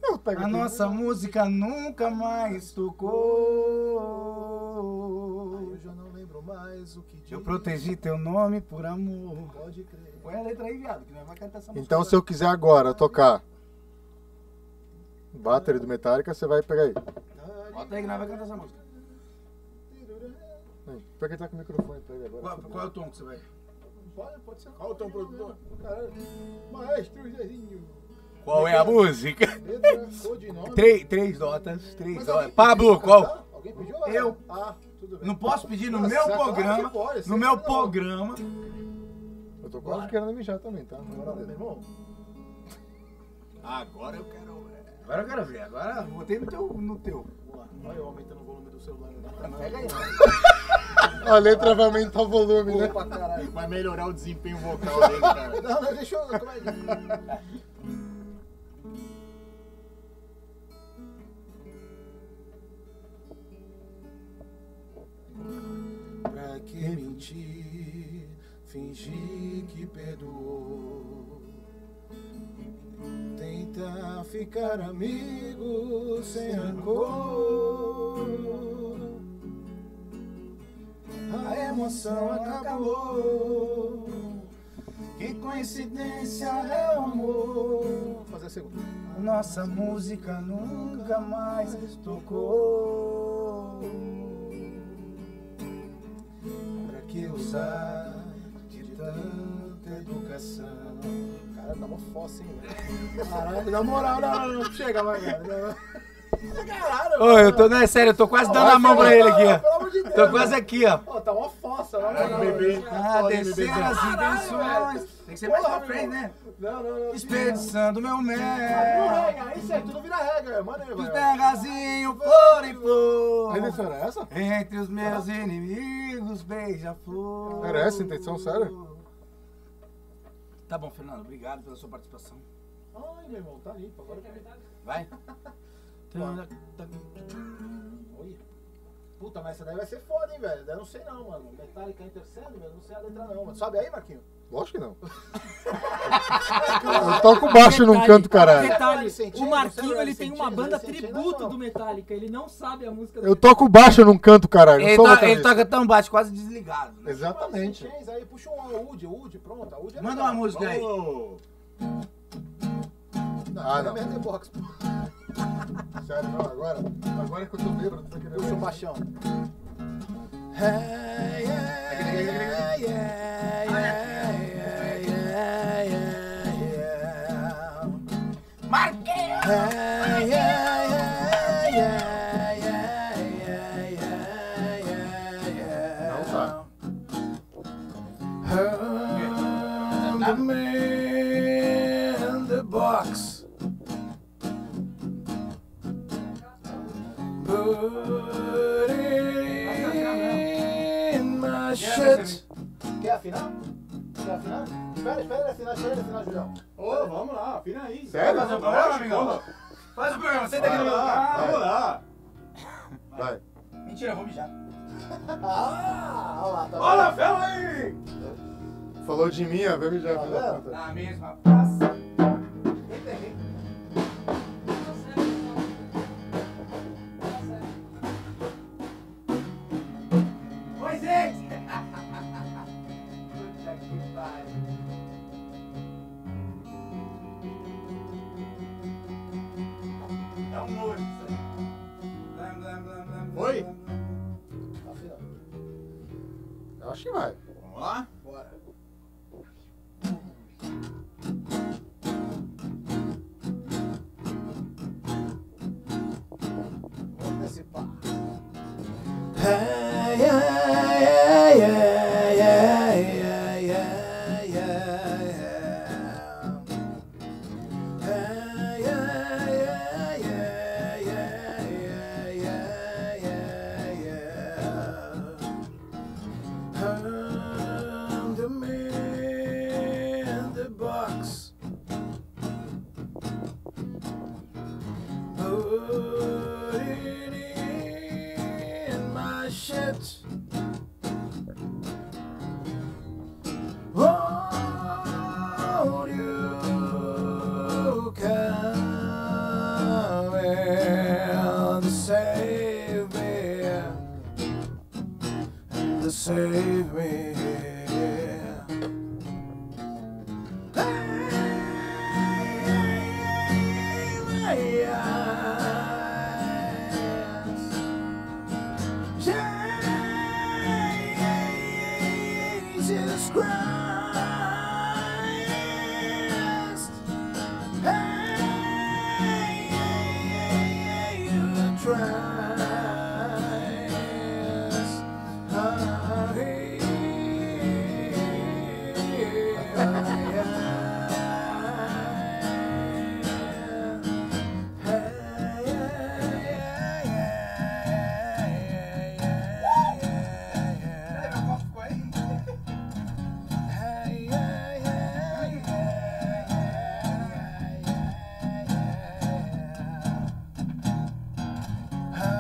Speaker 3: Eu
Speaker 6: pega
Speaker 24: A
Speaker 6: aqui.
Speaker 24: nossa música nunca mais tocou.
Speaker 7: Eu já não lembro mais o que
Speaker 24: Eu protegi teu nome por amor.
Speaker 7: Pode crer.
Speaker 24: Põe a letra aí, viado, que nós vai cantar essa música.
Speaker 3: Então, se eu quiser agora tocar Battery do Metallica, você vai pegar aí.
Speaker 10: Bota aí que nós vai cantar essa música.
Speaker 3: Aí, Pra quem tá com o microfone, pega agora.
Speaker 10: Qual, qual é o tom que você vai?
Speaker 7: Pode, pode ser. Olha o tom produtor. Caralho. Maestro Zezinho.
Speaker 24: Qual é a música?
Speaker 7: Letra, codinome.
Speaker 24: Três, três notas, três notas. Pablo, qual?
Speaker 7: Alguém pediu? Ah,
Speaker 24: Eu.
Speaker 7: Ah, tudo bem.
Speaker 24: Não posso pedir no
Speaker 10: Tá
Speaker 24: meu
Speaker 7: Nossa, claro que
Speaker 24: programa.
Speaker 7: pode,
Speaker 24: No
Speaker 7: sempre
Speaker 24: meu
Speaker 7: não.
Speaker 24: programa.
Speaker 3: Eu tô quase querendo mijar também, tá? Bora, meu
Speaker 7: irmão.
Speaker 10: Agora eu quero ver. Agora eu quero ver. Agora eu botei no teu. No teu.
Speaker 7: Olha eu
Speaker 3: tá
Speaker 7: aumentando o volume do celular.
Speaker 3: né?
Speaker 10: Pega aí.
Speaker 3: A letra vai aumentar o volume, né?
Speaker 25: Vai melhorar o desempenho vocal dele, cara.
Speaker 7: Não, não, deixa eu. Como é que-
Speaker 6: Pra que mentir, fingir que perdoou? Tentar ficar amigo sem rancor.
Speaker 24: A emoção acabou. Que coincidência é o amor.
Speaker 7: fazer a segunda.
Speaker 24: Nossa música nunca mais tocou.
Speaker 6: Pra que usar de tanta educação?
Speaker 7: Cara, dá uma fossa, hein, velho. Caralho, na moral, não, não, não, chega mais, cara. Caralho,
Speaker 10: Ô, eu tô. Não, é sério, eu tô quase dando a mão pra ele aqui,
Speaker 7: Pelo amor de
Speaker 10: ó.
Speaker 7: Deus.
Speaker 10: Tô quase aqui, ó.
Speaker 7: Pô, tá uma fossa lá,
Speaker 10: Caralho, bebê. Ah, descer as
Speaker 7: Caralho,
Speaker 10: invenções.
Speaker 7: velho.
Speaker 10: Tem que ser mais
Speaker 7: Porra,
Speaker 10: pra frente, né?
Speaker 7: Não, não, não.
Speaker 10: Desperdiçando meu
Speaker 7: Ah,
Speaker 10: mel.
Speaker 7: não, regra, Isso é tudo vira regra, mano.
Speaker 23: né,
Speaker 10: Os pegazinho, flor e flor.
Speaker 3: A intenção era essa?
Speaker 10: Entre os meus inimigos, beija-flor.
Speaker 3: Era essa a intenção, sério?
Speaker 10: Tá bom, Fernando, obrigado pela sua participação.
Speaker 7: Ai, meu irmão, tá limpo. Agora que é verdade.
Speaker 10: Vai.
Speaker 7: Olha. Puta, mas essa daí vai ser foda, hein, velho. Eu não sei não, mano. Metallica intercendo, velho. Não sei a letra não, mano. Sobe aí, Marquinho.
Speaker 3: Lógico que não. Eu toco baixo num
Speaker 26: Detalhe,
Speaker 3: canto, caralho.
Speaker 26: Detalhe,
Speaker 7: Sentido,
Speaker 26: o Marquinho
Speaker 7: Sentido,
Speaker 26: ele tem uma
Speaker 7: Sentido,
Speaker 26: banda
Speaker 7: Sentido,
Speaker 26: tributo do Metallica, ele não sabe a música do
Speaker 3: Eu toco baixo num canto, caralho. Eu
Speaker 10: Ele,
Speaker 3: sou
Speaker 10: to- ele
Speaker 3: baterista.
Speaker 10: toca tão baixo, quase desligado. né?
Speaker 3: Exatamente.
Speaker 7: Chains aí, puxa um Wood, Wood, pronto. a Wood é
Speaker 10: Manda
Speaker 7: legal.
Speaker 10: uma música aí.
Speaker 3: Ah, não.
Speaker 7: Merda é box.
Speaker 3: Sério, não, agora. Agora que eu tô bêbado, você tá querer. Puxa
Speaker 7: o baixão.
Speaker 25: Não tá.
Speaker 6: I'm the man in the box. Put in my shit.
Speaker 7: Quer afinar? Quer afinar? Espera, espera ele afinar, espera ele afinar, Julião.
Speaker 25: Ô, vamos
Speaker 7: Ah,
Speaker 25: lá, afina aí.
Speaker 3: Sério?
Speaker 25: Vai fazer um programa, amigão?
Speaker 10: Faz o programa, senta aqui no
Speaker 25: Vai lá,
Speaker 10: meu lugar.
Speaker 25: vamos lá.
Speaker 3: Vai.
Speaker 10: Mentira, eu vou mijar.
Speaker 7: Ah, olha lá, tá
Speaker 10: Olha,
Speaker 7: vendo?
Speaker 10: fela aí!
Speaker 3: Falou de mim, ó. Vem me já.
Speaker 10: Na mesma praça. Eita, eita.
Speaker 2: é
Speaker 10: Oi, gente! Puta que pariu. É um nojo isso aí. Blam, blam, blam, blam, blam,
Speaker 25: Oi?
Speaker 10: blam, blam.
Speaker 3: Eu acho que vai.
Speaker 25: Vamos lá?
Speaker 7: Bora. Vamos antecipar.
Speaker 6: Hey, hey, hey, hey, hey, hey, hey, hey, hey. Hey, hey, hey, hey, hey, hey, hey, hey. I'm the man in the box. Put it in my shit. Oh,
Speaker 27: save me. Jesus Christ. Hey, hey, hey, hey, you Christ. Ah, hey,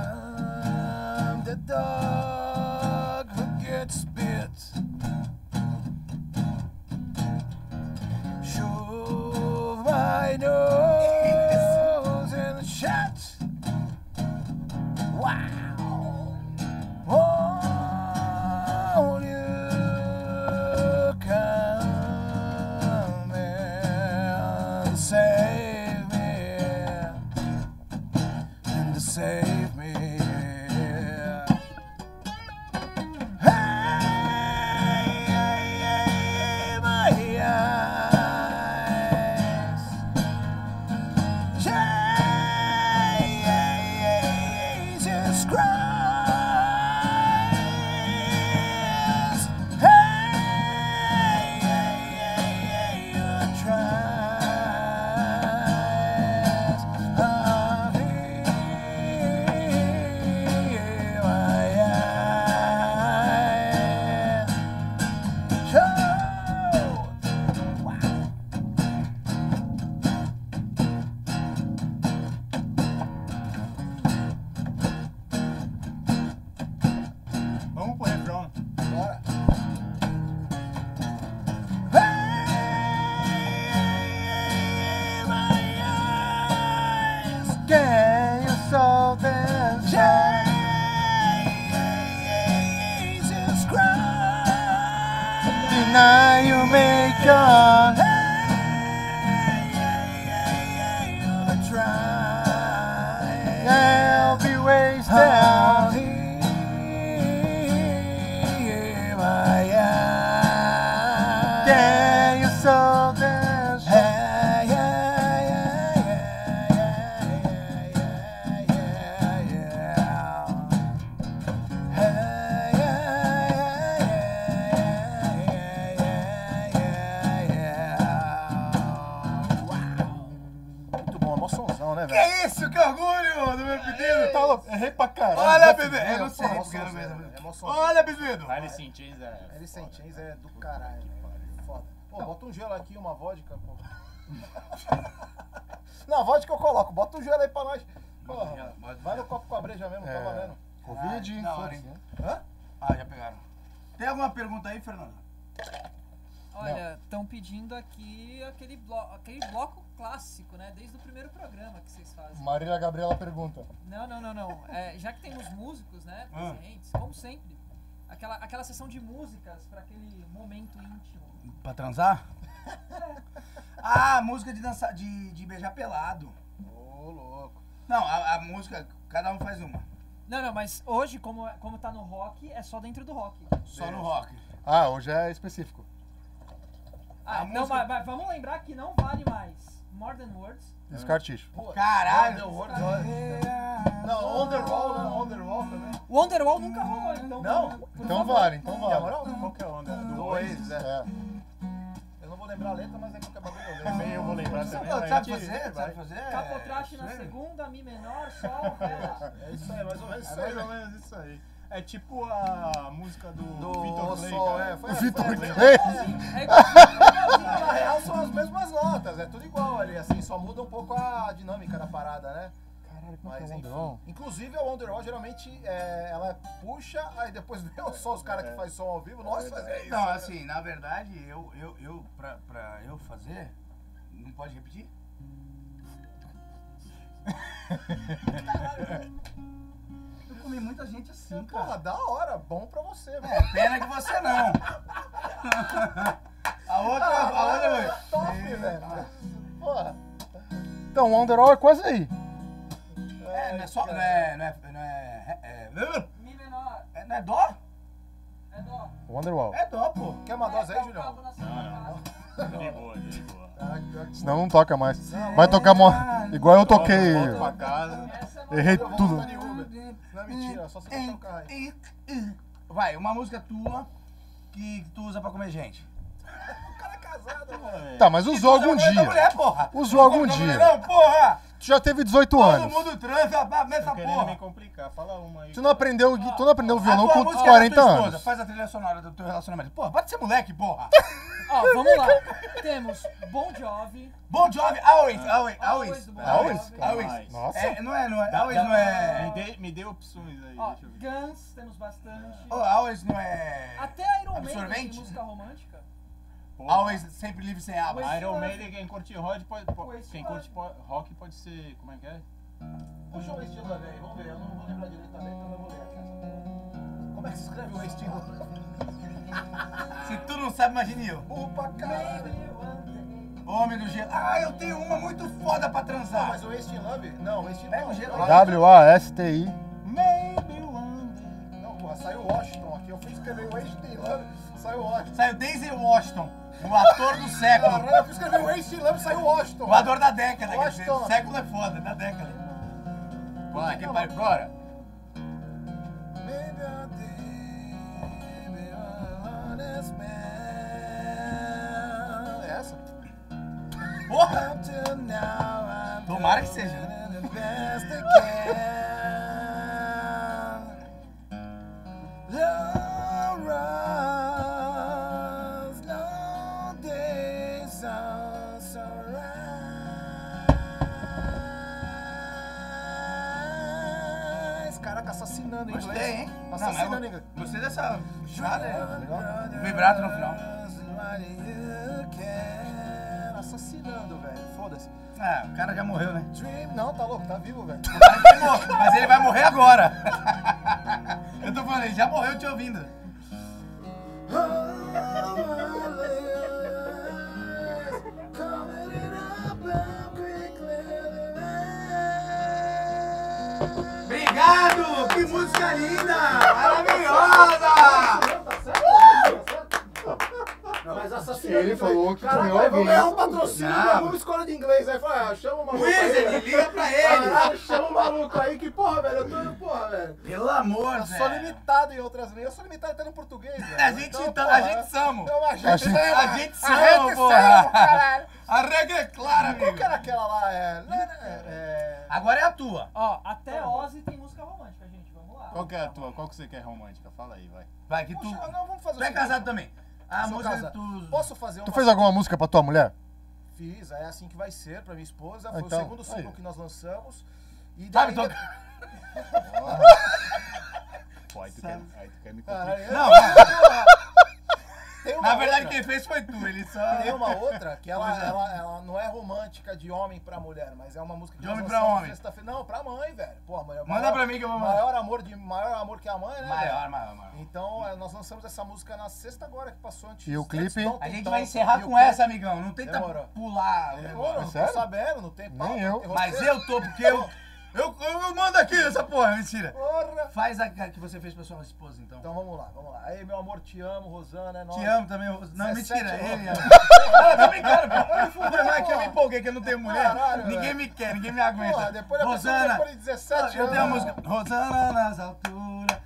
Speaker 6: I'm the dog who gets bit. Shove my nose in the shut. Wow. Won't you come and save me? and to save me. Hey, my eyes. Jesus Christ. Hey, hey, hey, you try.
Speaker 28: Vamos pro refrão. Bora.
Speaker 6: Can you solve this? Jesus Christ. Deny you make your. I'll be wasted. Can you solve this?
Speaker 28: Muito bom, mó sonzão, né,
Speaker 1: Que
Speaker 28: velho?
Speaker 10: é
Speaker 1: isso, que orgulho do meu pedido!
Speaker 28: Tá louco, errei pra caralho.
Speaker 1: Olha,
Speaker 28: Já
Speaker 1: bebê!
Speaker 28: fudeu,
Speaker 1: Eu não sei
Speaker 28: pô,
Speaker 1: porque era
Speaker 28: sonzão,
Speaker 1: mesmo.
Speaker 28: velho, é mó sonzão.
Speaker 1: Olha, bebido!
Speaker 28: Alice in Chains é...
Speaker 7: Alice in Chains é do caralho.
Speaker 6: né?
Speaker 7: velho. Foda. Pô, bota um gelo aqui, uma vodka, pô. Não, vodka eu coloco. Bota um gelo aí pra nós. Porra, vai no copo com a breja mesmo, tá valendo.
Speaker 1: Covid, da hora, hein?
Speaker 7: Hã?
Speaker 1: Ah, já pegaram. Tem alguma pergunta aí, Fernando?
Speaker 2: Olha, estão pedindo aqui aquele, blo aquele bloco clássico, né? Desde o primeiro programa que vocês fazem.
Speaker 3: Marília Gabriela pergunta.
Speaker 2: Não, não, não, não. É, já que temos músicos, né?
Speaker 3: Ah.
Speaker 2: Presentes, como sempre. Aquela, aquela sessão de músicas para aquele momento íntimo.
Speaker 1: Pra transar? ah, música de dançar, de, de beijar pelado. Ô, louco. Não, a, a música, cada um faz uma.
Speaker 2: Não, não, mas hoje, como, como tá no rock, é só dentro do rock.
Speaker 1: Só no rock.
Speaker 3: Ah, hoje é específico.
Speaker 2: Ah,
Speaker 1: A
Speaker 2: não,
Speaker 1: música-
Speaker 2: mas, mas vamos lembrar que não vale mais More Than Words.
Speaker 3: Esse carticho.
Speaker 1: Caralho!
Speaker 7: Não, On The Wall, né? On The Wall também.
Speaker 2: O Underwall nunca rolou, então.
Speaker 7: Não?
Speaker 3: Então vale, então vale.
Speaker 7: Qual que é a onda? Do Oasis, é. Eu não vou lembrar a letra, mas é qualquer bagulho eu lembro.
Speaker 28: Também eu vou lembrar
Speaker 7: Você
Speaker 28: também,
Speaker 7: Sabe,
Speaker 28: mas
Speaker 7: sabe
Speaker 28: a gente-
Speaker 7: fazer? Sabe
Speaker 28: vai.
Speaker 7: É, fazer?
Speaker 2: Capotraste na segunda, Mi menor, Sol, Ré.
Speaker 7: É isso aí, mais ou menos isso
Speaker 28: É
Speaker 7: aí.
Speaker 28: mais ou menos isso aí. É tipo a música do, Vitor Clay,
Speaker 7: Sol,
Speaker 28: cara.
Speaker 7: é, foi- Vitor foi- Clay.
Speaker 28: É
Speaker 7: É
Speaker 28: igualzinho.
Speaker 7: Na real são as mesmas notas, é tudo igual ali, assim, só muda um pouco a dinâmica da parada, né?
Speaker 3: Caralho,
Speaker 7: como
Speaker 3: é que é o
Speaker 7: enfim.
Speaker 3: Wonderwall?
Speaker 7: Inclusive a Wonderwall geralmente é, ela puxa, aí depois vem só os caras que faz som ao vivo, nós fazemos isso.
Speaker 1: Não,
Speaker 7: né?
Speaker 1: assim, na verdade, eu, eu, eu pra, pra eu fazer, não pode repetir? Eu comi muito muita gente assim,
Speaker 6: Porra,
Speaker 1: cara.
Speaker 6: da hora, bom pra você, velho.
Speaker 1: É, pena que você não. A outra, a outra,
Speaker 6: é top, velho. Porra.
Speaker 3: Então, o Underall é quase aí.
Speaker 1: É, não é só. Não é. Não é. Não é, é, é Mi menor. É, não é dó? É dó.
Speaker 3: O Underwall.
Speaker 1: É dó, pô.
Speaker 6: Quer uma dose
Speaker 2: É,
Speaker 6: aí, Julião? Ah,
Speaker 1: Não, não. De boa, de boa.
Speaker 3: Senão não toca mais. Vai tocar mo... igual eu toquei.
Speaker 7: Volta pra casa.
Speaker 3: Errei tudo.
Speaker 6: Não
Speaker 1: Ah,
Speaker 6: é mentira, só se fechar o carro
Speaker 2: é,
Speaker 6: aí.
Speaker 1: Vai, uma música tua que tu usa pra comer gente.
Speaker 2: é
Speaker 3: Tá, mas usou
Speaker 1: Que tu
Speaker 3: algum
Speaker 1: usa pra comer
Speaker 3: dia.
Speaker 1: é mulher, porra.
Speaker 3: Usou algum
Speaker 1: Não, não,
Speaker 3: dia.
Speaker 1: Não, porra!
Speaker 3: Tu já teve 18
Speaker 1: Todo
Speaker 3: anos.
Speaker 1: mundo transa, ba- essa
Speaker 7: Querendo
Speaker 1: porra.
Speaker 7: me complicar, fala uma aí.
Speaker 3: Tu não aprendeu, tu não aprendeu violão
Speaker 1: A tua
Speaker 3: com
Speaker 1: música é
Speaker 3: 40
Speaker 1: da tua esposa,
Speaker 3: anos.
Speaker 1: Faz a trilha sonora do teu relacionamento. Porra, pode ser moleque, porra.
Speaker 2: Ó, vamos lá. Temos Bon Jovi.
Speaker 1: Bom Jovi, always, always, always.
Speaker 2: do Ah. Bon
Speaker 3: um
Speaker 1: Always?
Speaker 2: Jovi.
Speaker 1: Always.
Speaker 2: Nossa.
Speaker 1: É, não é, não é.
Speaker 2: Dá-
Speaker 1: Always
Speaker 2: dá-
Speaker 1: não
Speaker 2: me
Speaker 1: é.
Speaker 2: dê-
Speaker 7: um Me deu opções aí.
Speaker 2: Ó, Guns, temos bastante.
Speaker 1: Oh, always não é.
Speaker 2: Até Iron Maiden tem
Speaker 1: Absorvente?
Speaker 2: música romântica.
Speaker 7: um
Speaker 1: Always sempre livre sem aba.
Speaker 2: Waste
Speaker 7: Iron
Speaker 2: Love.
Speaker 7: Maiden, quem curte rock pode, po-
Speaker 2: Waste
Speaker 7: quem
Speaker 2: Love.
Speaker 7: curte po- rock pode ser. Como é que é?
Speaker 6: Puxa o estilo da velha, vamos ver, eu não vou lembrar direito também, então eu vou ler aqui essa porra. Como é que se escreve o estilo?
Speaker 1: Se tu não sabe, imagine eu.
Speaker 6: Opa, caralho.
Speaker 1: Homem do gelo. Ah, eu tenho uma muito foda pra transar.
Speaker 6: Mas o Waste in Love? Não, o Waste in Love.
Speaker 3: W-A-S-T-I.
Speaker 6: Maybe one day. Não, porra, saiu Washington aqui. Eu fui escrever Waste in Love, saiu Washington.
Speaker 1: Saiu Daisy Washington, o ator do século.
Speaker 6: Caralho, eu fui escrever Waste in Love, saiu Washington.
Speaker 1: O ator da década, quer dizer,
Speaker 6: Washington.
Speaker 1: século é foda, da década. Puta que pariu, bora.
Speaker 6: Maybe one day, maybe I'm an honest man. É essa?
Speaker 1: Porra!
Speaker 6: Tomara
Speaker 1: que seja. né?
Speaker 6: Caraca, assassinando em inglês.
Speaker 1: Gostei, hein?
Speaker 6: Assassinando em
Speaker 1: Não,
Speaker 6: inglês.
Speaker 1: mas eu Gostei dessa puxada,
Speaker 3: Tá
Speaker 1: o vibrato no final.
Speaker 6: Assassinando, velho. Foda-se.
Speaker 1: Ah, o cara já morreu, né?
Speaker 6: Dream, não, tá louco, tá vivo, velho.
Speaker 1: Mas ele vai morrer agora. Eu tô falando, ele já morreu te ouvindo. Obrigado! Que música linda! Maravilhosa!
Speaker 13: Mas assassinato.
Speaker 8: Ele falou que né?
Speaker 13: Caraca,
Speaker 8: comeu
Speaker 13: vamos
Speaker 8: alguém.
Speaker 13: ganhar um
Speaker 6: Ah,
Speaker 13: patrocínio
Speaker 8: Não.
Speaker 13: pra uma escola de inglês.
Speaker 6: né?
Speaker 13: Aí fala, ah, chama o maluco.
Speaker 1: Wizard,
Speaker 13: aí,
Speaker 1: liga pra ele.
Speaker 6: ah,
Speaker 13: Caralho, chama o maluco aí que porra, velho. Eu tô indo, porra, velho.
Speaker 1: Pelo amor,
Speaker 6: Eu sou
Speaker 1: velho.
Speaker 6: limitado em outras línguas. Eu sou limitado até no português, velho.
Speaker 1: A gente,
Speaker 6: Então,
Speaker 1: então,
Speaker 6: porra,
Speaker 1: a gente somos.
Speaker 6: então a
Speaker 1: A
Speaker 6: gente
Speaker 1: gente-
Speaker 6: ama.
Speaker 1: a gente
Speaker 6: A
Speaker 1: ama,
Speaker 6: gente
Speaker 1: porra.
Speaker 6: ama, caralho.
Speaker 1: A regra é clara,
Speaker 6: Qual
Speaker 1: amigo.
Speaker 6: que era aquela lá? É... é-
Speaker 1: Agora é a tua.
Speaker 2: Ó, até
Speaker 6: Tá
Speaker 2: Ozzy tem música romântica, gente. Vamos lá.
Speaker 7: Qual que é a tua? Qual que você quer romântica? Fala aí, vai.
Speaker 1: Vai, que tu...
Speaker 6: Puxa, não, vamos fazer
Speaker 1: Tu é casado também. A
Speaker 6: Sou
Speaker 1: música
Speaker 6: casado.
Speaker 1: tu...
Speaker 6: Posso fazer uma...
Speaker 3: Tu fez alguma música pra tua mulher?
Speaker 6: Fiz, é assim que vai ser pra minha esposa.
Speaker 3: Ah,
Speaker 6: Foi
Speaker 3: então,
Speaker 6: o segundo single
Speaker 3: aí.
Speaker 6: que nós lançamos. E
Speaker 1: Sabe,
Speaker 6: daí...
Speaker 1: tô...
Speaker 7: Pô, aí tu, quer, aí tu quer me
Speaker 6: Caralho,
Speaker 7: complicar.
Speaker 6: eu-
Speaker 1: Não,
Speaker 6: Tem uma
Speaker 1: na verdade
Speaker 6: outra.
Speaker 1: quem fez foi tu, ele só...
Speaker 6: Tem uma outra que ela,
Speaker 1: Pois é.
Speaker 6: ela, ela não é romântica de homem pra mulher, mas é uma música que
Speaker 1: De
Speaker 6: nós
Speaker 1: homem pra
Speaker 6: lançamos
Speaker 1: homem.
Speaker 6: sexta-feira. Não, pra mãe, velho. Pô, mãe, é
Speaker 1: Manda pra mim que eu vou mandar.
Speaker 6: maior amor de Maior amor que a mãe, né?
Speaker 1: Maior,
Speaker 6: velho?
Speaker 1: maior, maior.
Speaker 6: Então, é, nós lançamos essa música na sexta agora que passou antes. Então,
Speaker 3: E o clipe?
Speaker 1: A gente vai encerrar
Speaker 6: um
Speaker 1: com essa, amigão. Não tenta
Speaker 6: Demorou. É,
Speaker 1: pular o
Speaker 6: Demorou,
Speaker 1: negócio.
Speaker 6: não tô sabendo, não tem pauta,
Speaker 3: Nem
Speaker 6: não
Speaker 3: eu.
Speaker 6: tem
Speaker 1: Mas
Speaker 6: roteiro.
Speaker 1: eu tô, porque eu... Eu, eu, eu mando aqui essa porra, mentira.
Speaker 6: Porra!
Speaker 1: Faz a que você fez pra sua esposa, então.
Speaker 6: Então vamos lá, vamos lá. Aí, meu amor, te amo, Rosana, é nóis.
Speaker 1: Te amo também, Rose. Não,
Speaker 6: 17
Speaker 1: mentira,
Speaker 6: anos.
Speaker 1: ele ama. Não, tô Ah, tá brincando, pô. Eu me fudei, mas é que eu me empolguei, que eu não tenho mulher.
Speaker 6: Caralho,
Speaker 1: ninguém
Speaker 6: velho.
Speaker 1: me quer, ninguém me aguenta.
Speaker 6: Porra, depois da pessoa
Speaker 1: Rosana,
Speaker 6: depois de 17
Speaker 1: Eu tenho a
Speaker 6: anos.
Speaker 1: música. Rosana nas alturas.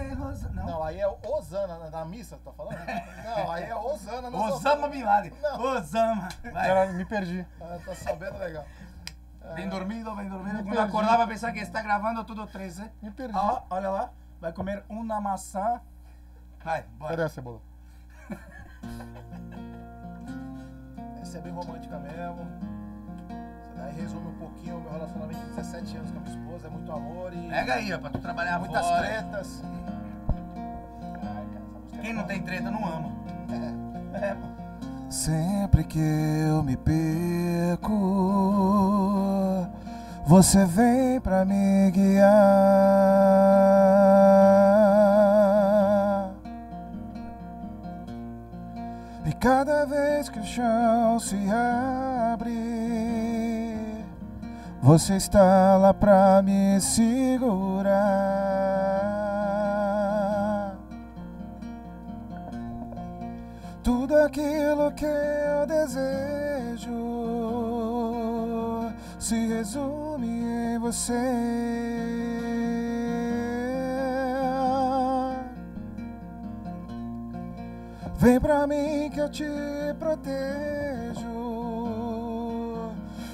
Speaker 1: Ei, Rosana. Não.
Speaker 6: Não, aí é Osana, na- na missa, tá falando? Não, aí é Osana. nós
Speaker 1: Osama
Speaker 6: lançamos-
Speaker 1: Bin Laden.
Speaker 6: Não.
Speaker 1: Osama. Vai.
Speaker 3: Caralho, me perdi.
Speaker 6: Ah, tá sabendo legal.
Speaker 1: Bem dormido, bem dormido.
Speaker 3: Me
Speaker 1: Quando
Speaker 3: perdi.
Speaker 1: acordar, vai pensar que está gravando tudo né? 13.
Speaker 3: Me perdi.
Speaker 1: Ó, olha lá. Vai comer uma maçã. Vai,
Speaker 3: Cadê
Speaker 1: bora.
Speaker 3: a cebola?
Speaker 6: Essa é bem romântica mesmo. Essa daí resume um pouquinho o meu relacionamento de 17 anos com a minha esposa. É muito amor e
Speaker 1: Pega aí, ó, pra tu trabalhar
Speaker 6: muitas
Speaker 1: fora.
Speaker 6: tretas. Ai, cara, essa música é
Speaker 1: Quem não
Speaker 6: foda.
Speaker 1: tem treta não ama. É, pô.
Speaker 17: Sempre que eu me perco,
Speaker 6: Você vem pra me guiar. E cada vez que o chão se abre, você está lá pra me segurar. Tudo aquilo que eu desejo se resume em você. Vem pra mim que eu te protejo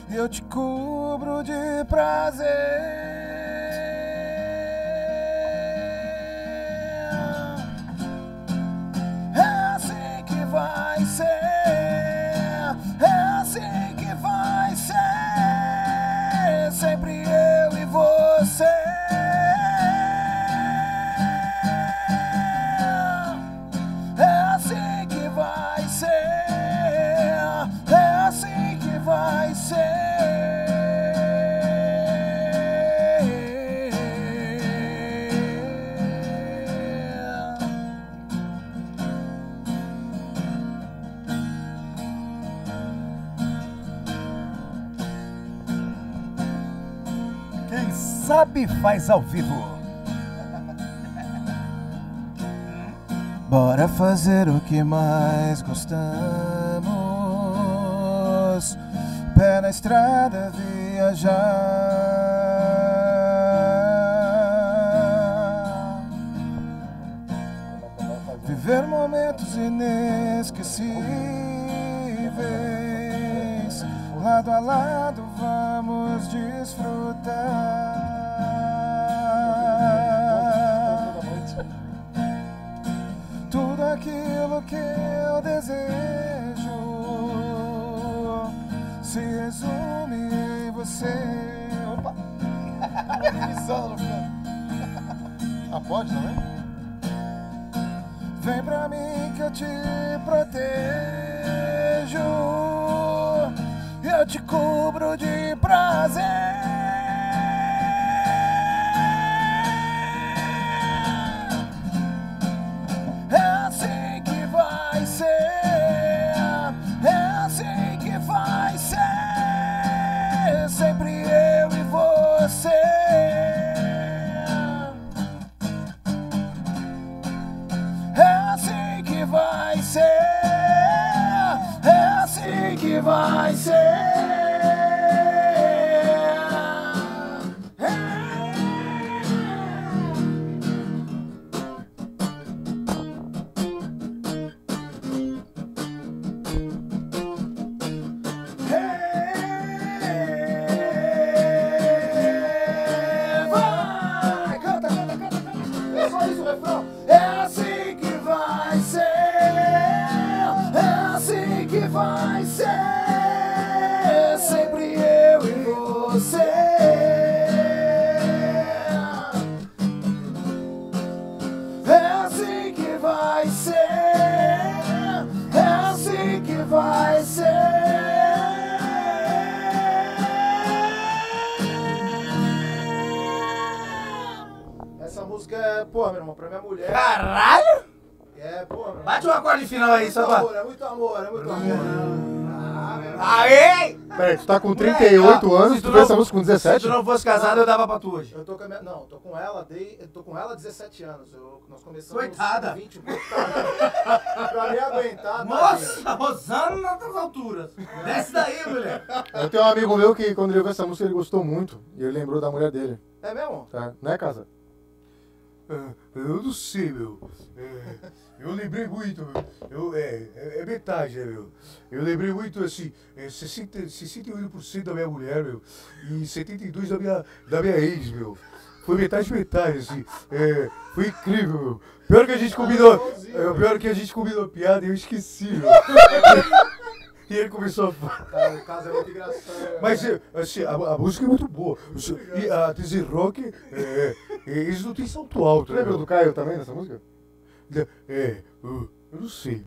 Speaker 6: e eu te cubro de prazer. É assim que vai ser. É assim que vai ser. Sempre eu e você. É assim que vai ser. É assim que vai ser.
Speaker 29: Quem sabe faz ao vivo.
Speaker 6: Bora fazer o que mais gostamos. Pé na estrada viajar. Viver momentos inesquecíveis. Lado a lado vamos desfrutar tudo aquilo que eu desejo se resume em você. Opa! Solo, Ah, pode também? Vem pra mim que eu te protejo, eu te cubro de prazer. É assim que vai ser. É assim que vai ser. Sempre eu e você. É assim que vai ser. É assim que vai ser. Vai, canta, canta, canta, canta. É só isso o refrão. É assim que vai ser. É assim que vai ser. Sempre eu e você. É assim que vai ser. É assim que vai ser.
Speaker 30: Essa música é, pô, meu irmão, pra minha mulher.
Speaker 10: Caralho!
Speaker 30: É, pô, meu irmão.
Speaker 10: Bate um acorde final aí, só
Speaker 30: É muito
Speaker 10: pra-
Speaker 30: amor, é muito amor, Ah, é muito amor.
Speaker 10: Aê!
Speaker 3: Peraí, tu tá com 38
Speaker 10: Moleque, ó,
Speaker 3: anos,
Speaker 10: se
Speaker 3: tu
Speaker 10: tu
Speaker 3: vê
Speaker 10: não-
Speaker 3: essa música com 17?
Speaker 10: se tu não fosse casado, eu dava pra tu hoje.
Speaker 30: Eu tô com a minha, não, tô com ela, dei, eu tô com ela há 17 anos. Eu, nós começamos
Speaker 10: Coitada.
Speaker 30: com 20, coitada. pra me aguentar. tá,
Speaker 10: Nossa,
Speaker 30: gente?
Speaker 10: a Rosana tá nas alturas. Desce daí, mulher.
Speaker 3: Eu tenho um amigo meu que quando ele ouviu essa música ele gostou muito e ele lembrou da mulher dele.
Speaker 30: É mesmo?
Speaker 3: Tá? Né, casa?
Speaker 17: Eu não sei, meu. É, eu lembrei muito, meu. Eu, é, é, é metade, né, meu? Eu lembrei muito, assim, é, 60, 68% da minha mulher, meu. E 72% da minha, da minha ex, meu. Foi metade, metade, assim. É, foi incrível, meu. Pior que a gente
Speaker 30: Ah,
Speaker 17: combinou. É, o pior que a gente combinou a piada e eu esqueci, meu. E ele começou a falar.
Speaker 30: Cara, o caso é muito engraçado.
Speaker 17: Mas é, assim, a, a música é muito boa. O seu- E a Dizzy Rock, é, é, eles não têm salto alto.
Speaker 3: Lembra do Caio também nessa música?
Speaker 17: É, é, eu eu não sei.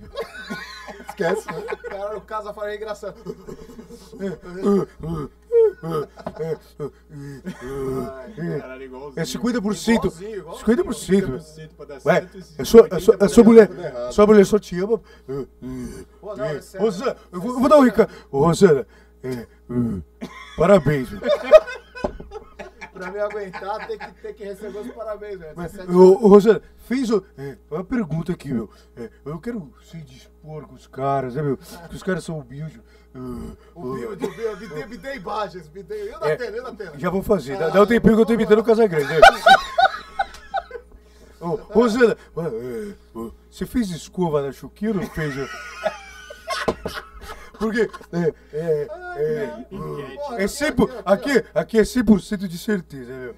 Speaker 3: Esquece.
Speaker 30: Cara, o caso fala é engraçado.
Speaker 17: É, é, é,
Speaker 31: caralho, igualzinho.
Speaker 6: É 50%.
Speaker 31: Igualzinho, igualzinho. 50%
Speaker 6: 50%.
Speaker 31: pra dar
Speaker 6: Ué,
Speaker 31: 150,
Speaker 6: é sua, é sua, é sua mulher.
Speaker 31: tudo errado.
Speaker 6: Sua mulher só te ama. eh,
Speaker 31: Pô, não, é sério.
Speaker 6: Rosana, eu vou, eu vou dar um rica. Ô, Rosana, é, hum, parabéns. meu.
Speaker 7: pra me aguentar, tem que, tem que receber os parabéns, velho.
Speaker 6: Mas,
Speaker 7: 17
Speaker 6: ô, ô, Rosana, fez o- é, uma pergunta aqui, meu. É, eu quero se dispor com os caras, né, meu? Porque os caras são humildes. Ah,
Speaker 7: Humilde, humilde, me dê, me dê imagens, me dê. Eu
Speaker 6: ah,
Speaker 7: na
Speaker 6: é,
Speaker 7: tela, eu na tela. Ah,
Speaker 6: já vou fazer. Dá, dá um tempinho que eu tô imitando o Casagrande. Né? Ô, Rosana, ah, é, ô, você fez escova na Chuquinha ou não fez? meu? Porque é, é, é, é, é 100%, aqui, aqui é 100% de certeza, meu.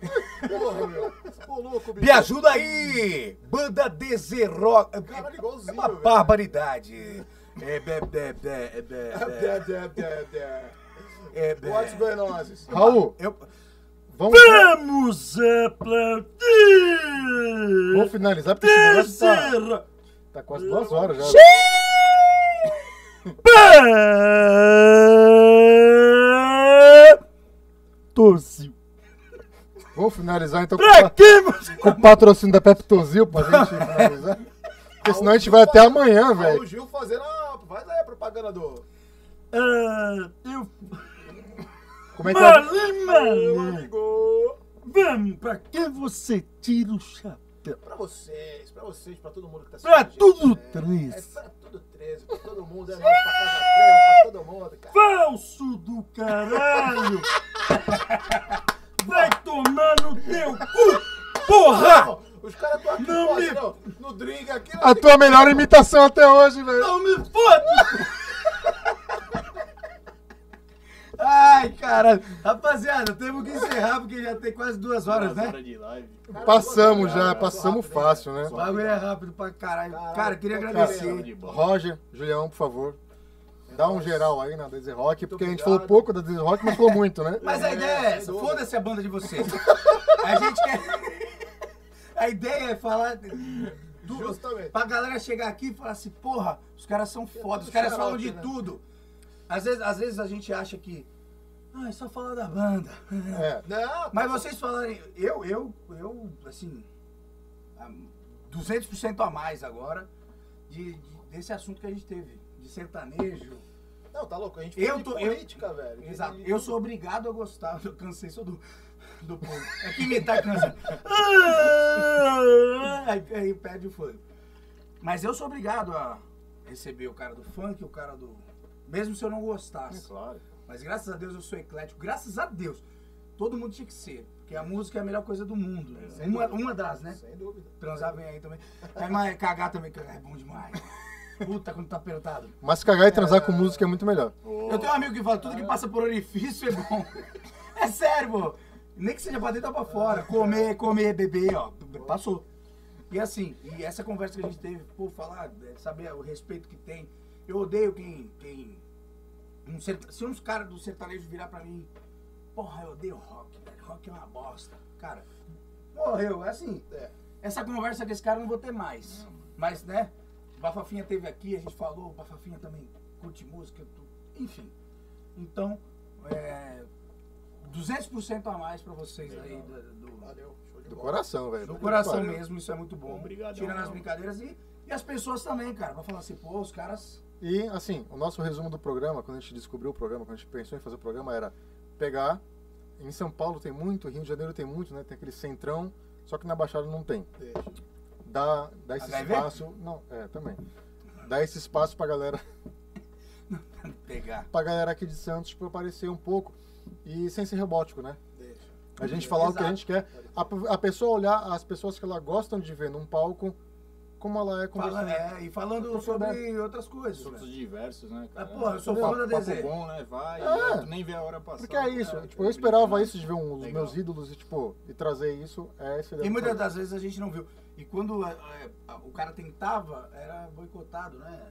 Speaker 7: Porra, meu. Ô, louco, bicho.
Speaker 32: Me ajuda aí! Banda Dezerro.
Speaker 7: É
Speaker 32: uma barbaridade. É, be, be, be, be,
Speaker 6: é.
Speaker 3: É,
Speaker 7: Dé,
Speaker 32: be.
Speaker 7: dé, dé, dé.
Speaker 32: É, be.
Speaker 7: What's going on?
Speaker 32: Raul,
Speaker 6: eu-
Speaker 3: Vamos,
Speaker 32: Vamos aplaudir!
Speaker 3: Vou finalizar porque esse negócio
Speaker 32: Dezerro.
Speaker 3: tá, tá quase duas horas já.
Speaker 6: Tosil.
Speaker 3: Vou finalizar então
Speaker 32: Pra
Speaker 3: pa-
Speaker 32: quê, você-
Speaker 3: com o patrocínio da Peptozil pra gente finalizar. Porque senão a gente vai até amanhã,
Speaker 7: O
Speaker 3: velho.
Speaker 7: Gil fazendo a. Faz aí a propaganda do.
Speaker 32: eu.
Speaker 3: Como é que é?
Speaker 32: Marimba! Vamos, pra que você tira o chapéu?
Speaker 7: Pra vocês, pra vocês, pra todo mundo que tá
Speaker 32: Pra
Speaker 7: a gente,
Speaker 32: tudo
Speaker 7: né?
Speaker 32: três.
Speaker 7: É pra tudo 13, pra todo mundo, é nóis, pra casa três, pra todo mundo, cara.
Speaker 32: Falso do caralho! Vai tomar no teu cu! Porra!
Speaker 7: Os caras tão aqui,
Speaker 32: Não
Speaker 7: pô,
Speaker 32: me-
Speaker 7: assim, ó, no drink aqui.
Speaker 3: A tua melhor imitação até hoje, velho.
Speaker 32: Não me fode!
Speaker 10: Ai, caralho. Rapaziada, temos que encerrar porque já tem quase duas horas, né?
Speaker 3: Passamos já, passamos fácil, né? Assim,
Speaker 10: O bagulho é rápido pra caralho. Cara, queria agradecer.
Speaker 3: Roger, Julião, por favor. Dá um geral aí na Desert Rock, porque a gente falou pouco da Desert Rock, mas falou muito, né?
Speaker 10: Mas a ideia é essa, foda-se a banda de vocês. A gente quer. A ideia é falar. Do... Pra galera chegar aqui e falar assim, porra, os caras são foda, os caras falam de tudo. Às vezes, às vezes a gente acha que. Ah, é só falar da banda.
Speaker 3: É.
Speaker 7: tá
Speaker 10: Mas vocês falarem, eu, eu, eu, assim, a 200% a mais agora de- de- desse assunto que a gente teve, de sertanejo.
Speaker 7: Não, tá louco, a gente
Speaker 10: eu
Speaker 7: falou de
Speaker 10: tô,
Speaker 7: política,
Speaker 10: eu,
Speaker 7: velho.
Speaker 10: Exato,
Speaker 7: E-
Speaker 10: eu sou obrigado a gostar, eu cansei só do, do povo. É que inventar cansa. aí, aí perde o funk. Mas eu sou obrigado a receber o cara do funk, o cara do... Mesmo se eu não gostasse.
Speaker 7: É
Speaker 31: claro.
Speaker 10: Mas graças a Deus eu sou eclético. Graças a Deus. Todo mundo tinha que ser. Porque a música é a melhor coisa do mundo. né?
Speaker 7: É, Sem
Speaker 10: Uma,
Speaker 7: dúvida.
Speaker 10: uma das, né?
Speaker 7: Sem dúvida.
Speaker 10: Transar bem aí também. Mas, mas cagar também cagar é bom demais. Puta, quando tá apertado.
Speaker 3: Mas cagar e transar com música é muito melhor.
Speaker 10: Eu tenho um amigo que fala, tudo que passa por orifício é bom. É sério, pô. Nem que seja pra dentro ou pra fora. Comer, comer, beber, ó. Passou. E assim, e essa conversa que a gente teve, pô, falar, é, saber o respeito que tem. Eu odeio quem. quem um serta- se uns caras do sertanejo virar pra mim, porra, eu odeio rock, velho. Rock é uma bosta. Cara, morreu. É assim. Essa conversa com esse cara eu não vou ter mais. Mas, né? Bafafinha teve aqui, a gente falou, Bafafinha também curte música, tu- enfim. Então, é, 200% a mais pra vocês aí do, do-
Speaker 3: Do coração, velho.
Speaker 10: do coração
Speaker 3: Valeu.
Speaker 10: mesmo, isso é muito bom.
Speaker 3: Obrigadão,
Speaker 10: Tirando as
Speaker 3: mano.
Speaker 10: brincadeiras e, e as pessoas também, cara. Vai falar assim, pô, os caras.
Speaker 3: E, assim, o nosso resumo do programa, quando a gente descobriu o programa, quando a gente pensou em fazer o programa, era pegar. Em São Paulo tem muito, Rio de Janeiro tem muito, né? Tem aquele centrão, só que na Baixada não tem. Dá, dá esse
Speaker 10: HIV?
Speaker 3: espaço. Não, é, também. Dá esse espaço pra galera.
Speaker 10: Pegar.
Speaker 3: Pra galera aqui de Santos, tipo, aparecer um pouco. E sem ser rebótico, né? A gente
Speaker 10: É,
Speaker 3: falar o que
Speaker 10: exato.
Speaker 3: a gente quer. A, a pessoa olhar as pessoas que ela gosta de ver num palco, como ela é
Speaker 10: Fala,
Speaker 3: conversando.
Speaker 10: é, e falando sobre outras coisas.
Speaker 3: Assuntos
Speaker 10: velho.
Speaker 3: diversos, né,
Speaker 10: Ah,
Speaker 7: É,
Speaker 3: cara?
Speaker 10: porra, eu sou
Speaker 3: Entendeu?
Speaker 10: fã da
Speaker 3: Papo
Speaker 10: DZ.
Speaker 3: bom, né?
Speaker 10: Vai,
Speaker 7: Ah,
Speaker 3: É.
Speaker 10: nem vê a hora passar.
Speaker 3: Porque é isso, tipo, eu esperava isso de ver um dos meus ídolos e, tipo, e trazer isso, é esse
Speaker 10: E muitas das vezes a gente não viu. E quando é, é, a- o cara tentava, era boicotado, né?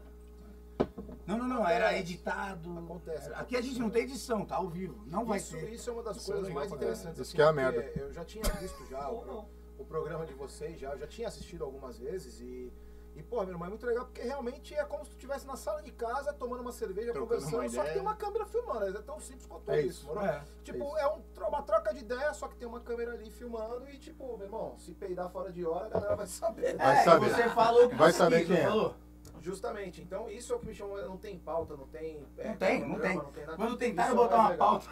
Speaker 10: Não, não, não, era editado. Acontece. Aqui a gente não tem edição, tá ao vivo. Não vai
Speaker 7: isso,
Speaker 10: ter.
Speaker 7: isso é uma das
Speaker 10: Isso é
Speaker 7: coisas
Speaker 10: legal
Speaker 7: mais
Speaker 10: pra
Speaker 7: interessantes. assim,
Speaker 10: caralho. Isso que é a
Speaker 7: porque
Speaker 10: merda.
Speaker 7: Eu já tinha visto já o, o programa de vocês, já, eu já tinha assistido algumas vezes e
Speaker 6: E, pô, meu irmão, é muito legal porque realmente é como se tu estivesse na sala de casa tomando uma cerveja,
Speaker 33: Trocando
Speaker 6: conversando,
Speaker 33: uma
Speaker 6: só que
Speaker 33: ideia.
Speaker 6: tem uma câmera filmando. É tão simples quanto
Speaker 33: É
Speaker 6: isso,
Speaker 33: isso,
Speaker 6: moro?
Speaker 33: é,
Speaker 6: tipo,
Speaker 33: é
Speaker 6: é,
Speaker 33: isso.
Speaker 6: um tro- uma troca de ideia, só que tem uma câmera ali filmando e, tipo, meu irmão, se peidar fora de hora, a galera vai saber.
Speaker 3: Vai É, saber. você falou o que Vai você saber quis, não quem é. falou?
Speaker 6: Justamente. Então, isso é o que me chama. Não tem pauta, não tem. é,
Speaker 10: Não tem, não
Speaker 6: cronograma,
Speaker 10: tem.
Speaker 6: nada.
Speaker 10: Quando
Speaker 6: Isso é
Speaker 10: tentaram
Speaker 6: o
Speaker 10: botar
Speaker 6: mais
Speaker 10: uma
Speaker 6: legal.
Speaker 10: pauta.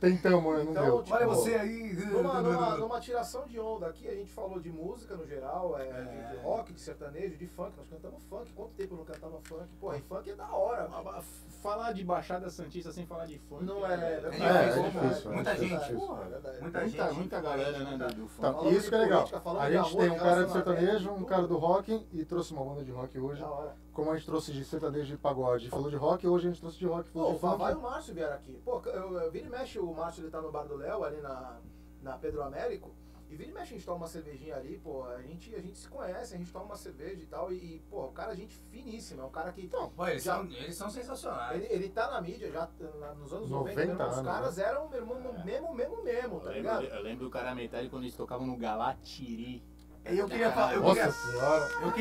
Speaker 3: Tentamos, né? Não deu.
Speaker 6: Então, tipo,
Speaker 10: Olha você aí.
Speaker 6: Numa, numa, numa tiração de onda aqui, a gente falou de música no geral, é, De, de rock, de sertanejo, de funk. Nós cantamos funk. Quanto tempo eu não cantava funk? Pô, e funk é da hora. mano.
Speaker 1: Falar de Baixada Santista sem falar de funk.
Speaker 6: Não é, é verdade.
Speaker 3: é difícil, é
Speaker 1: Muita
Speaker 3: difícil,
Speaker 1: gente.
Speaker 3: é difícil.
Speaker 1: Porra, verdade.
Speaker 3: Muita
Speaker 1: Muita
Speaker 3: gente.
Speaker 1: muita galera, né, do- do funk.
Speaker 3: Então, isso que é legal. A gente tem um cara do sertanejo, um cara do rock e trouxe uma banda de rock hoje. Como a gente trouxe de sertanejo e pagode e falou de rock, hoje a gente trouxe de rock e
Speaker 6: Pô,
Speaker 3: falou
Speaker 6: o
Speaker 3: de
Speaker 6: Vavá e o
Speaker 3: funk.
Speaker 6: Márcio vieram aqui. Pô, eu, eu vira e mexe, o Márcio ele tá no bar do Léo, ali na, na Pedro Américo. E vira e mexe, a gente toma uma cervejinha ali, pô. A gente, a gente se conhece, a gente toma uma cerveja e tal. E, pô, o cara é gente finíssima. É um cara que. Então,
Speaker 10: pô, eles são- eles são sensacionais.
Speaker 6: Ele, ele tá na mídia já na- nos anos
Speaker 1: 90
Speaker 6: 90. meu irmão, os
Speaker 1: anos,
Speaker 6: caras
Speaker 1: né?
Speaker 6: eram, meu irmão, no mesmo, mesmo, mesmo,
Speaker 1: Eu
Speaker 6: tá
Speaker 1: lembro,
Speaker 6: ligado?
Speaker 1: eu lembro do cara metálico quando eles tocavam no Galatiri.
Speaker 10: Eu queria falar- eu Nossa queria- senhora. eu
Speaker 6: Não, não, tá ligado, não, tá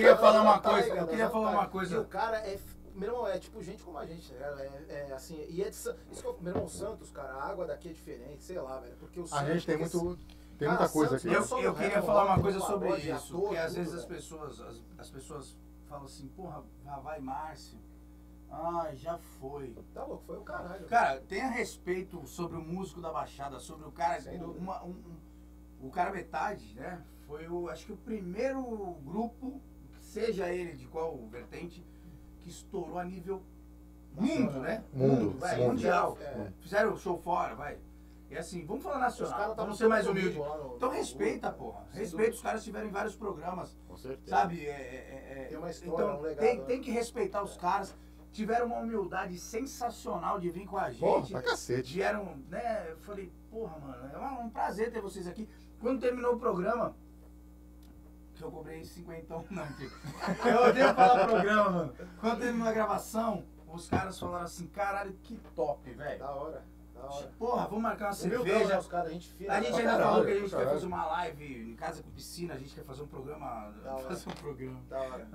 Speaker 6: ligado. E o
Speaker 1: Eu,
Speaker 6: cara é. f- Meu irmão, é tipo gente como a gente, tá ligado? É, é assim, e é de San- isso que eu- Meu irmão, Santos, cara, a água daqui é diferente, sei lá, velho. Porque o
Speaker 3: A gente tem
Speaker 6: porque
Speaker 3: muito.
Speaker 6: esse-
Speaker 3: Tem
Speaker 6: Cara,
Speaker 3: muita coisa
Speaker 6: Santos
Speaker 3: aqui.
Speaker 6: não
Speaker 10: Eu,
Speaker 6: só no
Speaker 10: eu
Speaker 6: rap,
Speaker 10: queria
Speaker 6: no
Speaker 10: falar
Speaker 6: rock,
Speaker 10: uma
Speaker 6: no
Speaker 10: coisa sobre
Speaker 6: pagode,
Speaker 10: isso,
Speaker 6: ator,
Speaker 10: porque às
Speaker 6: tudo,
Speaker 10: vezes as
Speaker 6: velho.
Speaker 10: pessoas, as, as pessoas falam assim, porra, Vavá e Márcio, ai, já foi.
Speaker 6: Tá louco, foi o caralho.
Speaker 10: Cara, tenha respeito sobre o músico da Baixada, sobre o cara,
Speaker 6: Sem
Speaker 10: o-
Speaker 6: dúvida.
Speaker 10: uma- um- um- o cara metade, né, foi o, acho que o primeiro grupo, seja ele de qual vertente, que estourou a nível mundo, né?
Speaker 3: Mundo,
Speaker 10: vai,
Speaker 3: mundo.
Speaker 10: mundial.
Speaker 3: É.
Speaker 10: Fizeram o show fora, vai. E assim, vamos falar
Speaker 6: Os caras
Speaker 10: nacional,
Speaker 6: tavam
Speaker 10: vamos ser mais
Speaker 6: todo
Speaker 10: humilde.
Speaker 6: comigo lá no-
Speaker 10: Então
Speaker 6: no-
Speaker 10: respeita, porra.
Speaker 6: Sem
Speaker 10: Respeita,
Speaker 6: dúvida.
Speaker 10: os caras tiveram em vários programas.
Speaker 1: Com certeza.
Speaker 10: Sabe? É, é, é, é.
Speaker 6: Tem uma história,
Speaker 10: então,
Speaker 6: um legado,
Speaker 10: tem,
Speaker 6: né?
Speaker 10: tem que respeitar os caras. Tiveram uma humildade sensacional de vir com a gente.
Speaker 3: Porra, pra cacete.
Speaker 10: Vieram, né? Eu falei, porra, mano, é um, um prazer ter vocês aqui. Quando terminou o programa, que eu cobrei cinquentão, não, mentira. Eu odeio falar programa, mano. Quando terminou a gravação, os caras falaram assim, caralho, que top, velho.
Speaker 6: Da hora, da hora.
Speaker 10: Porra, vamos marcar uma
Speaker 6: Humildão,
Speaker 10: cerveja.
Speaker 6: né, os caras, gente fina,
Speaker 10: A
Speaker 6: né?
Speaker 10: gente
Speaker 6: Pra
Speaker 10: ainda
Speaker 6: caralho,
Speaker 10: falou que a
Speaker 6: pra
Speaker 10: gente quer
Speaker 6: caralho.
Speaker 10: fazer uma live em casa com piscina, a gente quer fazer um programa.
Speaker 6: Da hora.
Speaker 10: Fazer um programa.
Speaker 6: Da hora.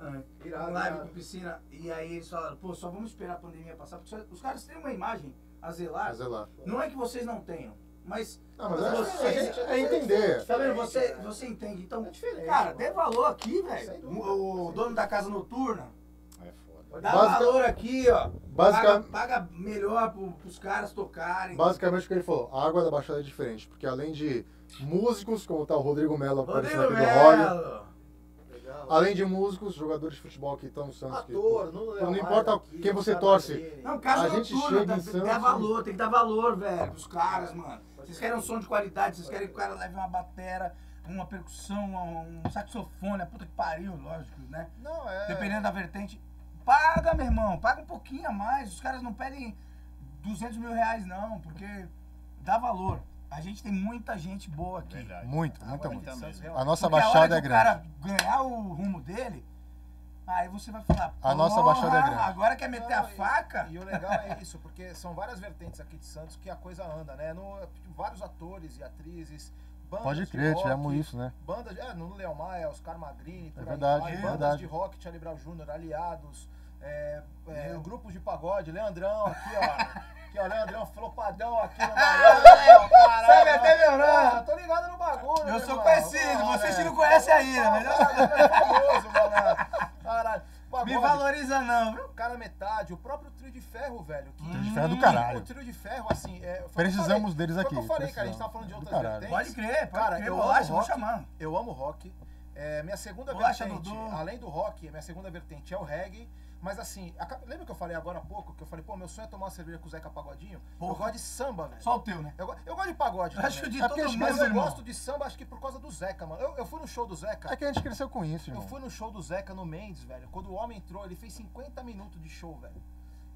Speaker 10: É.
Speaker 6: Irado,
Speaker 10: um live
Speaker 6: irado.
Speaker 10: com piscina. E aí eles falaram, pô, só vamos esperar a pandemia passar, porque os caras têm uma imagem a zelar.
Speaker 3: A zelar.
Speaker 10: Não é que vocês não tenham, mas.
Speaker 3: Não, mas é-
Speaker 10: vocês-
Speaker 3: é- é entender.
Speaker 10: Tá vendo? Você,
Speaker 6: né?
Speaker 3: Diferente,
Speaker 10: você entende. Então,
Speaker 6: É
Speaker 10: cara, dê valor aqui, velho. O, o dono da casa noturna. Dá
Speaker 3: É Basica-
Speaker 10: valor aqui, ó.
Speaker 3: Basica-
Speaker 10: Paga, paga melhor pro, pros caras tocarem.
Speaker 3: Basicamente o que ele falou, a água da Baixada é diferente, porque além de músicos, como tá o Rodrigo Mello aparecendo aqui do rock,
Speaker 10: Melo.
Speaker 3: além de músicos, jogadores de futebol que estão no Santos, que, Então,
Speaker 10: Ator,
Speaker 6: não-
Speaker 3: não
Speaker 6: Leomar
Speaker 3: importa
Speaker 6: aqui,
Speaker 3: quem você
Speaker 6: Gustavo
Speaker 3: torce,
Speaker 10: Não, casa
Speaker 3: a gente
Speaker 10: noturna,
Speaker 3: chega em
Speaker 10: dá, tem que dar
Speaker 3: Santos,
Speaker 10: valor, tem que dar valor, velho, pros caras, mano. Vocês querem um som de qualidade, vocês querem que o cara leve uma batera, uma percussão, um um saxofone, a puta que pariu, lógico, né?
Speaker 7: Não, é.
Speaker 10: Dependendo da vertente. Paga, meu irmão, paga um pouquinho a mais. Os caras não pedem 200 mil reais, não, porque dá valor. A gente tem muita gente boa aqui.
Speaker 3: muito, muito, muito.
Speaker 10: Agora,
Speaker 3: A nossa
Speaker 10: porque
Speaker 3: Baixada
Speaker 10: hora
Speaker 3: é grande.
Speaker 10: que O cara ganhar o rumo dele, aí você vai falar.
Speaker 3: A nossa Baixada é
Speaker 10: "Porra,
Speaker 3: grande."
Speaker 10: Agora quer meter a faca?
Speaker 7: E o legal é isso, porque são várias vertentes aqui de Santos que a coisa anda, né? No, vários atores e atrizes, bandas
Speaker 3: Pode
Speaker 7: de
Speaker 3: crer,
Speaker 7: rock,
Speaker 3: tivemos isso, né?
Speaker 7: Bandas, é, no Léo Maia, Oscar Magrini, por
Speaker 3: É
Speaker 7: aí
Speaker 3: verdade,
Speaker 7: vai,
Speaker 3: é
Speaker 7: bandas
Speaker 3: verdade.
Speaker 7: de rock, Charlie Brown Jr., Aliados, é, é, grupos de pagode, Leandrão aqui, ó. Aqui, ó, Leandrão flopadão aqui no Baiano, ó, caralho,
Speaker 10: Sabe até
Speaker 7: ó.
Speaker 10: Leandrão.
Speaker 7: Ah, Tô ligado no bagulho,
Speaker 10: Eu
Speaker 7: meu
Speaker 10: sou
Speaker 7: irmão.
Speaker 10: conhecido,
Speaker 7: Ó,
Speaker 10: vocês
Speaker 7: né?
Speaker 10: que não conhecem ainda,
Speaker 3: né?
Speaker 10: melhor.
Speaker 7: é famoso, mano. Caralho.
Speaker 10: Me valoriza não,
Speaker 7: viu? Cara é metade, o próprio trio de ferro, velho. que-
Speaker 3: Trio de ferro é do caralho.
Speaker 7: O trio de ferro, assim... É, foi o que eu
Speaker 3: Precisamos
Speaker 7: falei.
Speaker 3: deles
Speaker 7: Foi o que
Speaker 3: aqui,
Speaker 7: eu falei, cara. A
Speaker 3: precisamos.
Speaker 7: gente tava falando de
Speaker 3: Do
Speaker 7: outras
Speaker 3: caralho.
Speaker 7: vertentes.
Speaker 3: Pode
Speaker 6: É
Speaker 10: crer, pode
Speaker 7: cara,
Speaker 10: crer,
Speaker 7: Eu
Speaker 10: bolacha,
Speaker 7: amo
Speaker 10: vou
Speaker 7: rock,
Speaker 10: chamar.
Speaker 7: Eu amo rock. É, minha segunda
Speaker 10: Bolacha,
Speaker 7: vertente,
Speaker 10: Dudu.
Speaker 7: além do rock, minha segunda vertente é o reggae. Mas assim, aca- lembra que eu falei agora há pouco? Que eu falei, pô, meu sonho é tomar uma cerveja com o Zeca Pagodinho? Eu gosto de samba, velho.
Speaker 10: Só o teu, né?
Speaker 7: Eu, go- eu gosto de pagode.
Speaker 3: Acho
Speaker 7: também.
Speaker 3: de
Speaker 7: É porque
Speaker 3: todo
Speaker 7: eu-
Speaker 3: mundo,
Speaker 7: Mas eu
Speaker 3: irmão.
Speaker 7: gosto de samba, acho que por causa do Zeca, mano. Eu, eu fui no show do Zeca.
Speaker 3: É que a gente cresceu com isso,
Speaker 7: Eu
Speaker 3: irmão.
Speaker 7: fui no show do Zeca no Mendes, velho. Quando o homem entrou, ele fez 50 minutos de show, velho.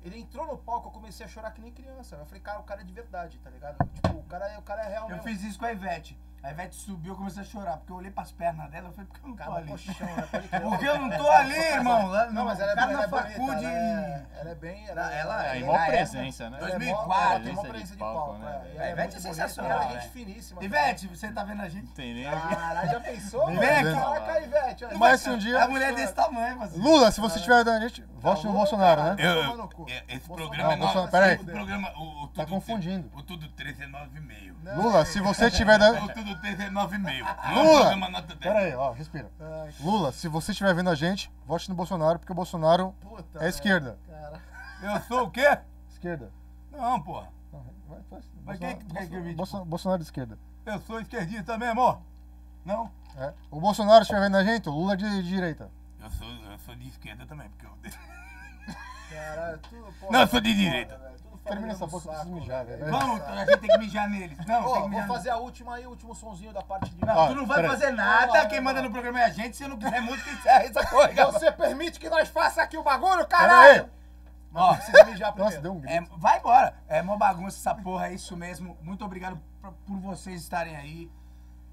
Speaker 7: Ele entrou no palco, eu comecei a chorar que nem criança. velho. Eu falei, cara, o cara é de verdade, tá ligado? Tipo, o cara, é- o cara é realmente.
Speaker 10: Eu fiz isso com a Ivete.
Speaker 1: A Ivete subiu, eu comecei a chorar, porque eu olhei pras pernas dela, eu falei, por que eu não tô
Speaker 6: Cara,
Speaker 1: ali?
Speaker 6: colchão, né? Pode crer.
Speaker 1: Porque eu não tô ali, irmão. Lá-
Speaker 6: Não, mas ela é
Speaker 1: o cara
Speaker 6: bo-
Speaker 1: na
Speaker 6: ela é bonita,
Speaker 1: faculdade.
Speaker 6: ela é- ela é bem-
Speaker 1: ela
Speaker 6: ela- ela
Speaker 1: é
Speaker 6: é
Speaker 1: mó
Speaker 6: na época,
Speaker 1: presença, né?
Speaker 6: ela é mó-
Speaker 1: 2004,
Speaker 6: ela tem mó presença de palco, né?
Speaker 1: né?
Speaker 6: Ela é
Speaker 1: A Ivete é
Speaker 6: muito bonita,
Speaker 1: sensacional.
Speaker 6: ela é gente
Speaker 1: né?
Speaker 6: finíssima,
Speaker 1: Ivete, você tá vendo a gente?
Speaker 7: Tem nem
Speaker 6: Caralho, já pensou?
Speaker 3: Nem
Speaker 6: mano?
Speaker 3: vendo.
Speaker 6: Caraca, Ivete. olha.
Speaker 3: Mas se um dia-
Speaker 1: A mulher desse tamanho, mas.
Speaker 3: Lula, se você estiver dando a gente, vote no Bolsonaro, né?
Speaker 6: Eu,
Speaker 1: é, esse
Speaker 3: Não,
Speaker 1: programa é
Speaker 3: Bolsonaro,
Speaker 1: nove-
Speaker 3: peraí.
Speaker 1: esse programa, o, o tudo
Speaker 3: Tá confundindo.
Speaker 1: Tre- O Tudo 13 é 9,5.
Speaker 3: Lula, se você tiver da-
Speaker 1: O Tudo 13 é 9,5. Não é um programa
Speaker 3: Lula!
Speaker 1: nota 10.
Speaker 3: Pera aí, ó, respira. Lula, se você estiver vendo a gente, vote no Bolsonaro, porque o Bolsonaro é esquerda.
Speaker 1: Eu sou o quê?
Speaker 3: Esquerda.
Speaker 1: Não, porra. Mas quem é que tu quer que eu
Speaker 3: Bolsonaro,
Speaker 1: vi?
Speaker 3: Bolsonaro, Bolsonaro de esquerda.
Speaker 1: Eu sou esquerdista mesmo, ó. Não?
Speaker 3: É. O Bolsonaro estiver vendo a gente, o Lula é de, de direita.
Speaker 1: Eu sou, eu sou de esquerda também, porque eu.
Speaker 6: Caralho, tudo porra,
Speaker 1: Não, eu sou de
Speaker 6: foda,
Speaker 1: direita.
Speaker 6: velho, tudo foda
Speaker 3: Termina essa
Speaker 6: no
Speaker 3: boca, eu
Speaker 6: saco,
Speaker 3: preciso mijar,
Speaker 6: velho.
Speaker 3: velho.
Speaker 1: Vamos, então, a gente tem que mijar neles. Não,
Speaker 6: Ó,
Speaker 1: tem que
Speaker 6: vou
Speaker 1: mijar
Speaker 6: fazer a última aí, o último sonzinho da parte de.
Speaker 1: Não, tu não vai fazer nada. Quem manda no programa é a gente. Se não quiser música, encerra essa coisa.
Speaker 6: Você permite que nós faça aqui o bagulho,
Speaker 1: Caralho!
Speaker 6: caralho?
Speaker 1: Ó,
Speaker 6: precisa mijar primeiro.
Speaker 1: deu um grito. vai embora. É mó bagunça essa porra, é isso mesmo. Muito obrigado pra- por vocês estarem aí.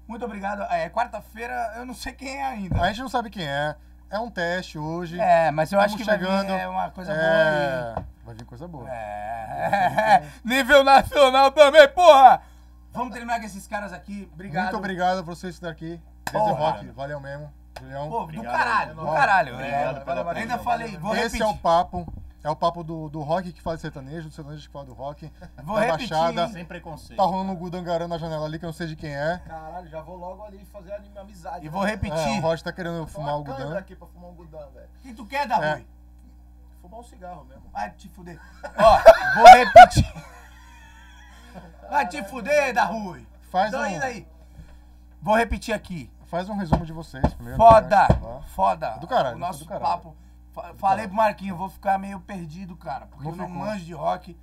Speaker 1: Muito obrigado. É, quarta-feira eu não sei quem é ainda.
Speaker 3: A gente não sabe quem é. É um teste hoje.
Speaker 1: É, mas eu acho
Speaker 3: Estamos
Speaker 1: que vai vir,
Speaker 3: chegando.
Speaker 1: é, uma coisa
Speaker 3: É, Vai vir coisa boa.
Speaker 1: É, nível nacional também, porra! Vamos terminar com esses caras aqui. Obrigado.
Speaker 3: Muito obrigado por você estar aqui. Desde
Speaker 1: Porra.
Speaker 3: Rock, valeu mesmo. Julião.
Speaker 1: Pô, do caralho, do caralho. é, ainda falei, vou
Speaker 3: Esse
Speaker 1: repetir.
Speaker 3: é o papo. É o papo do, do rock que fala de sertanejo, do sertanejo que fala do rock.
Speaker 1: Vou
Speaker 3: da
Speaker 1: repetir,
Speaker 3: Baixada.
Speaker 1: hein? Sem preconceito.
Speaker 3: Tá rolando um gudangarã na janela ali que eu não sei de quem é.
Speaker 6: Caralho, já vou logo ali fazer a minha amizade.
Speaker 3: É, o Roger tá querendo fumar o
Speaker 6: Câmera
Speaker 3: gudan.
Speaker 6: aqui pra fumar um gudão, velho.
Speaker 1: O que tu quer,
Speaker 3: É.
Speaker 1: Darui?
Speaker 6: Fumar um cigarro mesmo.
Speaker 1: Vai te fuder. Ó, vou repetir. Vai te fuder, Darui.
Speaker 3: Faz
Speaker 1: então,
Speaker 3: um-
Speaker 1: ainda aí. Vou repetir aqui.
Speaker 3: Faz um resumo de vocês primeiro.
Speaker 1: Foda,
Speaker 3: né? Sei lá.
Speaker 1: foda.
Speaker 3: Do caralho,
Speaker 1: O nosso
Speaker 3: do caralho.
Speaker 1: papo. Fa- Falei pro Marquinho, eu vou ficar meio perdido, cara, porque
Speaker 3: Não
Speaker 1: eu não
Speaker 3: ficou.
Speaker 1: manjo de rock,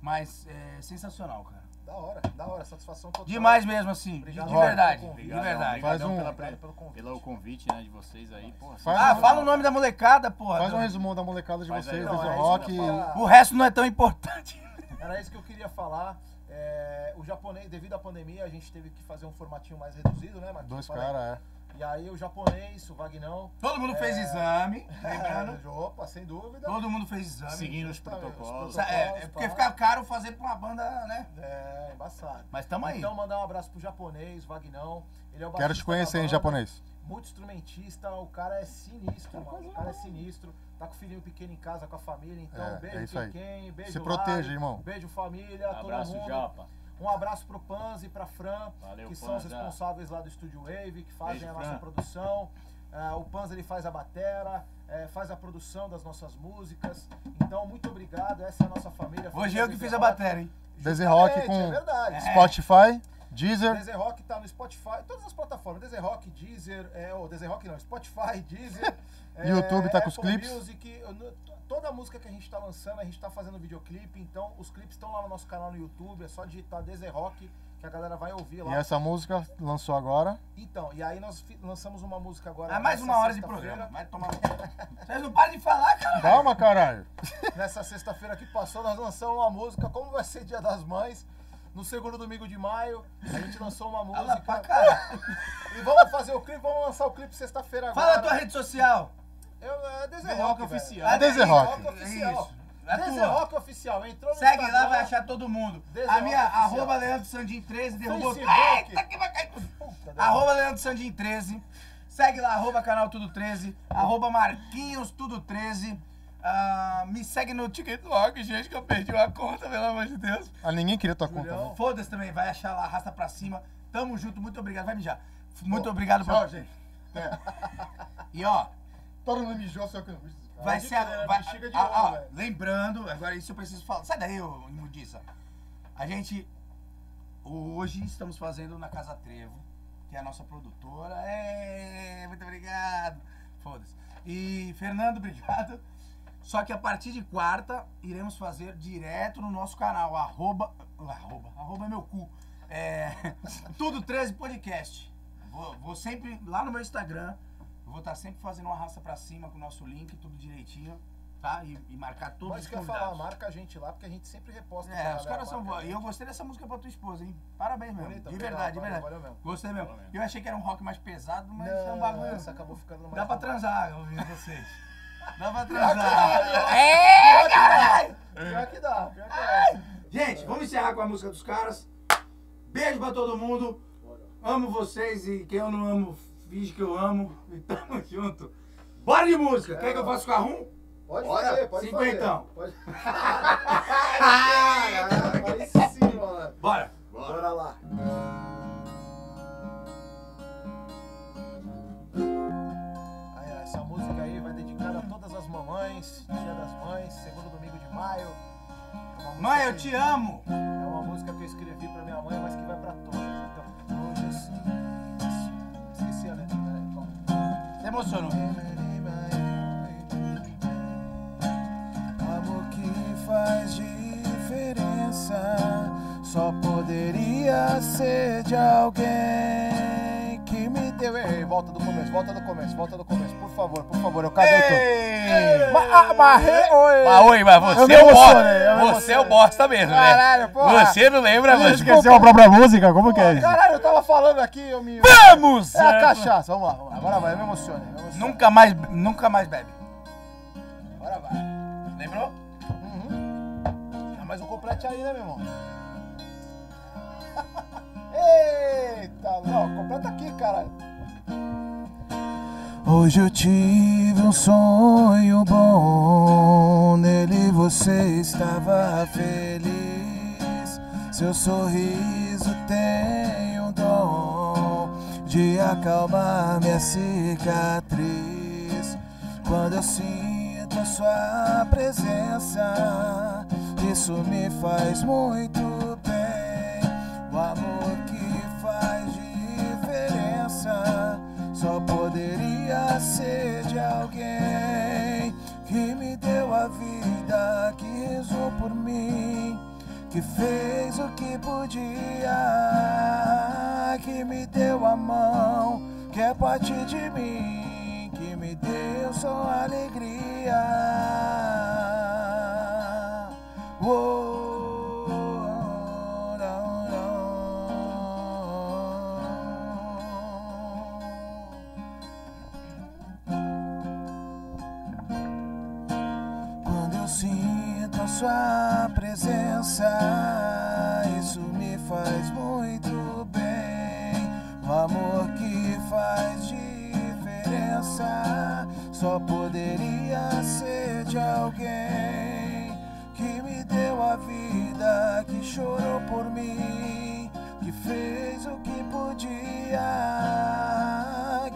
Speaker 1: mas é sensacional, cara.
Speaker 3: Tá
Speaker 6: Da hora, da hora, satisfação total.
Speaker 1: Demais mesmo, assim, de- de verdade, de
Speaker 7: Obrigadão,
Speaker 1: verdade.
Speaker 7: obrigadão
Speaker 1: Faz um-
Speaker 6: é,
Speaker 7: pela, pre- pelo convite né, de vocês aí. Pô,
Speaker 1: ah, fala o nome da molecada, porra.
Speaker 3: Faz um
Speaker 1: Deus.
Speaker 3: resumo da molecada de
Speaker 7: Faz aí,
Speaker 3: vocês,
Speaker 7: não,
Speaker 3: desde
Speaker 7: é
Speaker 3: o
Speaker 7: isso,
Speaker 3: rock.
Speaker 6: né?
Speaker 1: O resto não é tão importante.
Speaker 6: Era isso que eu queria falar. É, o japonês, devido à pandemia, a gente teve que fazer um formatinho mais reduzido, né, Marquinhos?
Speaker 3: Dois é.
Speaker 6: Fala
Speaker 3: caras,
Speaker 6: aí. E aí o japonês, o Vagnão. É,
Speaker 1: Todo mundo fez exame, lembrando.
Speaker 6: Opa, sem dúvida.
Speaker 1: Todo mundo fez exame.
Speaker 6: Seguindo os protocolos.
Speaker 1: É, é porque fica caro fazer pra uma banda, né?
Speaker 6: É, embaçado.
Speaker 1: Mas tamo aí.
Speaker 6: Então mandar um abraço pro japonês, Vagnão. Ele é o
Speaker 3: Quero te
Speaker 6: baixista
Speaker 3: conhecer
Speaker 6: da
Speaker 3: em
Speaker 6: banda,
Speaker 3: japonês.
Speaker 6: Muito instrumentista, o cara é sinistro, mano. O cara é sinistro. Tá com o filhinho pequeno em casa, com a família, então
Speaker 3: É,
Speaker 6: beijo
Speaker 3: é isso aí.
Speaker 6: Quinquim, beijo
Speaker 3: Se
Speaker 6: Lari,
Speaker 3: proteja, irmão.
Speaker 6: Beijo família,
Speaker 7: Abraço,
Speaker 6: todo mundo.
Speaker 7: japa.
Speaker 6: Um abraço pro Panzi e pra Fran,
Speaker 7: Valeu,
Speaker 6: que são os
Speaker 7: Panza.
Speaker 6: responsáveis lá do Studio Wave, que fazem
Speaker 7: Beijo,
Speaker 6: a nossa
Speaker 7: Fran.
Speaker 6: produção. Ah, o Panza ele faz a batera, eh, faz a produção das nossas músicas. Então, muito obrigado, essa é a nossa família.
Speaker 1: Hoje
Speaker 6: Família
Speaker 1: eu que fiz a
Speaker 6: Rock.
Speaker 1: batera, hein?
Speaker 3: Desi Rock
Speaker 6: Justamente, é
Speaker 3: com
Speaker 6: verdade.
Speaker 3: Spotify, Deezer.
Speaker 6: Deezer Rock tá no Spotify, todas as plataformas. Deezer Rock, Deezer, é, ou Deezer Rock não, Spotify, Deezer. é,
Speaker 3: YouTube tá com os
Speaker 6: Apple
Speaker 3: clipes.
Speaker 6: Music, eu não- to- toda a música que a gente tá lançando, a gente tá fazendo videoclipe, então os clipes estão lá no nosso canal no YouTube, é só digitar Deezer Rock que a galera vai ouvir lá.
Speaker 3: E essa música lançou agora.
Speaker 6: Então, e aí nós fi- lançamos uma música agora.
Speaker 1: Ah, mais
Speaker 6: nessa
Speaker 1: uma hora de
Speaker 6: sexta-feira.
Speaker 1: programa. Vai tomar. Vocês não param de falar, cara.
Speaker 3: Calma, caralho.
Speaker 6: Nessa sexta-feira que passou, nós lançamos uma música, como vai ser Dia das Mães. No segundo domingo de maio, a gente lançou uma música. e vamos fazer o clipe, vamos lançar o clipe sexta-feira agora.
Speaker 1: Fala a tua rede social.
Speaker 6: Eu, é Dezer
Speaker 1: Deezer
Speaker 6: Rock,
Speaker 1: Rock
Speaker 6: velho.
Speaker 1: oficial.
Speaker 6: É
Speaker 1: Deezer Rock.
Speaker 6: Oficial.
Speaker 1: Isso. É
Speaker 6: Dezer
Speaker 1: tua.
Speaker 6: Rock Oficial. Entrou no
Speaker 1: Segue
Speaker 6: Instagram,
Speaker 1: lá, vai achar todo mundo.
Speaker 6: Deezer
Speaker 1: A minha,
Speaker 6: Rock Oficial.
Speaker 1: arroba Leandro Sandin 13, derrubou.
Speaker 6: Facebook. tá
Speaker 1: Eita, que vai cair tudo. Arroba Leandro Sandin 13. Segue lá, arroba canal Tudo 13. Arroba Marquinhos Tudo 13. Ah, me segue no TikTok, gente, que eu perdi uma conta, pelo amor de Deus.
Speaker 3: Ah, ninguém queria tua conta, né?
Speaker 1: Foda-se também, vai achar lá, arrasta pra cima. Tamo junto, muito obrigado. Vai mijar. Muito obrigado
Speaker 3: tchau,
Speaker 1: pra-
Speaker 3: gente.
Speaker 1: E ó,
Speaker 3: Todo mundo mijou, só que eu não fiz.
Speaker 1: vai ser. a- vai-
Speaker 3: Chega
Speaker 1: ah, ah, lembrando, agora isso eu preciso falar. Sai daí, ô imundiça. A gente. Hoje estamos fazendo na Casa Trevo, que é a nossa produtora. É, muito obrigado. Foda-se. E, Fernando, obrigado. Só que a partir de quarta, iremos fazer direto no nosso canal, arroba. Arroba, arroba é meu cu. É, tudo 13 podcast. Vou, vou tá um sempre lá no meu Instagram. eu Vou estar sempre fazendo uma raça pra cima com o nosso link, tudo direitinho.
Speaker 10: tá? E, e marcar todos
Speaker 3: Mas
Speaker 10: os
Speaker 3: que eu ia falar,
Speaker 10: convidados.
Speaker 3: marca a gente lá, porque a gente sempre reposta.
Speaker 10: É, os caras são boas. E eu gostei dessa música pra tua esposa, hein? Parabéns mesmo.
Speaker 3: Bonita,
Speaker 10: de
Speaker 3: valeu,
Speaker 10: verdade, de
Speaker 3: valeu,
Speaker 10: verdade.
Speaker 3: valeu é mesmo.
Speaker 10: Gostei mesmo.
Speaker 3: Valeu mesmo.
Speaker 10: Eu achei que era um rock mais pesado, mas
Speaker 3: Não,
Speaker 10: é um bagulho.
Speaker 3: essa acabou ficando mais
Speaker 10: Dá pra
Speaker 3: rock.
Speaker 10: transar, ouvindo vocês. Dá pra
Speaker 3: caralho!
Speaker 10: transar.
Speaker 3: Pior
Speaker 10: É,
Speaker 3: que dá.
Speaker 10: caralho!
Speaker 3: Pior que dá, pior que
Speaker 10: Ai!
Speaker 1: Gente, vamos encerrar com a música dos caras. Beijo pra todo mundo. Amo vocês e quem eu não amo, finge que eu amo. E tamo junto. Bora de música. Quer que eu faça o carrum?
Speaker 34: Pode
Speaker 1: Bora. então.
Speaker 34: fazer, pode
Speaker 1: Cinquentão.
Speaker 34: fazer. Pode...
Speaker 1: Caralho,
Speaker 34: aí sim, mano.
Speaker 1: Bora.
Speaker 34: Bora lá.
Speaker 3: Aí, ó, essa música aí vai dedicada a todas as mamães, Dia das Mães, segundo domingo de maio. É uma
Speaker 10: Mãe,
Speaker 3: música
Speaker 10: eu
Speaker 3: que-
Speaker 10: te amo!
Speaker 3: É uma música que eu escrevi pra minha mãe, mas que vai pra todas. Então, hoje assim. Esqueci a letra, peraí. calma.
Speaker 10: Se emocionou.
Speaker 6: Amor que faz diferença só poderia ser de alguém que me
Speaker 3: Deu, errei, volta do começo, volta do começo, volta do começo, por favor, por favor, eu caguei
Speaker 10: tudo.
Speaker 3: Ma, ah, marre, oi.
Speaker 35: Mas, oi, mas
Speaker 3: Eu
Speaker 35: você
Speaker 3: me
Speaker 35: é o bosta.
Speaker 3: emocionei, eu me
Speaker 35: Você é o bosta mesmo, né?
Speaker 3: Caralho, porra.
Speaker 35: Você não é lembra, mano.
Speaker 36: Esqueceu a própria música? Como que é isso?
Speaker 3: Caralho, eu tava falando aqui, eu me.
Speaker 35: Vamos!
Speaker 3: É a cachaça, vamos lá, vamos lá. Agora vai, eu me emocionei. eu me emocionei.
Speaker 10: Nunca mais, nunca mais bebe.
Speaker 3: Agora vai.
Speaker 10: Lembrou?
Speaker 3: Ah, mas o complete aí, né, meu irmão? Eita, não, completa aqui, caralho.
Speaker 6: Hoje eu tive um sonho bom, nele você estava feliz. Seu sorriso tem o dom de acalmar minha cicatriz. Quando eu sinto a sua presença, isso me faz muito bem. O amor que faz diferença só poderia ser de alguém que me deu a vida, que rezou por mim, que fez o que podia, que me deu a mão, que é parte de mim, que me deu só alegria. Oh, Uou, oh, lá, oh, lá. Quando eu sinto a sua presença, isso me faz muito bem. O amor que faz diferença só poderia ser de alguém que me deu a vida, que chorou por mim, que fez o que podia,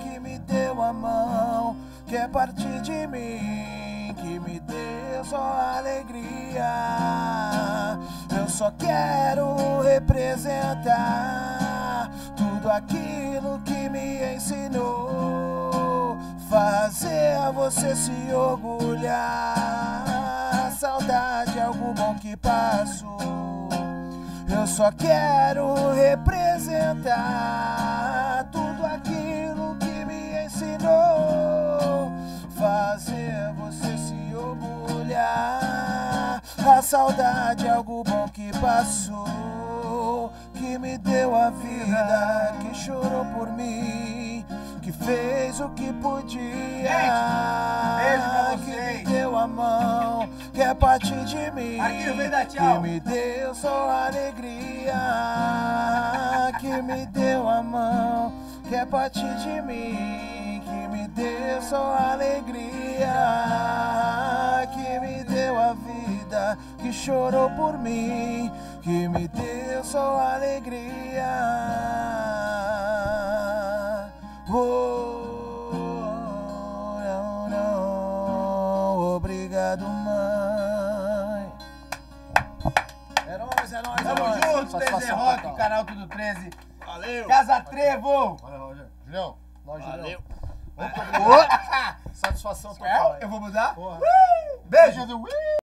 Speaker 6: que me deu a mão, que é parte de mim, que me deu só alegria. Eu só quero representar tudo aquilo que me ensinou, fazer você se orgulhar. Saudade é algo bom que passou. Eu só quero representar tudo aquilo que me ensinou. Fazer você se orgulhar. A saudade é algo bom que passou. Que me deu a vida, que chorou por mim. Que fez o que podia. que me deu a mão, que é parte de mim. Que me deu só alegria. Que me deu a mão, que é parte de mim. Que me deu só alegria. Que me deu a vida, que chorou por mim. Que me deu só alegria. Oh, não, não, obrigado, mãe.
Speaker 3: É nóis, é nóis,
Speaker 10: Tamo
Speaker 3: é nóis.
Speaker 10: junto, TZ
Speaker 3: Satisfação
Speaker 10: Rock,
Speaker 3: total.
Speaker 10: canal Tudo 13.
Speaker 3: Valeu.
Speaker 10: Casa Trevo!
Speaker 3: Valeu, Julião. Nós, Julião.
Speaker 10: Valeu.
Speaker 3: Muito obrigado. Satisfação total.
Speaker 10: Eu vou mudar?
Speaker 3: Porra.
Speaker 10: Beijo!